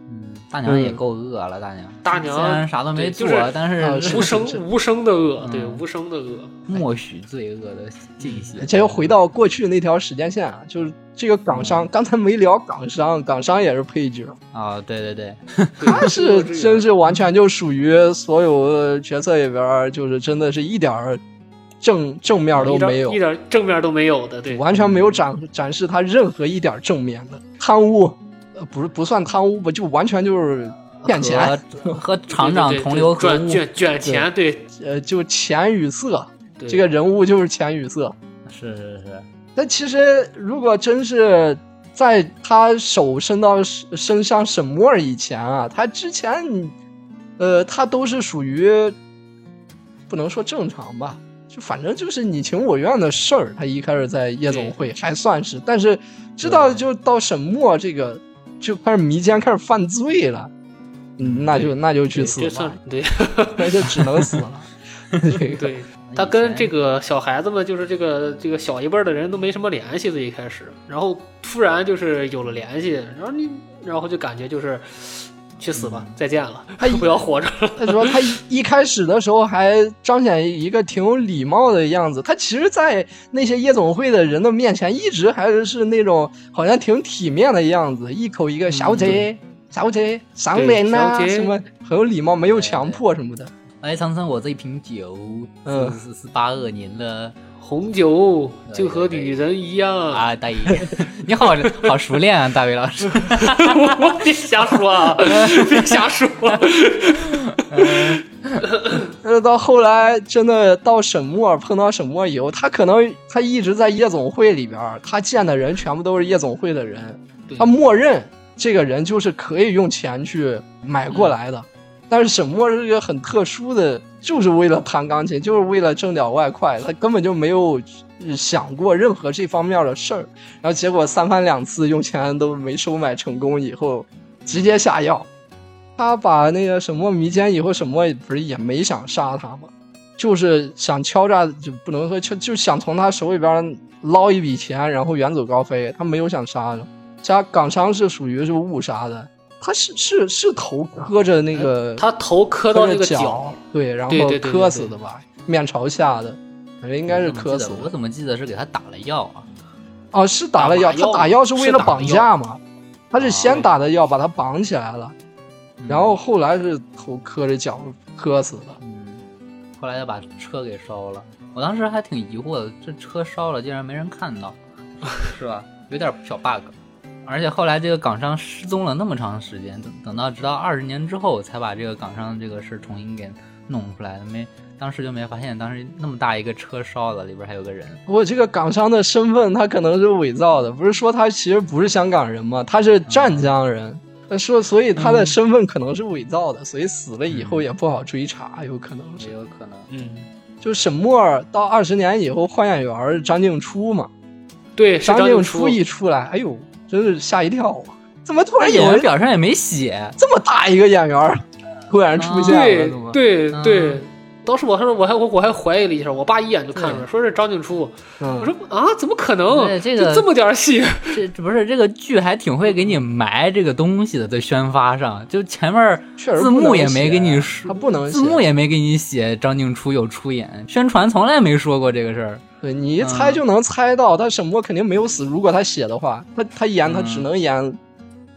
Speaker 4: 嗯大娘也够恶了，大娘，
Speaker 5: 大娘
Speaker 4: 虽然啥都没做，
Speaker 5: 对就是
Speaker 4: 但
Speaker 3: 啊
Speaker 4: 是
Speaker 3: 是
Speaker 5: 无声
Speaker 3: 是
Speaker 5: 无声的恶，
Speaker 4: 嗯
Speaker 5: 对，无声
Speaker 3: [LAUGHS]
Speaker 5: 的恶。
Speaker 4: 默许罪恶的进行。
Speaker 3: 这又回到过去那条时间线啊，就是这个港商，刚才没聊港商，港商也是配角，
Speaker 4: 啊、对对对，
Speaker 3: 他是真是完全就属于所有的角色里边儿，就是真的是一点儿正正面都
Speaker 5: 一点
Speaker 3: 没有
Speaker 5: 一，点正面都没有的，对，
Speaker 3: 完全没有展展示他任何一点正面的贪污，呃，不是不算贪污吧，就完全就是骗钱，
Speaker 4: 和和厂长
Speaker 5: 对对对
Speaker 4: 同流合
Speaker 5: 卷
Speaker 4: 污，
Speaker 5: 卷卷钱，对，
Speaker 3: 呃，就钱与色，
Speaker 5: 对
Speaker 3: 这个人物就是钱与色，
Speaker 4: 是是是，
Speaker 3: 那其实如果真是在他手伸到身上沈墨以前啊，他之前，呃，他都是属于不能说正常吧，就反正就是你情我愿的事儿。他一开始在夜总会还算是，但是知道就到沈墨这个就开始迷奸，开始犯罪了，嗯，那就那就去
Speaker 5: 对
Speaker 3: 死
Speaker 5: 这
Speaker 3: 吧
Speaker 5: 算，对
Speaker 3: 那就只能死
Speaker 5: [LAUGHS]
Speaker 3: 了。这个
Speaker 5: 对。他跟这
Speaker 4: 个
Speaker 5: 个小孩子们，就是这个这个小一辈儿的人都没什么联系的，一开始，然后突然就是有了联系，然后你，然后就感觉就是去死
Speaker 4: 嗯
Speaker 5: 吧，再见了，
Speaker 4: 哎
Speaker 3: 他一
Speaker 5: [LAUGHS] 不要活着了。
Speaker 3: 他说他一一开始的时候还彰显一个挺有礼貌的样子，他其实，在那些夜总会的人的面前，一直还是那种好像挺体面的样子，一口一个小姐、小姐、赏脸呐、
Speaker 5: 嗯小姐
Speaker 3: 什么，很有礼貌，没有强迫什么的。
Speaker 4: 哎，长生，我这一瓶酒，
Speaker 3: 嗯
Speaker 4: 是是是八二年的
Speaker 5: 红酒
Speaker 4: 哎
Speaker 5: 就和女人一样，
Speaker 4: 啊，大爷， [LAUGHS] 你好好熟练啊，大伟老师。
Speaker 5: 我 [LAUGHS] 别瞎
Speaker 4: [LAUGHS]
Speaker 5: 说，啊，别瞎说。
Speaker 3: 呃，到后来真的到沈墨碰到沈墨以后，他可能他一直在夜总会里边儿，他见的人全部都是夜总会的人，
Speaker 5: 对
Speaker 3: 他默认这个人就是可以用钱去买过来的。但是沈墨是一个很特殊的，就是为了弹钢琴，就是为了挣点外快，他根本就没有呃想过任何这方面的事儿。然后结果三番两次用钱都没收买成功，以后直接下药。他把那个沈墨迷奸以后，沈墨不是也没想杀他吗？就是想敲诈，就不能说敲，就想从他手里边捞一笔钱，然后远走高飞。他没有想杀的，杀港商是属于是误杀的，他是是是头磕着那个，
Speaker 5: 哎他头磕到那个
Speaker 3: 脚
Speaker 5: 脚，，
Speaker 3: 对，然
Speaker 5: 对
Speaker 3: 后
Speaker 5: 对对
Speaker 3: 磕
Speaker 5: 对
Speaker 3: 死
Speaker 5: 对
Speaker 3: 的吧，面朝下的，感觉应该是磕死
Speaker 4: 我
Speaker 3: 的。
Speaker 4: 怎么记得是给他打了药啊？
Speaker 3: 哦，是打了药，
Speaker 5: 打麻药
Speaker 3: 他打药哦是为了
Speaker 5: 是打了
Speaker 3: 绑架嘛？他是先打的药，把他绑起来了，然后后来是头磕着脚磕死的。
Speaker 4: 嗯，后来又把车给烧了。我当时还挺疑惑的，这车烧了竟然没人看 [LAUGHS] 到，是吧？有点小 bug。而且后来这个港商失踪了那么长时间，等等到直到二十年之后才把这个港商这个事儿重新给弄出来的，没当时就没发现，当时那么大一个车烧了，里边还有个人。
Speaker 3: 不过这个港商的身份他可能是伪造的，不是说他其实不是香港人嘛，他是湛江人。他说，所以他的身份可能是伪造的，所以死了以后也不好追查，有可能是
Speaker 4: 也。有可能，
Speaker 5: 嗯，
Speaker 3: 就沈墨儿到二十年以后换演员儿张静初嘛，
Speaker 5: [LAUGHS] 对，是
Speaker 3: 张静初
Speaker 5: 初
Speaker 3: 一出来，哎呦，真是吓一跳啊！怎么突
Speaker 4: 但
Speaker 3: 然有
Speaker 4: 演员
Speaker 3: 人
Speaker 4: 表上也没写，
Speaker 3: 这么大一个演员
Speaker 5: [LAUGHS]
Speaker 3: 儿突然出现了，
Speaker 5: 对
Speaker 3: 怎么
Speaker 5: 对
Speaker 4: 嗯
Speaker 5: 对。当时我还说我还我我还怀疑了一下，我爸一眼就看出来，说是张静初。我
Speaker 3: 嗯，
Speaker 5: 说啊，怎么可能？
Speaker 4: 对这个
Speaker 5: 就这么点儿戏，
Speaker 4: 这这不是这个剧还挺会给你埋这个东西的，在宣发上，就前面儿
Speaker 3: 确实
Speaker 4: 字
Speaker 3: 不能
Speaker 4: 幕也没
Speaker 3: 写
Speaker 4: 给你说，
Speaker 3: 他不能
Speaker 4: 字
Speaker 3: 写
Speaker 4: 幕也没给你写张静初有出演，宣传从来没说过这个事儿。
Speaker 3: 对你一猜就能猜到，他
Speaker 5: 嗯
Speaker 3: 沈墨肯定没有死。如果他写的话，他他演他只能演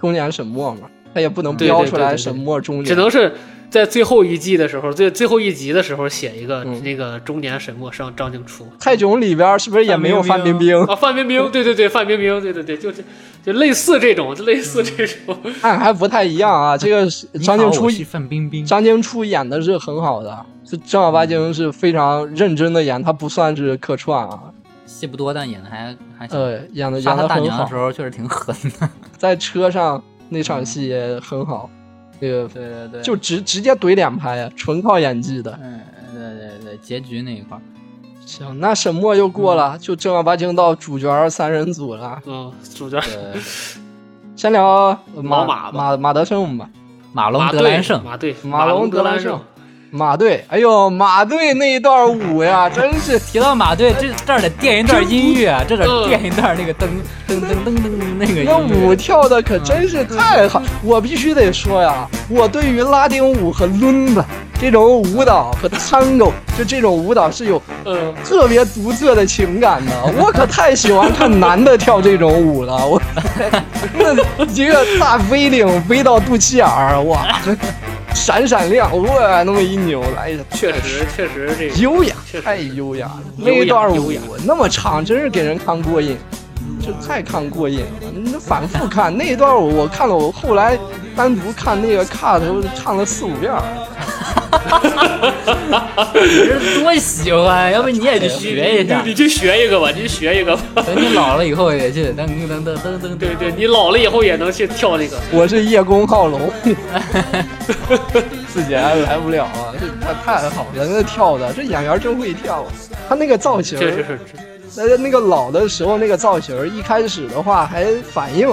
Speaker 3: 中年沈墨嘛。他也不能
Speaker 5: 对
Speaker 3: 标
Speaker 5: 对
Speaker 3: 出
Speaker 5: 对
Speaker 3: 来
Speaker 5: 对
Speaker 3: 什
Speaker 5: 对
Speaker 3: 么中年，
Speaker 5: 只能是在最后一季的时候，最最后一集的时候写一个
Speaker 3: 嗯
Speaker 5: 那个中年沈墨上张静初
Speaker 3: 泰囧里边是不是也没有范
Speaker 8: 范
Speaker 3: 冰
Speaker 8: 冰
Speaker 3: 冰？
Speaker 5: [LAUGHS] 啊，范冰冰，对对对，范冰冰，对对对，就这就类似这种，就类似这种，
Speaker 3: 但哎还不太一样
Speaker 5: [LAUGHS]
Speaker 3: 啊。这个是
Speaker 8: 你好
Speaker 3: 张静初
Speaker 8: 我，是范冰冰，
Speaker 3: 张静初演的是很好的，是正儿八经是非常认真的演，他不算是客串啊。
Speaker 4: 戏不多，但演的还
Speaker 5: 嗯
Speaker 4: 还行。
Speaker 3: 呃，演的
Speaker 4: 杀
Speaker 3: 演
Speaker 4: 他
Speaker 3: 的
Speaker 4: 大
Speaker 3: 很
Speaker 4: 娘的
Speaker 3: 好
Speaker 4: 时，候确实挺狠
Speaker 3: [LAUGHS]
Speaker 4: 的。
Speaker 3: 在车上那场戏也很好，那个
Speaker 4: 对对对，
Speaker 3: 就直直接怼脸拍啊，纯靠演技的。
Speaker 4: 嗯，对对对，结局那一块儿，
Speaker 3: 行，那沈墨就过了，就正儿八经到主角三人组了。
Speaker 5: 嗯，主角
Speaker 4: 对，
Speaker 3: 先聊马
Speaker 5: 老马吧
Speaker 3: 马马德胜吧，
Speaker 4: 马龙
Speaker 5: 马
Speaker 4: 德兰
Speaker 5: 队
Speaker 4: 胜，
Speaker 5: 马队
Speaker 3: 马龙
Speaker 5: 龙
Speaker 3: 德兰
Speaker 5: 兰
Speaker 3: 胜，马队。哎呦，马队那一段舞呀，真
Speaker 5: [LAUGHS]
Speaker 3: 是
Speaker 4: 提到马队，这这儿得垫一段音乐，啊这得垫一段那个噔噔噔噔噔噔那个
Speaker 3: 呃那
Speaker 4: 音
Speaker 3: 舞
Speaker 4: 乐。
Speaker 3: 跳的
Speaker 5: 嗯
Speaker 3: 可真是太好，我必须得说呀，我对于拉丁舞和伦巴这种舞蹈和 tango 就这种舞蹈是有
Speaker 5: 嗯，
Speaker 3: 特别独特的情感的， [LAUGHS] 我可太喜欢看男的跳这种舞了，
Speaker 5: [LAUGHS]
Speaker 3: 我那一个大 V 领 V 到肚脐眼儿，哇， [LAUGHS] 闪闪亮，哇，那么一扭，哎呀，
Speaker 5: 确实确实这 [LAUGHS] 个
Speaker 3: 优雅
Speaker 5: 确，实
Speaker 3: 太优雅了！
Speaker 5: 优雅
Speaker 3: 那一段
Speaker 5: 优
Speaker 3: 舞
Speaker 5: 雅
Speaker 3: 那么长，真是给人看过瘾，就太看过瘾了。你这反复看那一段舞，我看了，我后来单独看那个 cut，我看了四五遍儿。
Speaker 4: 你是多喜欢，要不你也去
Speaker 3: [LAUGHS]
Speaker 4: 学一下
Speaker 5: 你，你去学一个吧，你去学一个吧，
Speaker 4: 等你老了以后也去噔噔噔噔噔
Speaker 5: 对
Speaker 4: 噔。
Speaker 5: 对， [LAUGHS] 你老了以后也能去跳那个，
Speaker 3: 我是叶公好龙，自己还来不了啊！这太太好了，那跳的这演员真会跳啊，他那个造型，
Speaker 5: 确实是
Speaker 3: 那那个老的时候那个造型，一开始的话还反应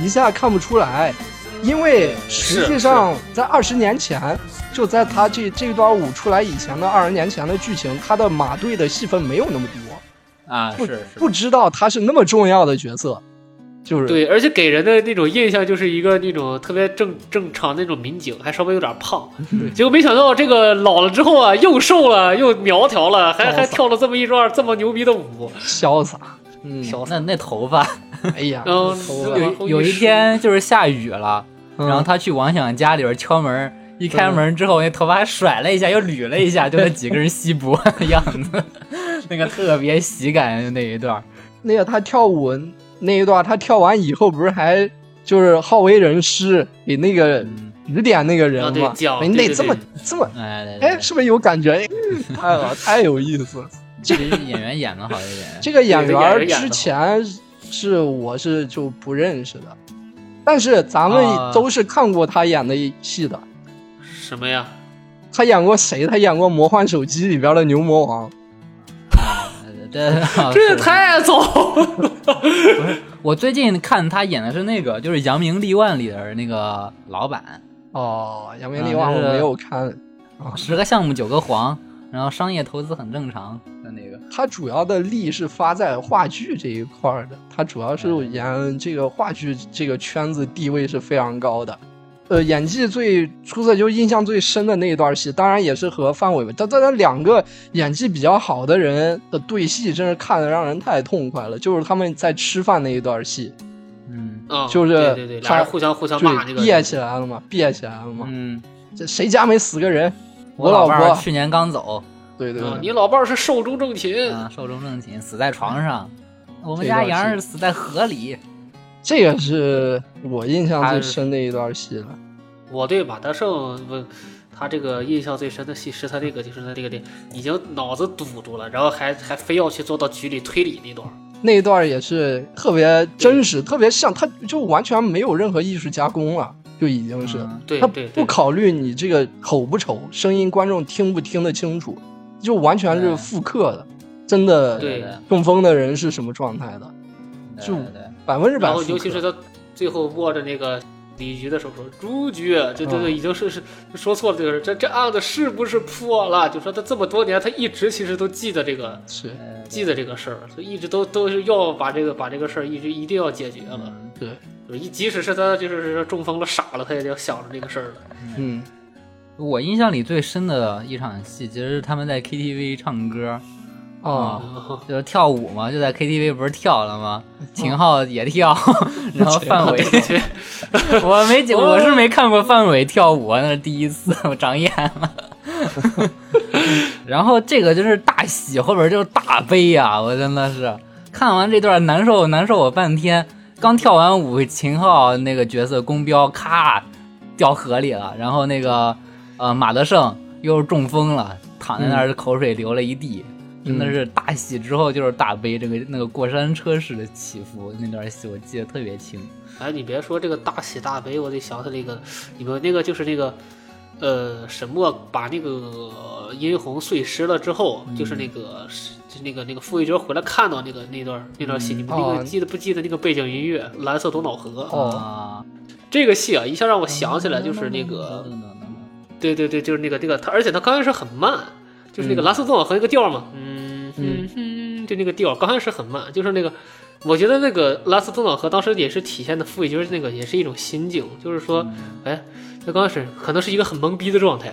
Speaker 3: 一下看不出来，因为实际上在二十年前，就在他这这段舞出来以前的二十年前的剧情，他的马队的戏份没有那么多，
Speaker 4: 啊，
Speaker 3: 不
Speaker 4: 是是，
Speaker 3: 不知道他是那么重要的角色，就是
Speaker 5: 对，而且给人的那种印象就是一个那种特别正正常那种民警，还稍微有点
Speaker 3: [LAUGHS]
Speaker 5: 胖。结果没想到这个老了之后啊，又瘦了，又苗条了，还
Speaker 3: 哦
Speaker 5: 还跳了这么一段这么牛逼的舞。
Speaker 3: 潇洒。嗯，
Speaker 5: [LAUGHS]
Speaker 4: 那那头发，
Speaker 3: 哎呀，
Speaker 5: 然后
Speaker 4: 有有一，天就是下雨了，
Speaker 3: 嗯
Speaker 4: 然后他去王响家里边敲门，一开门之后，那头发还甩了一下，又捋了一下，就那几个人稀薄的 [LAUGHS] 样子，那个特别喜感就那一段儿。
Speaker 3: 那个他跳舞那一段，他跳完以后不是还就是好为人师，给那个指点那个人
Speaker 5: 啊对
Speaker 3: 嘛，
Speaker 5: 讲
Speaker 3: 哎你
Speaker 5: 对
Speaker 3: 得
Speaker 5: 对
Speaker 3: 这么
Speaker 5: 对
Speaker 3: 这么，
Speaker 4: 哎，对对
Speaker 3: 哎，是不是有感觉？哎太好，太有意思了。
Speaker 4: 这演员演的好一点。 [LAUGHS]
Speaker 3: 这个演
Speaker 5: 对这演员
Speaker 3: 员
Speaker 5: 演得
Speaker 3: 之前是我是就不认识的，但是咱们
Speaker 4: 啊
Speaker 3: 都是看过他演的戏的。
Speaker 5: 什么呀？
Speaker 3: 他演过谁？他演过《魔幻手机》里边的牛魔王。
Speaker 4: 这
Speaker 5: 啊这也太早了，
Speaker 3: [LAUGHS]
Speaker 4: 我最近看他演的是那个，就是《扬名立万》里的那个老板，
Speaker 3: 哦，《扬名
Speaker 4: 啊
Speaker 3: 立万》我
Speaker 4: 就是
Speaker 3: 没有看。
Speaker 4: 十个项目九个黄，然后商业投资很正常的那个。
Speaker 3: 他主要的力是发在话剧这一块儿的，他主要是
Speaker 4: 哎
Speaker 3: 演这个话剧这个圈子地位是非常高的。呃，演技最出色，就印象最深的那一段戏，当然也是和范伟，但当然两个演技比较好的人的对戏，真是看得让人太痛快了。就是他们在吃饭那一段戏，
Speaker 4: 嗯
Speaker 5: 嗯，
Speaker 3: 就是
Speaker 5: 对对对，俩
Speaker 3: 他
Speaker 5: 人互相互相骂那
Speaker 3: 对，
Speaker 5: 个
Speaker 3: 憋起来了嘛，憋起来了嘛。
Speaker 4: 嗯，
Speaker 3: 这谁家没死个人？我
Speaker 4: 老
Speaker 3: 老
Speaker 4: 伴儿
Speaker 3: 婆，
Speaker 4: 去嗯年刚走，
Speaker 3: 对对
Speaker 5: 啊
Speaker 3: 对，
Speaker 5: 你老伴儿是寿终正寝，
Speaker 3: 嗯
Speaker 4: 啊，寿终正寝，死在床上。我们
Speaker 3: 这
Speaker 4: 家
Speaker 3: 段
Speaker 4: 杨
Speaker 3: 戏
Speaker 4: 儿死在河里。
Speaker 3: 这个是我印象最
Speaker 4: 他
Speaker 3: 深的一段戏了。
Speaker 5: 我对马德胜不，他这个印象最深的戏是他这个就是他这个这已经脑子堵住了，然后还还非要去做到局里推理那段儿。
Speaker 3: 那一段也是特别真实，特别像，他就完全没有任何艺术加工了，就已经是，
Speaker 4: 嗯
Speaker 5: 对
Speaker 3: 他
Speaker 5: 对
Speaker 3: 不
Speaker 5: 对，
Speaker 3: 考虑你这个丑不丑，声音观众听不听得清楚，就完全是复刻的，真的
Speaker 5: 对
Speaker 4: 的
Speaker 3: 中风的人是什么状态的，
Speaker 4: 对
Speaker 3: 就
Speaker 4: 对对
Speaker 3: 百分之百
Speaker 5: 然后
Speaker 3: 复
Speaker 5: 尤其是
Speaker 3: 刻。
Speaker 5: 他最后握着那个李局的手说：“朱局，这这
Speaker 3: 嗯
Speaker 5: 个已经是是说错了，这个人这这案子是不是破了？”就说他这么多年，他一直其实都记得这个
Speaker 3: 是
Speaker 5: 记得这个事儿，所以一直都都是要把这个把这个事儿一直一定要解决了。
Speaker 4: 嗯
Speaker 3: 对，
Speaker 5: 就是一即使是他就是说中风了傻了，他也得想着这个事儿了。
Speaker 3: 嗯，
Speaker 4: 我印象里最深的一场戏，其实是他们在 KTV 唱歌，
Speaker 3: 啊，
Speaker 5: 啊，
Speaker 4: 就是跳舞嘛，就在 KTV 不是跳了吗？秦昊也跳， [LAUGHS] 然后范伟，
Speaker 5: [LAUGHS]
Speaker 4: [LAUGHS] 我没见，我是没看过范伟跳舞啊，那是第一次， [LAUGHS] 我长眼了。然后这个就是大喜，后边就是大悲呀、我真的是看完这段难受难受我半天。刚跳完舞，秦昊那个角色宫彪咔掉河里了，然后那个呃马德胜又是中风了，躺在那儿口水流了一地。真的是大喜之后就是大悲，这个那个过山车式的起伏那段戏我记得特别清。
Speaker 5: 哎，你别说这个大喜大悲，我得想起那个你们那个就是那个，呃，沈墨把那个殷红碎尸了之后，就是
Speaker 3: 嗯
Speaker 5: 那个是就是那个那个傅卫军回来看到那个那段那段戏，你们那个
Speaker 3: 哦
Speaker 5: 记得不记得那个背景音乐《蓝色多瑙河》
Speaker 3: 哦
Speaker 4: 啊，
Speaker 5: 这个戏啊，一下让我想起来就是那
Speaker 3: 嗯
Speaker 4: 嗯
Speaker 5: 个，对对对，就是那个那个他，而且他刚开始很慢，就是那个
Speaker 3: 嗯
Speaker 5: 蓝色多瑙河那个调儿嘛，嗯嗯嗯，就那个调儿刚开始很慢，就是那个。我觉得那个拉斯多瑙河当时也是体现的傅卫军那个也是一种心境，就是说，
Speaker 3: 嗯
Speaker 5: 哎，他刚开始可能是一个很懵逼的状态，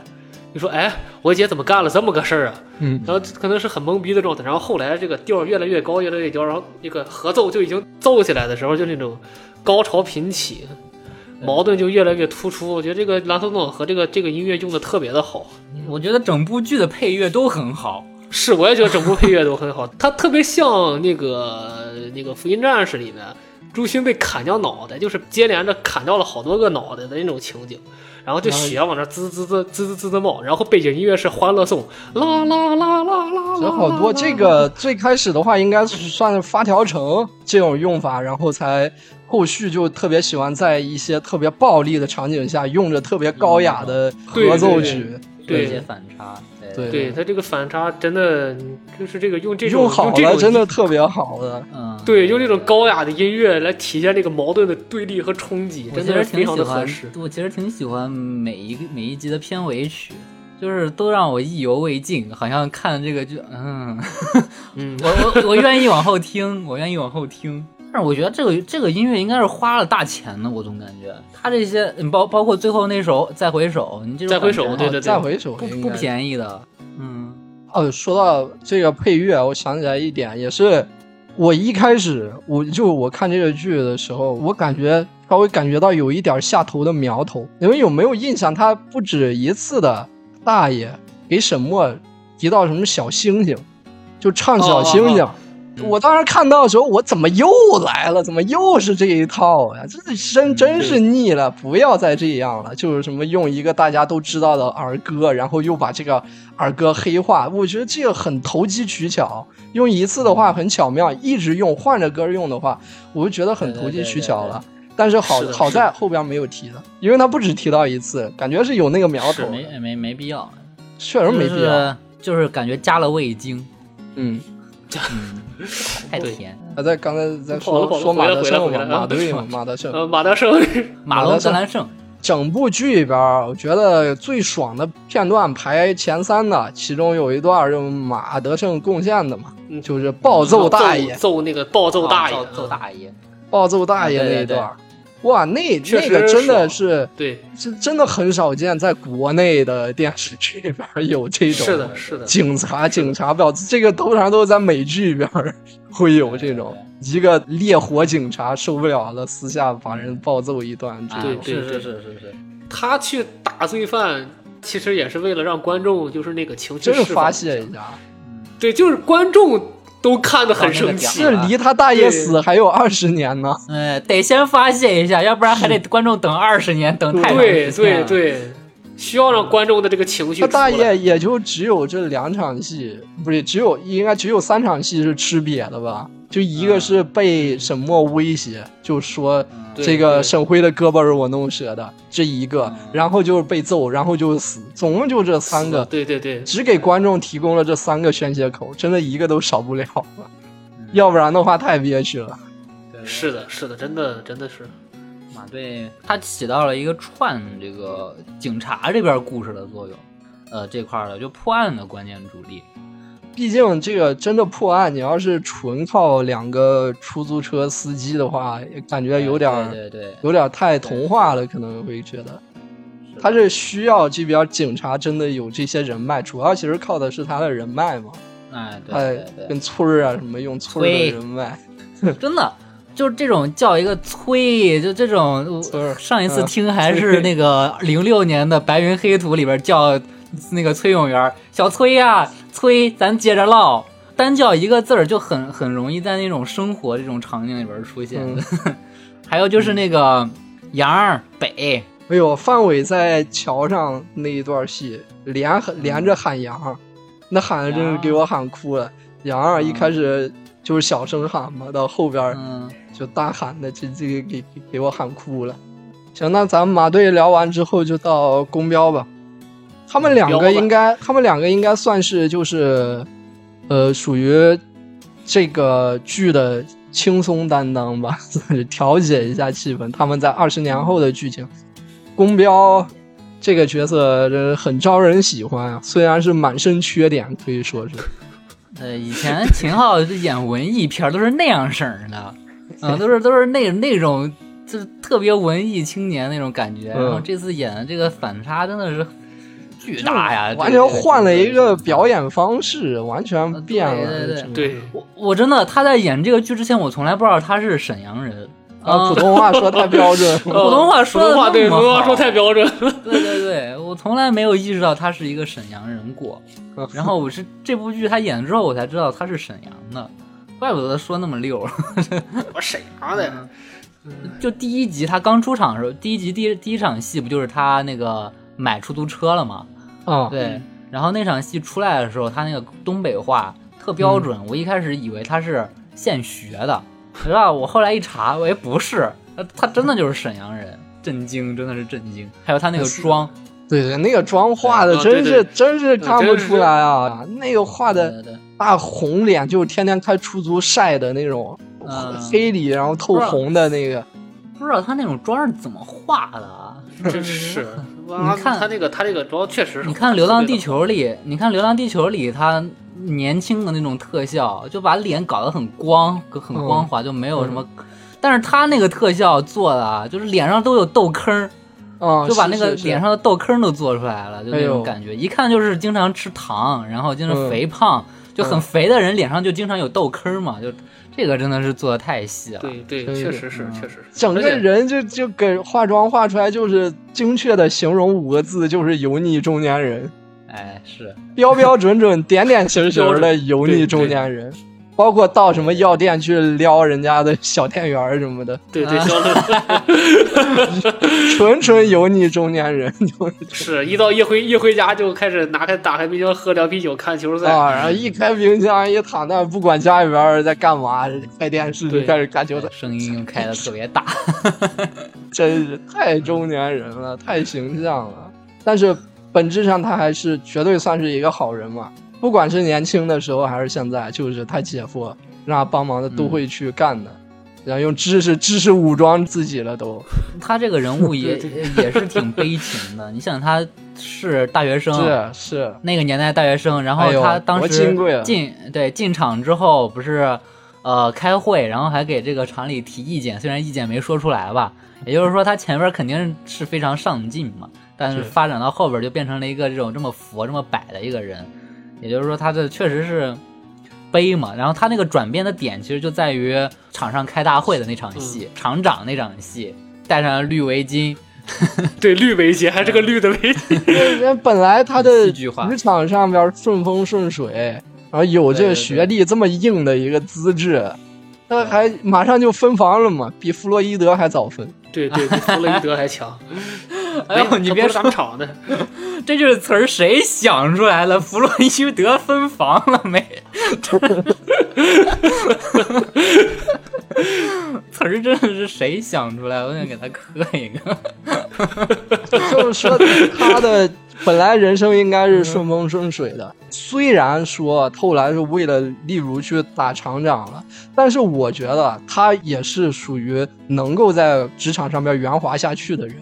Speaker 5: 你说，哎，我姐怎么干了这么个事儿啊？
Speaker 3: 嗯，
Speaker 5: 然后可能是很懵逼的状态，然后后来这个调儿越来越高，越来越高，然后那个合奏就已经奏起来的时候，就那种高潮频起，矛盾就越来越突出。我觉得这个拉斯多瑙河这个这个音乐用的特别的好，
Speaker 4: 我觉得整部剧的配乐都很好。
Speaker 5: 是，我也觉得整部配乐都很好，它特别像那个那个《福音战士》里面朱勋被砍掉脑袋，就是接连着砍掉了好多个脑袋的那种情景，然后就血往那滋滋滋滋滋滋的冒，然后背景音乐是《欢乐颂》，啦啦啦啦啦啦，
Speaker 3: 有好多这
Speaker 4: 哦
Speaker 3: 个最开始的话，应该是算是发条城这种用法，然后才后续就特别喜欢在一些特别暴力的场景下，用着特别高雅的
Speaker 5: 嗯
Speaker 3: 合奏曲，
Speaker 4: 有一些
Speaker 5: 对。
Speaker 4: 反差，
Speaker 3: 对
Speaker 5: 对他这个反差真的就是这个用这种
Speaker 3: 用好
Speaker 5: 这
Speaker 3: 了
Speaker 5: 种
Speaker 3: 真的特别好的。
Speaker 4: 嗯，
Speaker 5: 对用这种高雅的音乐来体现这个矛盾的对立和冲击，
Speaker 4: 我
Speaker 5: 真
Speaker 4: 其
Speaker 5: 的
Speaker 4: 实
Speaker 5: 是非
Speaker 4: 挺
Speaker 5: 常
Speaker 4: 喜
Speaker 5: 的合
Speaker 4: 欢
Speaker 5: 适，。
Speaker 4: 我其实挺喜欢每一个每一集的片尾曲，就是都让我意犹未尽，好像看这个就嗯，
Speaker 5: 嗯
Speaker 4: 我我我愿意往后听，我愿意往后听。但是我觉得这个这个音乐应该是花了大钱的，我总感觉他这些嗯包包括最后那首《再回首》，你这种
Speaker 5: 再回首
Speaker 4: 感觉
Speaker 5: 对对对
Speaker 3: 再回首
Speaker 4: 不
Speaker 3: 应
Speaker 4: 不
Speaker 3: 该
Speaker 4: 便宜的，嗯
Speaker 3: 哦，说到这个配乐，我想起来一点，也是我一开始我就我看这个剧的时候，我感觉稍微感觉到有一点下头的苗头。你们有没有印象？他不止一次的大爷给沈墨提到什么小星星，就唱小星星。
Speaker 5: 哦哦
Speaker 3: 我当时看到的时候，我怎么又来了？怎么又是这一套呀？这
Speaker 5: 嗯
Speaker 3: 真真是腻了，不要再这样了。就是什么用一个大家都知道的儿歌，然后又把这个儿歌黑化，我觉得这个很投机取巧。用一次的话很巧妙，一直用换着歌用的话，我就觉得很投机取巧了。但是好
Speaker 5: 是的
Speaker 3: 好
Speaker 5: 是的
Speaker 3: 在后边没有提了，因为他不止提到一次，感觉是有那个苗头
Speaker 4: 是
Speaker 3: 的，
Speaker 4: 没没没必要，
Speaker 3: 确实没必
Speaker 4: 就
Speaker 3: 要。
Speaker 4: 是就是感觉加了味精，
Speaker 3: 嗯，
Speaker 4: 太甜。
Speaker 3: 他在刚才在
Speaker 5: 跑了
Speaker 3: 说
Speaker 5: 跑了
Speaker 3: 说马
Speaker 5: 回来
Speaker 3: 德
Speaker 5: 回来
Speaker 3: 胜
Speaker 5: 回
Speaker 3: 嘛，
Speaker 5: 来啊
Speaker 3: 马队嘛
Speaker 4: 嗯，
Speaker 3: 马德胜。
Speaker 5: 呃，马大生
Speaker 4: 马龙格兰胜，
Speaker 3: 整部剧里边儿，我觉得最爽的片段排前三的，其中有一段儿就是马德胜贡献的嘛，
Speaker 5: 嗯
Speaker 3: 就是 [LAUGHS] 暴揍大爷，
Speaker 5: 揍那个暴揍大爷，
Speaker 4: 啊揍揍大爷，
Speaker 3: 暴揍大爷那一段儿。哇，那
Speaker 5: 确
Speaker 3: 那
Speaker 5: 实
Speaker 3: 个真的
Speaker 5: 爽
Speaker 3: 是，
Speaker 5: 对，
Speaker 3: 是真的很少见，在国内的电视剧里边儿有这种
Speaker 5: 是的，是的，
Speaker 3: 警察警察婊子，这个通常都是在美剧里边儿会有这种一个烈火警察受不了了，私下把人暴揍一顿这
Speaker 4: 啊
Speaker 3: 种。
Speaker 5: 对对
Speaker 4: 是
Speaker 5: 对
Speaker 4: 是是是是，
Speaker 5: 他去打罪犯，其实也是为了让观众就是那个情绪
Speaker 3: 真是
Speaker 5: 释放
Speaker 3: 发
Speaker 5: 一下
Speaker 3: 泄一下，啊
Speaker 5: 对，就是观众都看得很生气
Speaker 4: 到那个点，
Speaker 3: 这离他大爷死还有二十年呢。
Speaker 4: 哎，得先发泄一下，要不然还得观众等二十年，等太长
Speaker 5: 对
Speaker 4: 时间
Speaker 5: 对
Speaker 4: 了。
Speaker 5: 对，需要让观众的这个情绪
Speaker 3: 他
Speaker 5: 出来。
Speaker 3: 大爷也就只有这两场戏，不是只有应该只有三场戏是吃瘪的吧？就一个是被沈墨威胁，就说
Speaker 5: 对
Speaker 3: 这个
Speaker 5: 嗯对嗯
Speaker 3: 沈辉的胳膊是我弄折的，这一个，然后就是被揍，然后就是死，总共就这三个，
Speaker 5: 对对对，
Speaker 3: 只给观众提供了这三个宣泄口，真的一个都少不了了，
Speaker 5: 嗯
Speaker 3: 要不然的话太憋屈了。
Speaker 5: 是的，是的，真的真的是，
Speaker 3: 嗯
Speaker 4: 马队他起到了一个串这个警察这边故事的作用，呃，这块儿的就破案的关键主力。
Speaker 3: 毕竟这个真的破案，你要是纯靠两个出租车司机的话，也感觉有点儿
Speaker 4: 哎对对对，
Speaker 3: 有点太童话了，可能会觉得他是需要这边警察真的有这些人脉，主要其实靠的是他的人脉嘛。
Speaker 4: 哎，对
Speaker 3: 哎
Speaker 4: 对对，
Speaker 3: 跟村儿啊什么用村儿的人脉，
Speaker 4: 真的就是这种叫一个催，就这种。
Speaker 3: 村
Speaker 4: 我
Speaker 3: 儿
Speaker 4: 上一次
Speaker 3: 嗯
Speaker 4: 听还
Speaker 3: 催
Speaker 4: 是那个零六年的《白云黑土》里边叫那个崔永元儿小崔呀、崔，咱接着唠。单叫一个字儿就很很容易在那种生活这种场景里边出现。
Speaker 3: 嗯
Speaker 4: [LAUGHS] 还有就是那个杨儿北，
Speaker 3: 哎呦，范伟在桥上那一段戏，连喊
Speaker 4: 嗯
Speaker 3: 连着喊羊儿，那喊的真是给我喊哭了。羊儿一开始就是小声喊嘛，到后边儿
Speaker 4: 嗯，
Speaker 3: 就大喊的，这这个给给给我喊哭了。行，那咱们马队聊完之后就到公标吧。他们两
Speaker 5: 标
Speaker 3: 个
Speaker 5: 吧
Speaker 3: 应该，他们两个应该算是就是，呃，属于这个剧的轻松担当吧， [LAUGHS] 算是调节一下气氛。他们在二十年后的剧情，公标这个角色真是很招人喜欢啊，虽然是满身缺点，可以说是。
Speaker 4: 呃，以前秦昊演文艺片儿都是那样式儿的，啊、都是都是那那种就是特别文艺青年那种感觉。
Speaker 3: 嗯
Speaker 4: 然后这次演的这个反差真的是巨大呀，这
Speaker 3: 完
Speaker 4: 这
Speaker 3: 全换了一个
Speaker 4: 这
Speaker 3: 表演方式，完全变了。
Speaker 4: 对对对
Speaker 3: 整个
Speaker 5: 对，
Speaker 4: 我我真的他在演这个剧之前，我从来不知道他是沈阳人
Speaker 3: 啊，普通话说太标准了。
Speaker 4: 普通话说
Speaker 5: 呃
Speaker 4: 得
Speaker 5: 普通话
Speaker 4: 那
Speaker 5: 对，
Speaker 4: 么
Speaker 5: 普通话
Speaker 4: 好
Speaker 5: 说太标准
Speaker 4: [LAUGHS]
Speaker 5: 了。
Speaker 4: 对对对，我从来没有意识到他是一个沈阳人 [LAUGHS] 过。然后我是这部剧他演了之后，我才知道他是沈阳的，怪不得他说那么 [LAUGHS] 溜。嗯
Speaker 5: 我沈阳的呀，
Speaker 4: 就第一集他刚出场的时候，第一集第一第一场戏不就是他那个买出租车了吗？
Speaker 3: [LAUGHS] 啊，
Speaker 4: 对，然后那场戏出来的时候，他那个东北话特标准，我一开始以为他是现学的，你知道，我后来一查，我也不是，他他真的就是沈阳人，震惊，真的是震惊。还有他那个妆，
Speaker 3: 对对，那个妆化的
Speaker 5: 对啊
Speaker 3: 真是
Speaker 5: 对对
Speaker 3: 真是看不
Speaker 5: 真是
Speaker 3: 出来啊，那个画
Speaker 4: 对
Speaker 3: 的
Speaker 4: 对对，
Speaker 3: 大红脸，就是天天开出租晒的那种
Speaker 4: 嗯
Speaker 3: 黑里，然后透红的那个，
Speaker 4: 不知道他那种妆是怎么画的啊？
Speaker 5: 真是。哇，
Speaker 4: 你看
Speaker 5: 他那个他那个主要确实是，
Speaker 4: 你看《流浪地球》里，你看《流浪地球》里，他年轻的那种特效，就把脸搞得很光，很
Speaker 3: 嗯
Speaker 4: 光滑，就没有什么。但是他那个特效做的啊，就是脸上都有痘坑儿，
Speaker 3: 啊，
Speaker 4: 就把
Speaker 3: 是
Speaker 4: 那个
Speaker 3: 是是
Speaker 4: 脸上的痘坑儿都做出来了，就那
Speaker 3: 哎
Speaker 4: 种
Speaker 3: 呦
Speaker 4: 感觉，一看就是经常吃糖，然后经常
Speaker 3: 嗯
Speaker 4: 肥胖，就很
Speaker 3: 嗯
Speaker 4: 肥的人脸上就经常有痘坑儿嘛，就这个真的是做的太细了。
Speaker 5: 对对，
Speaker 3: 真是
Speaker 5: 确实是
Speaker 4: 嗯
Speaker 5: 确实是。
Speaker 3: 整个
Speaker 5: 而且
Speaker 3: 人就就给化妆化出来，就是精确的形容五个字，就是油腻中年人。
Speaker 4: 哎，是，
Speaker 3: 标标准准、点点形形的油腻中年人，包括到什么药店去撩人家的小店员儿什么的，
Speaker 5: 对对，
Speaker 4: 啊
Speaker 5: 肖乐
Speaker 3: 纯纯油腻中年人 [LAUGHS] 就是
Speaker 5: [LAUGHS] 是一到一回一回家就开始拿开打开冰箱喝凉啤酒看球赛
Speaker 3: 啊，然后一开冰箱一躺那儿不管家里边儿在干嘛，开电视就
Speaker 5: 对
Speaker 3: 开始看球赛，
Speaker 4: 哎声音又
Speaker 3: [LAUGHS]
Speaker 4: 开的特别大。
Speaker 3: 真是太中年人了，太形象了。但是本质上他还是绝对算是一个好人嘛，不管是年轻的时候还是现在，就是他姐夫让他帮忙的都会去干的，然后用知识知识武装自己了都。
Speaker 4: 他这个人物也也是挺悲情的。你想，他是大学生，
Speaker 3: 是是，
Speaker 4: 那个年代大学生，然后
Speaker 3: 哎呦
Speaker 4: 他当
Speaker 3: 多
Speaker 4: 时
Speaker 3: 金贵啊
Speaker 4: 进、对进厂之后不是呃开会，然后还给这个厂里提意见，虽然意见没说出来吧，也就是说他前边肯定是非常上进嘛，但是
Speaker 3: 是
Speaker 4: 发展到后边就变成了一个这种这么佛这么摆的一个人，也就是说他这确实是。悲嘛，然后他那个转变的点其实就在于场上开大会的那场戏，厂长那场戏，戴上绿围巾，
Speaker 5: 对绿围巾还是个绿的围巾，
Speaker 3: 人本来他的
Speaker 4: 戏剧化
Speaker 3: 职场上边顺风顺水，然后有这个学历这么硬的一个资质，他还马上就分房了嘛，比弗洛伊德还早分。
Speaker 5: 对对，比弗洛伊德
Speaker 3: [LAUGHS]
Speaker 5: 还强。
Speaker 4: 哎呦
Speaker 5: 没有
Speaker 4: 你
Speaker 5: 他
Speaker 4: 别
Speaker 5: 不是咱
Speaker 4: 说
Speaker 5: 们厂的，
Speaker 4: 这就是词儿谁想出来的？弗洛伊德分房了没？词儿真的是谁想出来？我想给他磕一个。
Speaker 3: [LAUGHS] 就是说他的本来人生应该是顺风顺水的，虽然说后来是为了例如去打厂长了，但是我觉得他也是属于能够在职场上边圆滑下去的人，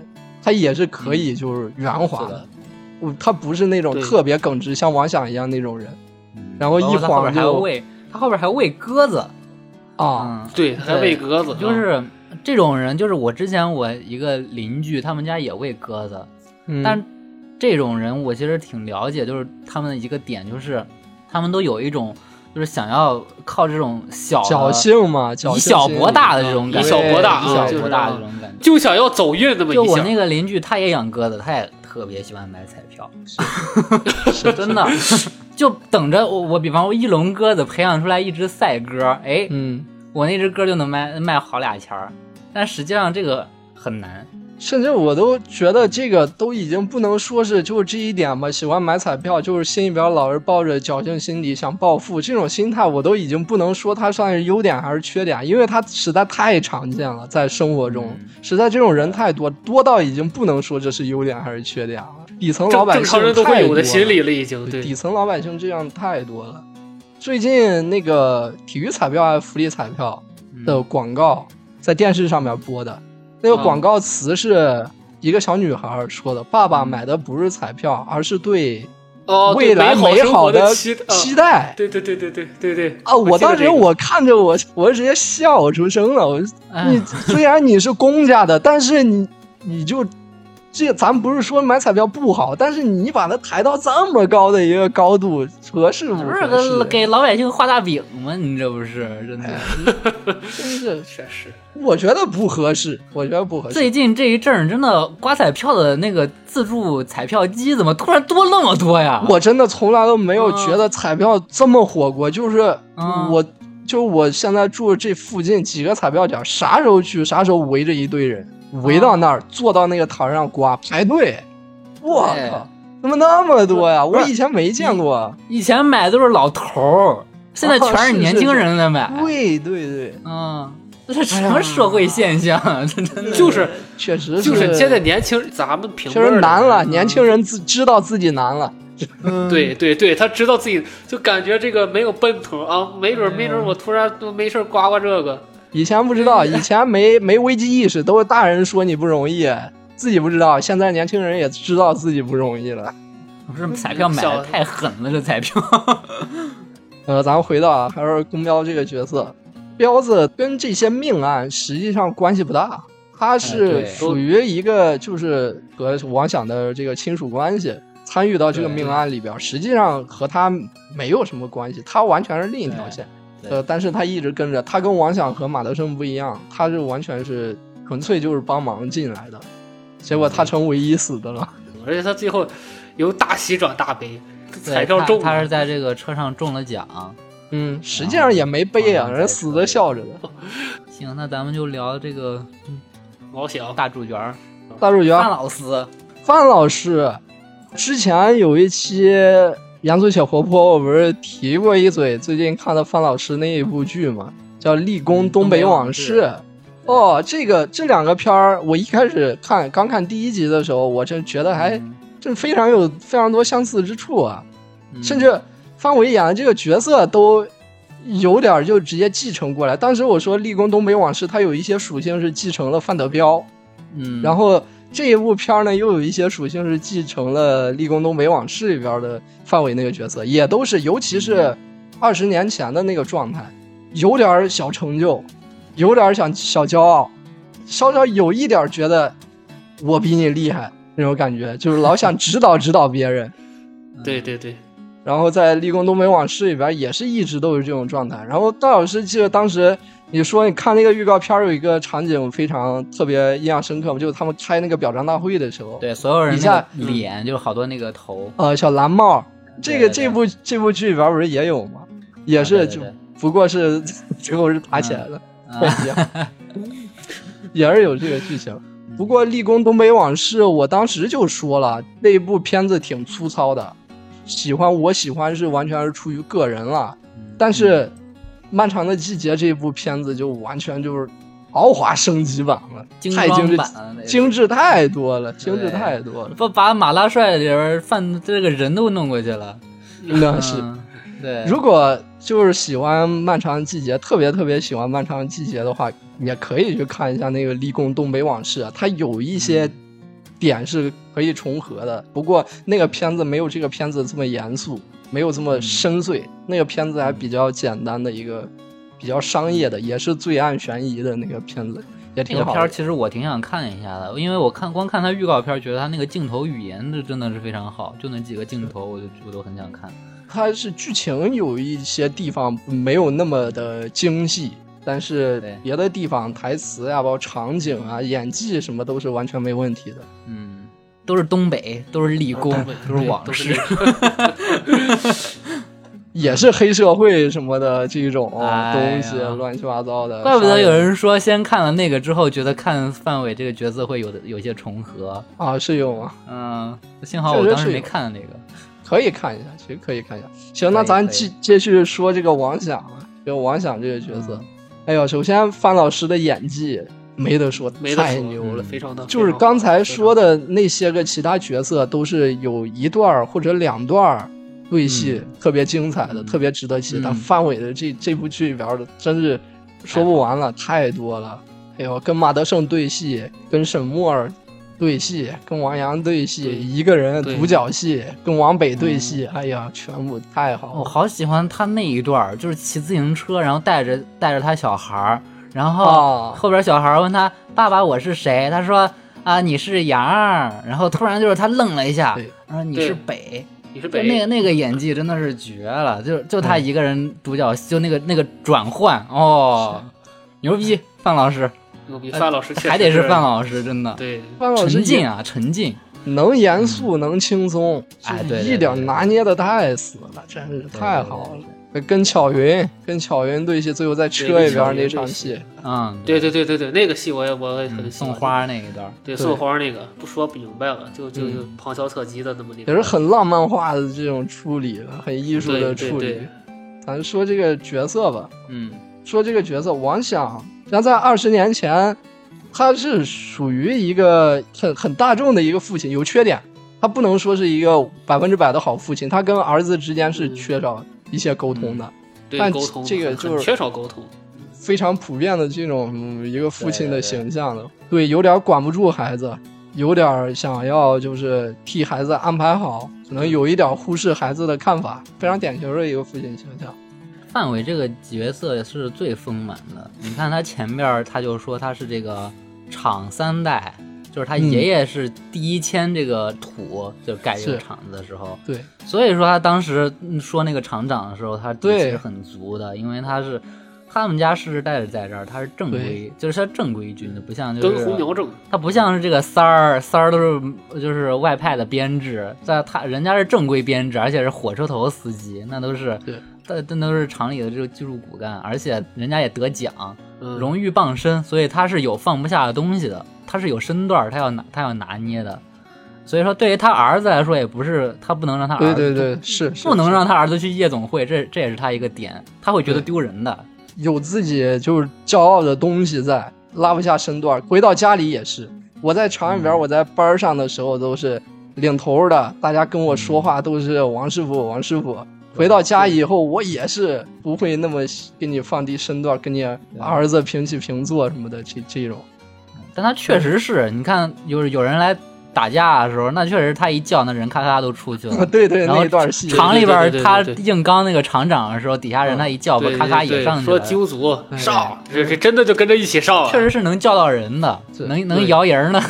Speaker 3: 他也是可以就是圆滑
Speaker 4: 是
Speaker 3: 的
Speaker 4: 的，
Speaker 3: 嗯他不是那种
Speaker 5: 对
Speaker 3: 特别耿直像王响一样那种人，
Speaker 4: 嗯
Speaker 3: 然后一
Speaker 4: 包括他后
Speaker 3: 晃
Speaker 4: 边还要
Speaker 3: 就
Speaker 4: 喂，他后边还喂鸽子
Speaker 3: 啊，
Speaker 4: 啊、
Speaker 5: 对，还喂鸽子，啊
Speaker 4: 就是这种人，就是我之前我一个邻居，他们家也喂鸽子，
Speaker 3: 嗯
Speaker 4: 但这种人我其实挺了解，就是他们的一个点就是，他们都有一种就是想要靠这种小的
Speaker 3: 侥幸嘛，侥幸
Speaker 4: 以小博大的这种感觉，
Speaker 5: 以小博大
Speaker 4: 以小
Speaker 3: 嗯
Speaker 4: 博大
Speaker 5: 啊
Speaker 4: 的这种感觉。
Speaker 5: 就想要走运那么
Speaker 4: 就
Speaker 5: 一
Speaker 4: 我
Speaker 5: 下。
Speaker 4: 那个邻居，他也养鸽子，他也特别喜欢买彩票， [LAUGHS]
Speaker 3: 是
Speaker 4: 真的。就等着我，我比方我一笼鸽子培养出来一只赛鸽，哎，
Speaker 3: 嗯，
Speaker 4: 我那只鸽就能卖卖好俩钱儿，但实际上这个很难。
Speaker 3: 甚至我都觉得这个都已经不能说是就是这一点吧，喜欢买彩票就是心里边老是抱着侥幸心理想暴富这种心态，我都已经不能说它算是优点还是缺点，因为它实在太常见了，在生活中，
Speaker 4: 嗯
Speaker 3: 实在这种人太多，多到已经不能说这是优点还是缺点了。底层老
Speaker 5: 正
Speaker 3: 百姓
Speaker 5: 正常人都
Speaker 3: 太
Speaker 5: 会有
Speaker 3: 多
Speaker 5: 的
Speaker 3: 了
Speaker 5: 心理了，已经
Speaker 3: 对
Speaker 5: 对
Speaker 3: 底层老百姓这样太多了。最近那个体育彩票还是福利彩票
Speaker 4: 嗯
Speaker 3: 的广告在电视上面播的，那
Speaker 5: 啊
Speaker 3: 个广告词是一个小女孩说的：“爸爸买的不是彩票，而是对
Speaker 5: 嗯哦，对
Speaker 3: 未来美好
Speaker 5: 美好生活的
Speaker 3: 期
Speaker 5: 期待。
Speaker 3: 待。”
Speaker 5: 对对对对对对对
Speaker 3: 啊！我
Speaker 5: 记得
Speaker 3: 当时
Speaker 5: 这个
Speaker 3: 我看着我，我直接笑出声了。我
Speaker 4: 哎
Speaker 3: 你虽然你是公家的，但是你你就这，咱不是说买彩票不好，但是你把它抬到这么高的一个高度，合适不
Speaker 4: 不
Speaker 3: 合
Speaker 4: 是啊哎
Speaker 3: 适？
Speaker 4: 给老百姓画大饼吗？你这不是真的。
Speaker 3: 真是，
Speaker 5: 确实，
Speaker 3: [LAUGHS] 我觉得不合适，我觉得不合适。
Speaker 4: 最近这一阵儿，真的刮彩票的那个自助彩票机怎么突然多那么多呀？
Speaker 3: 我真的从来都没有觉得彩票这么火过，就是
Speaker 4: 嗯
Speaker 3: 我。就我现在住这附近几个彩票点，啥时候去啥时候围着一堆人，围
Speaker 4: 嗯
Speaker 3: 到那儿、坐到那个台上刮排队，我
Speaker 4: 对
Speaker 3: 靠，怎么那么多呀？我以前没见过。啊
Speaker 4: 以前买都是老头儿，现在全是年轻人在买。
Speaker 3: 对对对，
Speaker 4: 嗯，这是什么社会现象啊？这真
Speaker 3: 哎
Speaker 4: 的
Speaker 5: 就是
Speaker 3: 确实
Speaker 5: 就是现在年轻人，咱们平
Speaker 3: 确实难了，年轻
Speaker 5: 人
Speaker 3: 人自知道自己难了。嗯
Speaker 5: 对对对，他知道自己就感觉这个没有奔头啊，没准没
Speaker 3: 嗯
Speaker 5: 准我突然都没事儿刮刮这个，
Speaker 3: 以前不知道，
Speaker 5: 嗯
Speaker 3: 以前没没危机意识，都是大人说你不容易，自己不知道。现在年轻人也知道自己不容易了。
Speaker 4: 不是彩票买的太狠了，这彩
Speaker 3: [LAUGHS]
Speaker 4: 票。
Speaker 3: 呃，咱们回到啊，还是公彪这个角色，彪子跟这些命案实际上关系不大，他
Speaker 4: 哎
Speaker 3: 是
Speaker 4: 对
Speaker 3: 属于一个就是和王想的这个亲属关系，参与到这个
Speaker 4: 对
Speaker 3: 命案里边，实际上和他没有什么关系，他完全是另一条
Speaker 4: 对
Speaker 3: 线。
Speaker 4: 对
Speaker 3: 呃，但是他一直跟着，他跟王想和马德胜不一样，他是完全是纯粹就是帮忙进来的，结果
Speaker 4: 嗯
Speaker 3: 他成唯一死的了。
Speaker 5: 而且他最后由大喜转大悲，
Speaker 4: 对
Speaker 5: [LAUGHS] 彩票
Speaker 4: 他
Speaker 5: 中
Speaker 4: 他
Speaker 5: 了
Speaker 4: 是。在这个车上中了奖。
Speaker 3: 嗯，实际上也没背啊，
Speaker 4: 啊
Speaker 3: 人死的笑着的。
Speaker 4: [LAUGHS] 行，那咱们就聊这个
Speaker 5: 老想
Speaker 4: 大主角儿
Speaker 3: 大主角
Speaker 4: 范老师。
Speaker 3: 范老师之前有一期《严肃且活泼》，我不是提过一嘴最近看的范老师那一部剧嘛，叫《立功嗯东北往事》。哦，这个这两个片儿，我一开始看刚看第一集的时候，我真觉得还
Speaker 4: 嗯
Speaker 3: 真非常有非常多相似之处啊，
Speaker 4: 嗯
Speaker 3: 甚至范伟演的这个角色都。有点儿就直接继承过来。当时我说《立功东北往事》，它有一些属性是继承了范德彪，
Speaker 4: 嗯，
Speaker 3: 然后这一部片儿呢，又有一些属性是继承了《立功东北往事》里边的范伟那个角色，也都是，尤其是二十年前的那个状态，有点儿小成就，有点儿想小骄傲，稍稍有一点儿觉得我比你厉害那种感觉，就是老想指导指导别人。
Speaker 5: 对对对，
Speaker 3: 然后在《立功东北往事》里边也是一直都是这种状态。然后戴老师记得当时你说你看那个预告片儿有一个场景非常特别印象深刻嘛，就是他们开那个表彰大会的时候，，
Speaker 4: 对所有人
Speaker 3: 一下嗯
Speaker 4: 那个脸就是好多那个头，
Speaker 3: 呃，小蓝帽，这个
Speaker 4: 对对
Speaker 3: 这部这部剧里边不是也有吗？也
Speaker 4: 啊
Speaker 3: 是
Speaker 4: 对对
Speaker 3: 就
Speaker 4: 对
Speaker 3: 不过是最后是爬起来的，
Speaker 4: 嗯
Speaker 3: [LAUGHS] 一样，也是有这个剧情。不过《立功东北往事》，我当时就说了，那部片子挺粗糙的，喜欢我喜欢是完全是出于个人了。
Speaker 4: 嗯
Speaker 3: 但是，《漫长的季节》这部片子就完全就是豪华升级版了，
Speaker 4: 精
Speaker 3: 太精
Speaker 4: 装
Speaker 3: 致
Speaker 4: 版，了嗯那个
Speaker 3: 精致太多了，精致太多了，
Speaker 4: 不把马大帅里边犯这个人都弄过去了。
Speaker 3: 那啊是。
Speaker 4: 嗯对，
Speaker 3: 如果就是喜欢漫长的季节，特别特别喜欢漫长的季节的话，也可以去看一下那个《立功东北往事》，啊它有一些
Speaker 4: 嗯
Speaker 3: 点是可以重合的。不过那个片子没有这个片子这么严肃，没有这么深
Speaker 4: 嗯
Speaker 3: 邃。那个片子还比较简单的一个，比较商业的，也是罪案悬疑的那个片子，也
Speaker 4: 这
Speaker 3: 挺
Speaker 4: 个
Speaker 3: 好
Speaker 4: 片儿
Speaker 3: 的。
Speaker 4: 其实我挺想看一下的，因为我看光看他预告片儿，觉得他那个镜头语言这真的是非常好，就那几个镜头，我就我都很想看。
Speaker 3: 它是剧情有一些地方没有那么的精细，但是
Speaker 4: 对
Speaker 3: 别的地方台词啊，包括场景啊、演技什么都是完全没问题的。
Speaker 4: 嗯，都是东北，都是理
Speaker 3: 啊
Speaker 4: 工，都是往事
Speaker 3: 也是黑社会什么的这种
Speaker 4: 嗯哎
Speaker 3: 东
Speaker 4: 呀
Speaker 3: 西，乱七八糟的。
Speaker 4: 怪不得有
Speaker 3: 啥也
Speaker 4: 人说先看了那个之后，觉得看范伟这个角色会有的有些重合。
Speaker 3: 啊，是有吗？
Speaker 4: 嗯，幸好我当时没看那个。
Speaker 3: 可以看一下，其实可以看一下。行，那
Speaker 4: 可以
Speaker 3: 咱
Speaker 4: 可以
Speaker 3: 继继续说这个王响了，就王响这个角
Speaker 4: 嗯
Speaker 3: 色。哎呦，首先范老师的演技没得说，
Speaker 5: [LAUGHS] 没得
Speaker 3: 太
Speaker 5: 说
Speaker 3: 牛
Speaker 5: 嗯
Speaker 3: 了。
Speaker 5: 非常的。
Speaker 3: 就是刚才说的那些个其他角色，都是有一段儿或者两段儿对戏、特别精彩的，
Speaker 4: 嗯
Speaker 3: 特别值得期待。
Speaker 4: 嗯
Speaker 3: 范伟的这这部剧里边儿的真是说不完了，太多了。哎呦，跟马德胜对戏，跟沈墨儿对戏，跟王阳对戏，
Speaker 5: 对
Speaker 3: 一个人
Speaker 5: 对
Speaker 3: 独角戏，跟王北对戏，哎呀，全部太
Speaker 4: 我
Speaker 3: 好了。
Speaker 4: 好喜欢他那一段儿，就是骑自行车，然后带着带着他小孩儿，然后
Speaker 3: 哦
Speaker 4: 后边小孩儿问他爸爸我是谁，他说啊你是杨儿，然后突然就是他愣了一下
Speaker 3: 对，
Speaker 4: 他说你
Speaker 5: 对
Speaker 4: 是北，
Speaker 5: 你是
Speaker 4: 就
Speaker 5: 北嗯
Speaker 4: 那个那个演技真的是绝了，就就他一个人独角戏，就那个那个转换哦，牛逼，范老师
Speaker 5: 牛逼，
Speaker 3: 呃
Speaker 5: 范老师确实
Speaker 4: 还得是范老师，真的
Speaker 5: 对，
Speaker 3: 范老师
Speaker 4: 沉浸
Speaker 3: 也
Speaker 4: 啊沉浸，
Speaker 3: 能严
Speaker 5: 嗯
Speaker 3: 肃能轻松，
Speaker 4: 哎
Speaker 3: 就是
Speaker 4: 对对
Speaker 3: 一点儿
Speaker 4: 对对
Speaker 3: 拿捏的太死了，真是太好了。呃跟巧云，跟巧云对戏，最后在车
Speaker 5: 对
Speaker 3: 里边儿
Speaker 5: 跟巧云
Speaker 3: 那场
Speaker 5: 对
Speaker 3: 戏
Speaker 5: 戏，
Speaker 4: 嗯
Speaker 5: 对对对对对，那个戏我也我也很喜
Speaker 4: 送
Speaker 5: 欢
Speaker 4: 花，那一段儿，
Speaker 3: 嗯对
Speaker 5: 对
Speaker 3: 嗯
Speaker 5: 送花那个不说不明白了，就就就旁敲侧击的那么那
Speaker 3: 也
Speaker 5: 个，
Speaker 3: 是很浪漫化的这种处理了，很艺术的
Speaker 5: 对对
Speaker 3: 处理
Speaker 5: 对。，
Speaker 3: 咱说这个角色吧，
Speaker 4: 嗯
Speaker 3: 说这个角色王响，然后在二十年前，他是属于一个很很大众的一个父亲，有缺点，他不能说是一个百分之百的好父亲，他跟儿子之间是
Speaker 5: 嗯
Speaker 3: 缺少一些沟通的。
Speaker 5: 对
Speaker 3: 但
Speaker 5: 沟通
Speaker 3: 这个
Speaker 5: 很
Speaker 3: 就是
Speaker 5: 缺少沟通，
Speaker 3: 非常普遍的这种、嗯一个父亲的
Speaker 4: 对对对
Speaker 3: 形象了，对，有点管不住孩子，有点想要就是替孩子安排好，可能有一点忽视孩子的看法，非常典型的一个父亲形象。
Speaker 4: 范伟这个角色是最丰满的。你看他前面儿他就说他是这个厂三代，就是他
Speaker 3: 嗯
Speaker 4: 爷爷是第一迁这个土，就盖这个
Speaker 3: 是
Speaker 4: 厂子的时候，
Speaker 3: 对，
Speaker 4: 所以说他当时嗯说那个厂长的时候，他底气
Speaker 3: 对
Speaker 4: 是很足的，因为他是他们家世世代代在这儿，他是正规，就是他正规军的，不像就
Speaker 5: 跟红
Speaker 4: 是
Speaker 5: 苗正，
Speaker 4: 他不像是这个三儿，三儿都是就是外派的编制，在他人家是正规编制，而且是火车头司机，那都是
Speaker 3: 对，
Speaker 4: 但但都是厂里的这个技术骨干，而且人家也得奖，
Speaker 5: 嗯，
Speaker 4: 荣誉傍身，所以他是有放不下的东西的，他是有身段儿，他要拿他要拿捏的，所以说对于他儿子来说，也不是他不能让他
Speaker 3: 对
Speaker 4: 儿
Speaker 3: 对
Speaker 4: 子
Speaker 3: 对，是是
Speaker 4: 啊不能让他儿子去夜总会，这这也是他一个点，他会觉得
Speaker 3: 对
Speaker 4: 丢人的。
Speaker 3: 有自己就是骄傲的东西在，拉不下身段。回到家里也是，我在厂里边，
Speaker 4: 嗯
Speaker 3: 我在班上的时候都是领头的，大家跟我说
Speaker 4: 嗯
Speaker 3: 话都是王师傅，王师傅。回到家以后，我也是不会那么给你放低身段，跟你儿子平起平坐什么的，这这种。
Speaker 4: 但他确实是，你看，有有人来打架的时候，那确实他一叫，那人咔咔都出去了。
Speaker 3: [LAUGHS] 对对，
Speaker 4: 嗯然后
Speaker 3: 那一段戏，
Speaker 4: 厂里边儿
Speaker 5: 对对对对
Speaker 4: 他
Speaker 5: 对对
Speaker 4: 硬刚那个厂长的时候，底下人他一叫，啊不
Speaker 5: 对
Speaker 4: 咔咔
Speaker 5: 对
Speaker 4: 也
Speaker 5: 对
Speaker 4: 上去
Speaker 5: 说
Speaker 4: 了。
Speaker 5: 揪族上，这这真的就跟着一起上了，
Speaker 4: 确实是能叫到人的，能能
Speaker 5: 对
Speaker 4: 摇人的，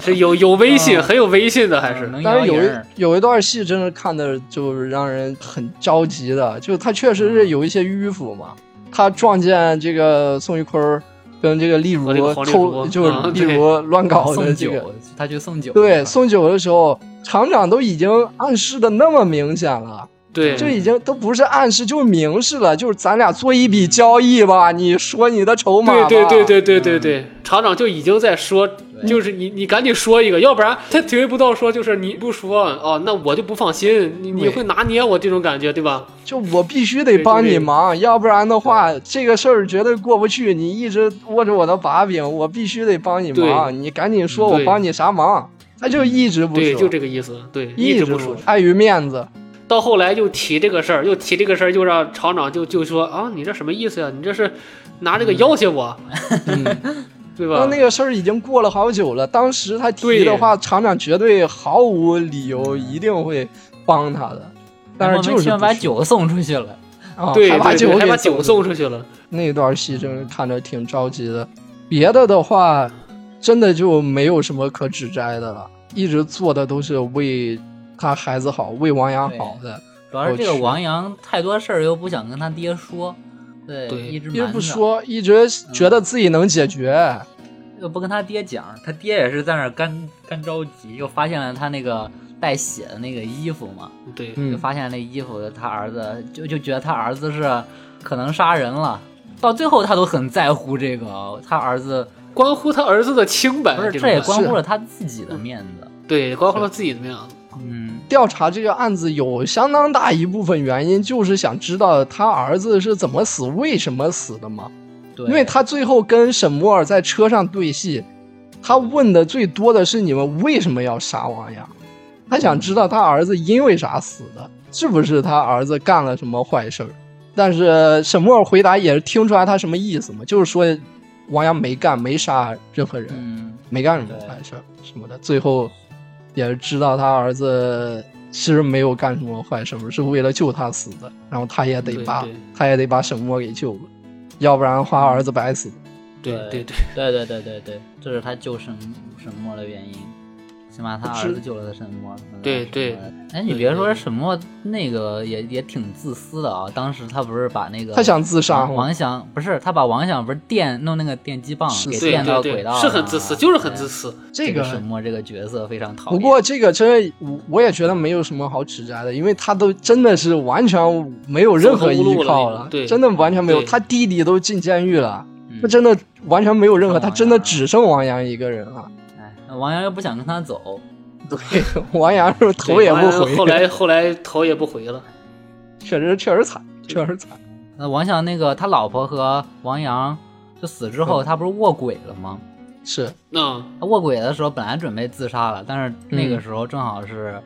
Speaker 5: 是有有微信，
Speaker 4: 嗯
Speaker 5: 很有微信的，还是
Speaker 4: 能
Speaker 3: 但
Speaker 4: 摇
Speaker 3: 是有一
Speaker 4: 人。
Speaker 3: 有一段戏真是看的就是让人很着急的，就他确实
Speaker 5: 嗯
Speaker 3: 是有一些迂腐嘛。他撞见这个宋玉坤儿跟这个例如
Speaker 5: 和哦这个黄丽
Speaker 3: 偷，
Speaker 5: 如
Speaker 3: 就是
Speaker 5: 嗯
Speaker 3: 例
Speaker 5: 对
Speaker 3: 如乱搞的
Speaker 4: 送
Speaker 3: 这个，
Speaker 4: 酒，他去送酒。
Speaker 3: 对送酒的时候，厂长都已经暗示的那么明显了，
Speaker 5: 对，
Speaker 3: 就已经都不是暗示，就是明示了，就是咱俩做一笔交易吧，你说你的筹码吧，
Speaker 5: 对对对对对对对，厂长就已经在说，就是你你赶紧说一个，要不然他体会不到说就是你不说哦，那我就不放心，你你
Speaker 3: 对
Speaker 5: 会拿捏我这种感觉，对吧？
Speaker 3: 就我必须得帮你忙，要不然的话，这个事儿绝对过不去。你一直握着我的把柄，我必须得帮你忙。
Speaker 5: 对
Speaker 3: 你赶紧说，
Speaker 5: 对
Speaker 3: 我帮你啥忙？他就一直不说，
Speaker 5: 对，就这个意思，对，一
Speaker 3: 直
Speaker 5: 直不
Speaker 3: 说
Speaker 5: 说。，
Speaker 3: 碍于面子。
Speaker 5: 到后来又提这个事儿，又提这个事儿，又让厂长就就说啊，你这什么意思呀、你这是拿这个要挟我，
Speaker 3: [LAUGHS]
Speaker 5: 对嗯吧
Speaker 3: 哦那？那个事儿已经过了好久了，当时他提
Speaker 5: 对
Speaker 3: 的话，厂长绝对毫无理由，一定会帮他的。但是
Speaker 4: 然后
Speaker 3: 就是
Speaker 4: 我们居然
Speaker 3: 不
Speaker 4: 把
Speaker 3: 说
Speaker 4: 酒送出去了。
Speaker 3: 啊，
Speaker 5: 对
Speaker 3: 还把
Speaker 5: 对
Speaker 3: 酒
Speaker 5: 对，还
Speaker 3: 给
Speaker 5: 把酒送出去了。
Speaker 3: 那段戏真是看着挺着急的。别的的话，真的就没有什么可指摘的了，一直做的都是为他孩子好，为王阳好的。
Speaker 4: 主要是这个
Speaker 3: 我去
Speaker 4: 王阳太多事儿又不想跟他爹说，对，
Speaker 5: 对
Speaker 4: 一直
Speaker 3: 一直
Speaker 4: 瞒
Speaker 3: 不
Speaker 4: 着，
Speaker 3: 说，一直觉得自己能解决。
Speaker 4: 又不跟他爹讲，他爹也是在那儿干干着急，又发现了他那个带血的那个衣服嘛，
Speaker 5: 对，
Speaker 4: 就
Speaker 3: 嗯，
Speaker 4: 发现那衣服他儿子就就觉得他儿子是可能杀人了，到最后他都很在乎这个他儿子，
Speaker 5: 关乎他儿子的清白
Speaker 4: 不是，
Speaker 5: 呃这
Speaker 4: 这
Speaker 5: 种
Speaker 4: 也
Speaker 5: 感觉，
Speaker 4: 关乎了他自己的面子，
Speaker 5: 对，关乎了自己的面子。
Speaker 4: 嗯，
Speaker 3: 调查这个案子有相当大一部分原因就是想知道他儿子是怎么死，为什么死的嘛。
Speaker 4: 对，
Speaker 3: 因为他最后跟沈墨尔在车上对戏，他问的最多的是你们为什么要杀王阳，他想知道他儿子因为啥死的，是不是他儿子干了什么坏事儿？但是沈墨尔回答也是听出来他什么意思嘛，就是说王阳没干没杀任何人，
Speaker 4: 嗯，
Speaker 3: 没干什么坏事儿什么的。最后也是知道他儿子其实没有干什么坏事儿，是为了救他死的。然后他也得
Speaker 5: 对
Speaker 3: 把
Speaker 5: 对
Speaker 3: 他也得把沈墨给救了，要不然的话儿子白死。
Speaker 5: 对
Speaker 4: 对
Speaker 5: 对对，
Speaker 4: 对对对对对，这是他救沈沈墨的原因，起码他儿子救了他沈墨。
Speaker 5: 对对
Speaker 4: 哎，你别说沈墨那个也也挺自私的啊，当时他不是把那个
Speaker 3: 他想自杀
Speaker 4: 啊王
Speaker 5: [LAUGHS]
Speaker 3: 吗
Speaker 4: 王想不是他把王想不是电弄那个电击棒
Speaker 3: 是
Speaker 4: 给
Speaker 3: 自私
Speaker 5: 对
Speaker 4: 电到
Speaker 5: 对
Speaker 4: 轨
Speaker 5: 对
Speaker 4: 道，上
Speaker 5: 是
Speaker 4: 啊
Speaker 5: 很自私，就是很自。私。
Speaker 3: 这
Speaker 4: 对这沈
Speaker 3: 个，
Speaker 4: 墨这个角色非常讨
Speaker 3: 不
Speaker 4: 厌。
Speaker 3: 过这个真的，我我也觉得没有什么好指摘的，因为他都真的是完全没有任何依
Speaker 5: 走投无
Speaker 3: 靠
Speaker 5: 路了对
Speaker 3: 真的完全没有。
Speaker 5: 对
Speaker 3: 他弟弟都进监狱了，
Speaker 4: 嗯
Speaker 3: 他真的完全没有任何，
Speaker 4: 剩王
Speaker 3: 他
Speaker 4: 阳
Speaker 3: 真的只剩王阳一个人了。 [LAUGHS]
Speaker 4: 哎，那王阳又不想跟他走，
Speaker 3: 对，王阳是头
Speaker 5: 对
Speaker 3: 也
Speaker 5: 当
Speaker 3: 不
Speaker 5: 然
Speaker 3: 回，
Speaker 5: 后来后来头也不回了。
Speaker 3: 确实确实惨，确实惨。
Speaker 4: 那王想那个他老婆和王阳就死之
Speaker 5: 嗯
Speaker 4: 后，他不是卧轨了吗？
Speaker 3: 是
Speaker 5: 那
Speaker 4: 他卧轨的时候本来准备自杀了，但是那个时候正好是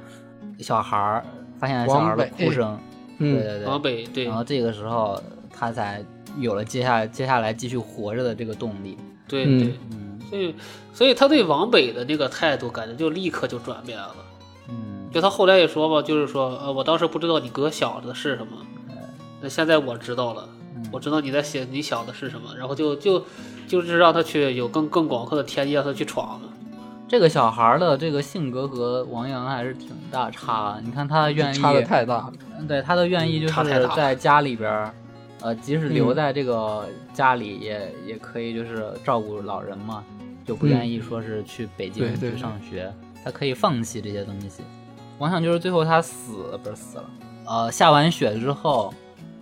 Speaker 4: 小孩儿发现小孩儿的哭声，对
Speaker 3: 嗯，
Speaker 4: 对对，
Speaker 5: 往北对
Speaker 4: 然后这个时候他才有了接下来接下来继续活着的这个动力。
Speaker 5: 对
Speaker 3: 嗯
Speaker 5: 对，
Speaker 4: 嗯
Speaker 5: 所以所以他对往北的那个态度，感觉就立刻就转变了。
Speaker 4: 嗯，
Speaker 5: 就他后来也说嘛，就是说，呃，我当时不知道你哥想的是什么，
Speaker 4: 嗯
Speaker 5: 那现在我知道了，我知道你在写你想的是什么，然后就就就是让他去有更更广阔的天地，让他去闯了。
Speaker 4: 这个小孩儿的这个性格和王阳还是挺大差。啊你看他愿意，
Speaker 3: 差的太大了。
Speaker 4: 对他的愿意就
Speaker 5: 嗯差太
Speaker 4: 是
Speaker 5: 大了嗯
Speaker 4: 在家里边儿，呃，即使留在这个家里也、也可以，就是照顾老人嘛，就不
Speaker 5: 嗯
Speaker 4: 愿意说是去
Speaker 3: 对
Speaker 4: 北京
Speaker 3: 对
Speaker 4: 去
Speaker 3: 对
Speaker 4: 上学，他可以放弃这些东西。王想就是最后他死不是死了，呃，下完雪之后，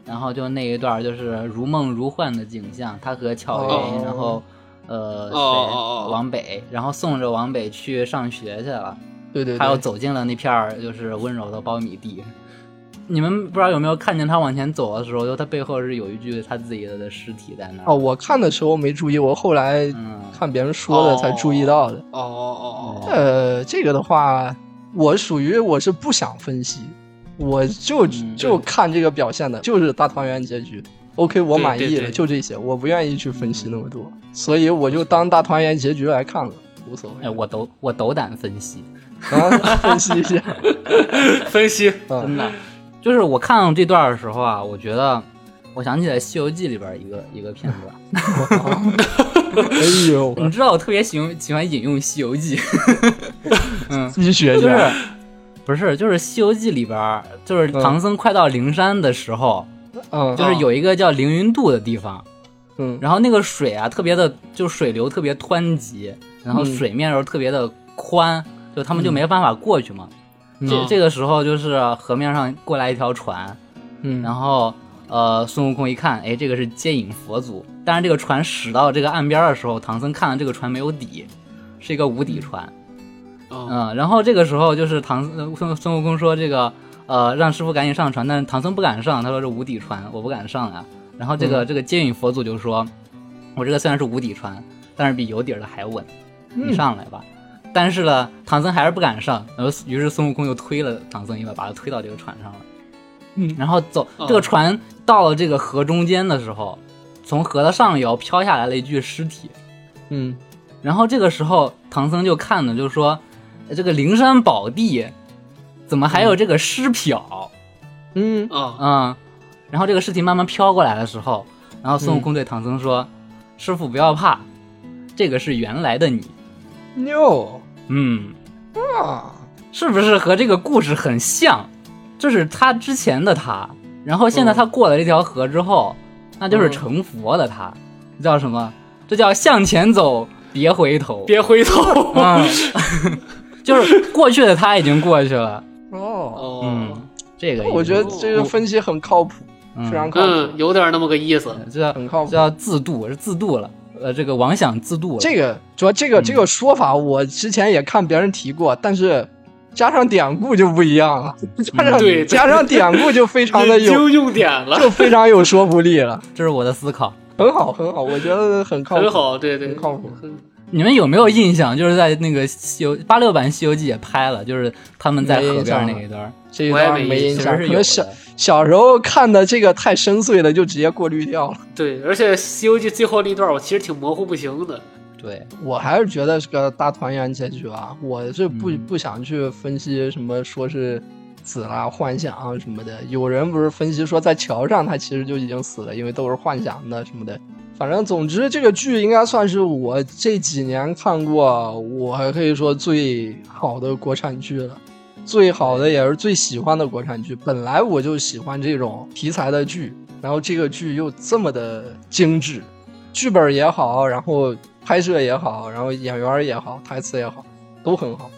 Speaker 4: 然后就那一段就是如梦如幻的景象，他和巧云，
Speaker 5: 哦
Speaker 4: 然后呃谁、
Speaker 5: 哦哦哦
Speaker 4: 王北，然后送着王北去上学去了。
Speaker 3: 对对
Speaker 4: 他又
Speaker 3: 对，
Speaker 4: 走进了那片儿就是温柔的苞米地。你们不知道有没有看见他往前走的时候，就他背后是有一具他自己的尸体在那儿。
Speaker 3: 哦，，我看的时候没注意，我后来
Speaker 4: 嗯，
Speaker 3: 看别人说的才注意到的。
Speaker 5: 哦哦哦哦，
Speaker 3: 呃，这个的话，我属于我是不想分析，我就
Speaker 4: 嗯
Speaker 3: 就看这个表现的，就是大团圆结局。OK，我
Speaker 5: 对
Speaker 3: 满
Speaker 5: 对
Speaker 3: 意
Speaker 5: 对
Speaker 3: 了，就这些，我不愿意去分析那么多，所以我就当大团圆结局来看了，无所谓。
Speaker 4: 哎，我斗我斗胆分析，
Speaker 3: 啊，分析一下，
Speaker 4: 嗯
Speaker 3: 啊
Speaker 5: 分析
Speaker 4: 真的，就是我看这段的时候啊，我觉得我想起来《西游记》里边一个一个片
Speaker 3: [LAUGHS]
Speaker 4: 段，
Speaker 3: 哎呦，
Speaker 4: 你知道我特别喜欢喜欢引用《西
Speaker 3: [LAUGHS]
Speaker 4: 游记》。
Speaker 3: 医学
Speaker 4: 就是
Speaker 3: 家，
Speaker 4: 不是，就是《西游记》里边儿，就是唐僧快到灵山的时候，
Speaker 3: 嗯
Speaker 4: 就是有一个叫凌云渡的地方，
Speaker 3: 嗯
Speaker 4: 然后那个水啊，特别的，就水流特别湍急，然后
Speaker 3: 嗯
Speaker 4: 水面又特别的宽，就他们就没办法过去嘛。这
Speaker 5: 嗯
Speaker 4: 这个时候就是河面上过来一条船，
Speaker 3: 嗯，
Speaker 4: 然后呃，孙悟空一看，哎，这个是接引佛祖。但是这个船驶到这个岸边的时候，唐僧看了这个船没有底，是一个无底船。
Speaker 5: 哦
Speaker 4: 嗯，然后这个时候就是唐呃孙孙悟空说这个呃让师傅赶紧上船，但是唐僧不敢上，他说是无底船，我不敢上啊。然后这
Speaker 5: 嗯
Speaker 4: 个、这个接引佛祖就说，我这个虽然是无底船，但是比有底儿的还稳，
Speaker 5: 嗯
Speaker 4: 你上来吧。但是呢，唐僧还是不敢上，然后于是孙悟空就推了唐僧一把，把他推到这个船上了。
Speaker 3: 嗯
Speaker 4: 然后走
Speaker 5: 哦
Speaker 4: 这个船到了这个河中间的时候，从河的上游飘下来了一具尸体。
Speaker 3: 嗯
Speaker 4: 然后这个时候，唐僧就看了，就说：“呃这个灵山宝地，怎么还有这个尸漂
Speaker 3: 嗯？”
Speaker 5: 哦
Speaker 4: 嗯，然后这个尸体慢慢飘过来的时候，然后孙悟空对唐僧说：“师傅不要怕，这个是原来的你。
Speaker 3: ，no
Speaker 4: 嗯，
Speaker 3: 啊，
Speaker 4: 是不是和这个故事很像？这是他之前的他，然后现在他过了这条河之后，那就是成佛的他，这叫什么？这叫向前走，别回头。
Speaker 5: 别回头。
Speaker 4: 嗯，就是过去的他已经过去了。
Speaker 3: 哦，
Speaker 5: 哦，
Speaker 4: 嗯，这个意思
Speaker 3: 我觉得这个分析很靠谱，非常靠谱，
Speaker 5: 嗯，有点那么个意思。
Speaker 4: 这叫
Speaker 3: 很靠
Speaker 4: 这
Speaker 3: 谱。
Speaker 4: 叫自度，是自度了。呃，这个妄想自度了。
Speaker 3: 这个主要这个这个说法，我之前也看别人提过，但是加上典故就不一样了，加上
Speaker 5: 对对
Speaker 3: 加上典故就非常的
Speaker 5: 引
Speaker 3: 有，
Speaker 5: 经用典了，
Speaker 3: 就非常有说服力了，
Speaker 4: 这是我的思考。
Speaker 3: 很好很好，我觉得很靠谱，
Speaker 5: 很好，对对，
Speaker 3: 很靠谱。
Speaker 4: 你们有没有印象？就是在那个《西游》八六版《西游记》也拍了，就是他们在
Speaker 3: 没印
Speaker 4: 河边
Speaker 3: 象
Speaker 4: 那一段儿，
Speaker 3: 这一
Speaker 5: 我也
Speaker 3: 段
Speaker 5: 没
Speaker 3: 没
Speaker 5: 印
Speaker 3: 印
Speaker 4: 其
Speaker 3: 象，
Speaker 4: 实
Speaker 3: 可
Speaker 4: 是有
Speaker 3: 能小
Speaker 4: 的。
Speaker 3: 小时候看的这个太深邃了，就直接过滤掉了。
Speaker 5: 对，而且《西游记》最后那段，我其实挺模糊不清的。
Speaker 4: 对，
Speaker 3: 我还是觉得是个大团圆结局吧，我是不、
Speaker 4: 嗯
Speaker 3: 不想去分析什么说是死啦、幻想啊什么的。有人不是分析说在桥上他其实就已经死了，因为都是幻想的什么的。反正总之这个剧应该算是我这几年看过，我还可以说最好的国产剧了。最好的也是最喜欢的国产剧。本来我就喜欢这种题材的剧，然后这个剧又这么的精致，剧本也好，然后拍摄也好，然后演员也好，台词也好，都很好。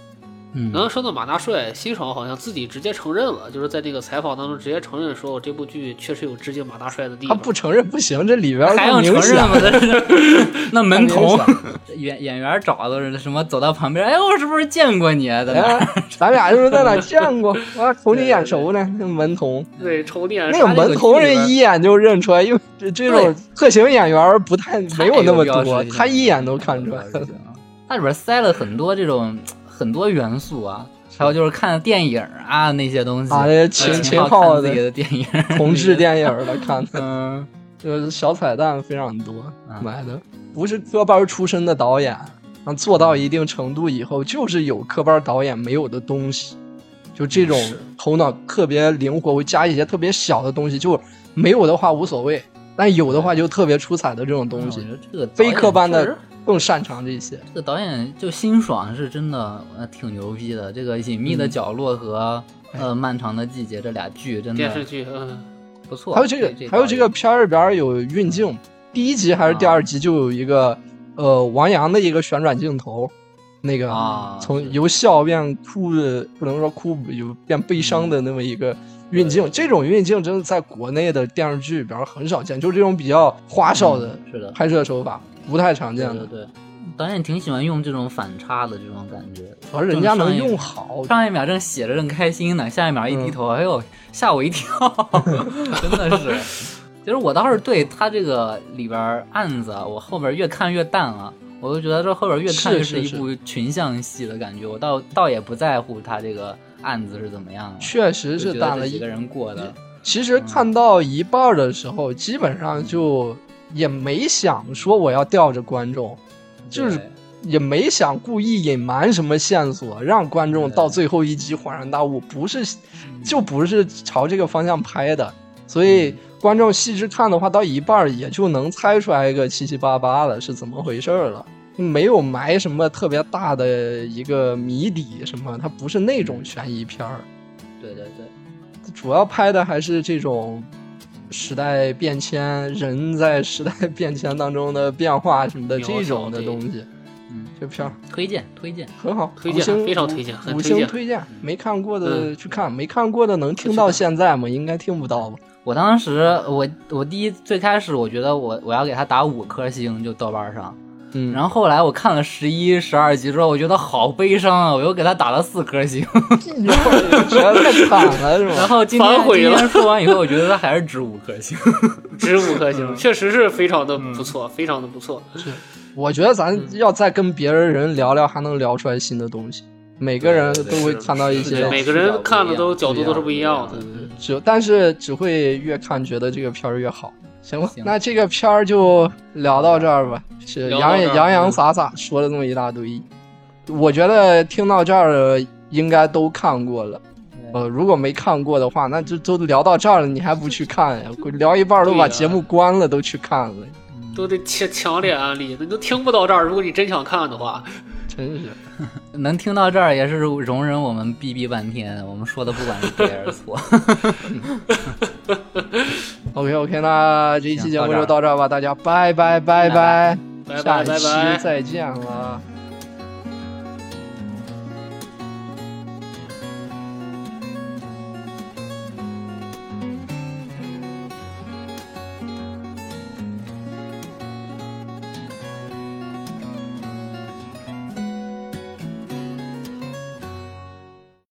Speaker 4: 嗯，
Speaker 5: 然后说到马大帅，西爽好像自己直接承认了，就是在那个采访当中直接承认说，我这部剧确实有致敬马大帅的地
Speaker 3: 他
Speaker 5: 方。
Speaker 3: 不承认不行，这里边儿
Speaker 4: 还用
Speaker 3: 明
Speaker 4: 承认
Speaker 3: 显
Speaker 4: 吗？这
Speaker 3: [LAUGHS]
Speaker 4: 是那门童
Speaker 3: 太明
Speaker 4: [LAUGHS] 演演员找的是什么？走到旁边，哎，我是不是见过你啊？在哪儿？
Speaker 3: 哎，咱俩是不是在哪儿见过？我瞅你眼熟呢，那门童。
Speaker 5: 对，重点
Speaker 3: 那个门童人一眼就认出来，因为这这种
Speaker 4: 对
Speaker 3: 特型演员不太没有那么
Speaker 4: 太有标
Speaker 3: 多
Speaker 4: 识，性了
Speaker 3: 他一眼都看出来。了。
Speaker 4: [LAUGHS] 它里边塞了很多这种很多元素啊，还有就是看电影啊那些东西，
Speaker 3: 啊，这秦
Speaker 4: 呃
Speaker 3: 秦
Speaker 4: 秦
Speaker 3: 昊
Speaker 4: 看自己
Speaker 3: 的
Speaker 4: 的电
Speaker 3: [LAUGHS]
Speaker 4: 影，
Speaker 3: 同志电影儿的看的。
Speaker 4: 嗯，
Speaker 3: 就是小彩蛋非常多
Speaker 4: 啊
Speaker 3: 买的，不是科班出身的导演，啊，做到一定程度以后，就是有科班导演没有的东西，就这种头脑特别灵活，会加一些特别小的东西，就没有的话无所谓，但有的话就特别出彩的这种东
Speaker 4: 我
Speaker 3: 西
Speaker 4: 觉，得这个嗯导
Speaker 3: 非
Speaker 4: 演
Speaker 3: 科班
Speaker 4: 确实
Speaker 3: 的更擅长这些。
Speaker 4: 这个导演就辛爽是真的，呃，挺牛逼的。这个《隐秘
Speaker 3: 嗯
Speaker 4: 的角落》和、
Speaker 3: 哎
Speaker 4: 呃《漫长的季节》这俩剧真
Speaker 5: 电视
Speaker 4: 的
Speaker 5: 剧，嗯，
Speaker 4: 不错。
Speaker 3: 还有这个，还有这个片儿里边儿有运镜，第一集还是第
Speaker 4: 啊
Speaker 3: 二集就有一个、呃王阳的一个旋转镜头，那个、
Speaker 4: 啊
Speaker 3: 从由笑变哭的，不能说哭，有变悲伤
Speaker 4: 嗯
Speaker 3: 的那么一个运镜。这种运镜真的在国内的电视剧里边儿很少见，就这种比较花哨的
Speaker 4: 嗯是的，
Speaker 3: 拍摄手法。不太常见
Speaker 4: 对对
Speaker 3: 的，
Speaker 4: 对，导演挺喜欢用这种反差的这种感觉。
Speaker 3: 主要人家能用
Speaker 4: 正
Speaker 3: 好，
Speaker 4: 上一秒正写着正开心呢，下一秒一
Speaker 3: 嗯
Speaker 4: 低头，哎呦，吓我
Speaker 3: [LAUGHS]
Speaker 4: 一跳，真的是。其实我倒是对他这个里边儿案子啊，我后边越看越淡了，我就觉得这后边越看
Speaker 3: 是
Speaker 4: 越
Speaker 3: 是
Speaker 4: 一
Speaker 3: 是
Speaker 4: 部群像戏的感觉，我倒倒也不在乎他这个案子是怎么样了，
Speaker 3: 确实
Speaker 4: 就是觉
Speaker 3: 大
Speaker 4: 得
Speaker 3: 了
Speaker 4: 这
Speaker 3: 一
Speaker 4: 几个人过的，
Speaker 3: 其实看到一半儿的时候，基本上就也没想说我要吊着观众，就是
Speaker 4: 对
Speaker 3: 也没想故意隐瞒什么线索，让观众到最后一集恍然大悟，不是，就不是朝这个方向拍的，所以观众细致看的话，到一半儿也就能猜出来个七七八八了是怎么回事儿了。没有埋什么特别大的一个谜底，什么，它不是那种悬疑片儿，
Speaker 4: 对对对，
Speaker 3: 主要拍的还是这种时代变迁，人在时代变迁当中的变化什么的
Speaker 5: 描述
Speaker 3: 这种的东西。
Speaker 4: 嗯，
Speaker 3: 这片儿
Speaker 4: 推荐推荐，
Speaker 3: 很好，
Speaker 5: 推
Speaker 3: 五
Speaker 5: 荐啊
Speaker 3: 星
Speaker 5: 非常推荐很
Speaker 3: 五
Speaker 5: 推
Speaker 3: 星
Speaker 5: 荐
Speaker 3: 推荐。没看过的
Speaker 5: 嗯
Speaker 3: 去看，没看过的能听到现在吗？应该听不到吧？
Speaker 4: 我当时我我第一最开始我觉得我我要给他打五颗星，就豆瓣上。
Speaker 3: 嗯，
Speaker 4: 然后后来我看了十一、十二集之后，我觉得好悲伤啊！我又给他打了四颗
Speaker 5: [LAUGHS]
Speaker 4: 星。
Speaker 3: 嗯 [LAUGHS] 觉得太惨了是
Speaker 4: 然
Speaker 3: 吗？
Speaker 4: 后今天
Speaker 5: 反悔了
Speaker 4: 今天说完以后，我觉得他还是值五颗星。
Speaker 5: 值五颗星，确实是非常的不错，非常的不错。
Speaker 3: 我觉得咱
Speaker 5: 嗯
Speaker 3: 要再跟别人人聊聊，还能聊出来新的东西。每个人都会看到一
Speaker 4: 是
Speaker 3: 些
Speaker 4: 的
Speaker 5: 每个人看的都
Speaker 4: 角度
Speaker 5: 角
Speaker 4: 都
Speaker 5: 度都
Speaker 4: 是
Speaker 5: 是
Speaker 4: 不
Speaker 5: 不
Speaker 4: 一
Speaker 5: 一
Speaker 4: 样
Speaker 5: 样
Speaker 4: 的
Speaker 5: 的。
Speaker 3: 只但是只会越看觉得这个片儿越好。行吧，
Speaker 4: 行
Speaker 3: 那这个片儿就聊到这儿吧。是
Speaker 5: 聊
Speaker 3: 洋
Speaker 5: 到这儿嗯
Speaker 3: 洋洋洒洒说了这么一大堆，我觉得听到这儿的应该都看过了。呃，如果没看过的话，那就都聊到这儿了，你还不去看呀？聊一半儿都把
Speaker 5: 对呀
Speaker 3: 节目关了，都去看了，
Speaker 5: 都得强强烈安利，那你都听不到这儿。如果你真想看的话，
Speaker 3: 真是。
Speaker 4: 能听到这儿也是容忍我们逼逼半天，我们说的不管是对还是错。
Speaker 3: OK OK，那这一期
Speaker 4: 行
Speaker 3: 节目就
Speaker 4: 到这儿
Speaker 3: 到这儿吧，大家拜拜拜
Speaker 4: 拜
Speaker 3: 拜，
Speaker 5: 拜拜
Speaker 3: 下
Speaker 5: 拜
Speaker 3: 期
Speaker 5: 拜
Speaker 3: 再见了。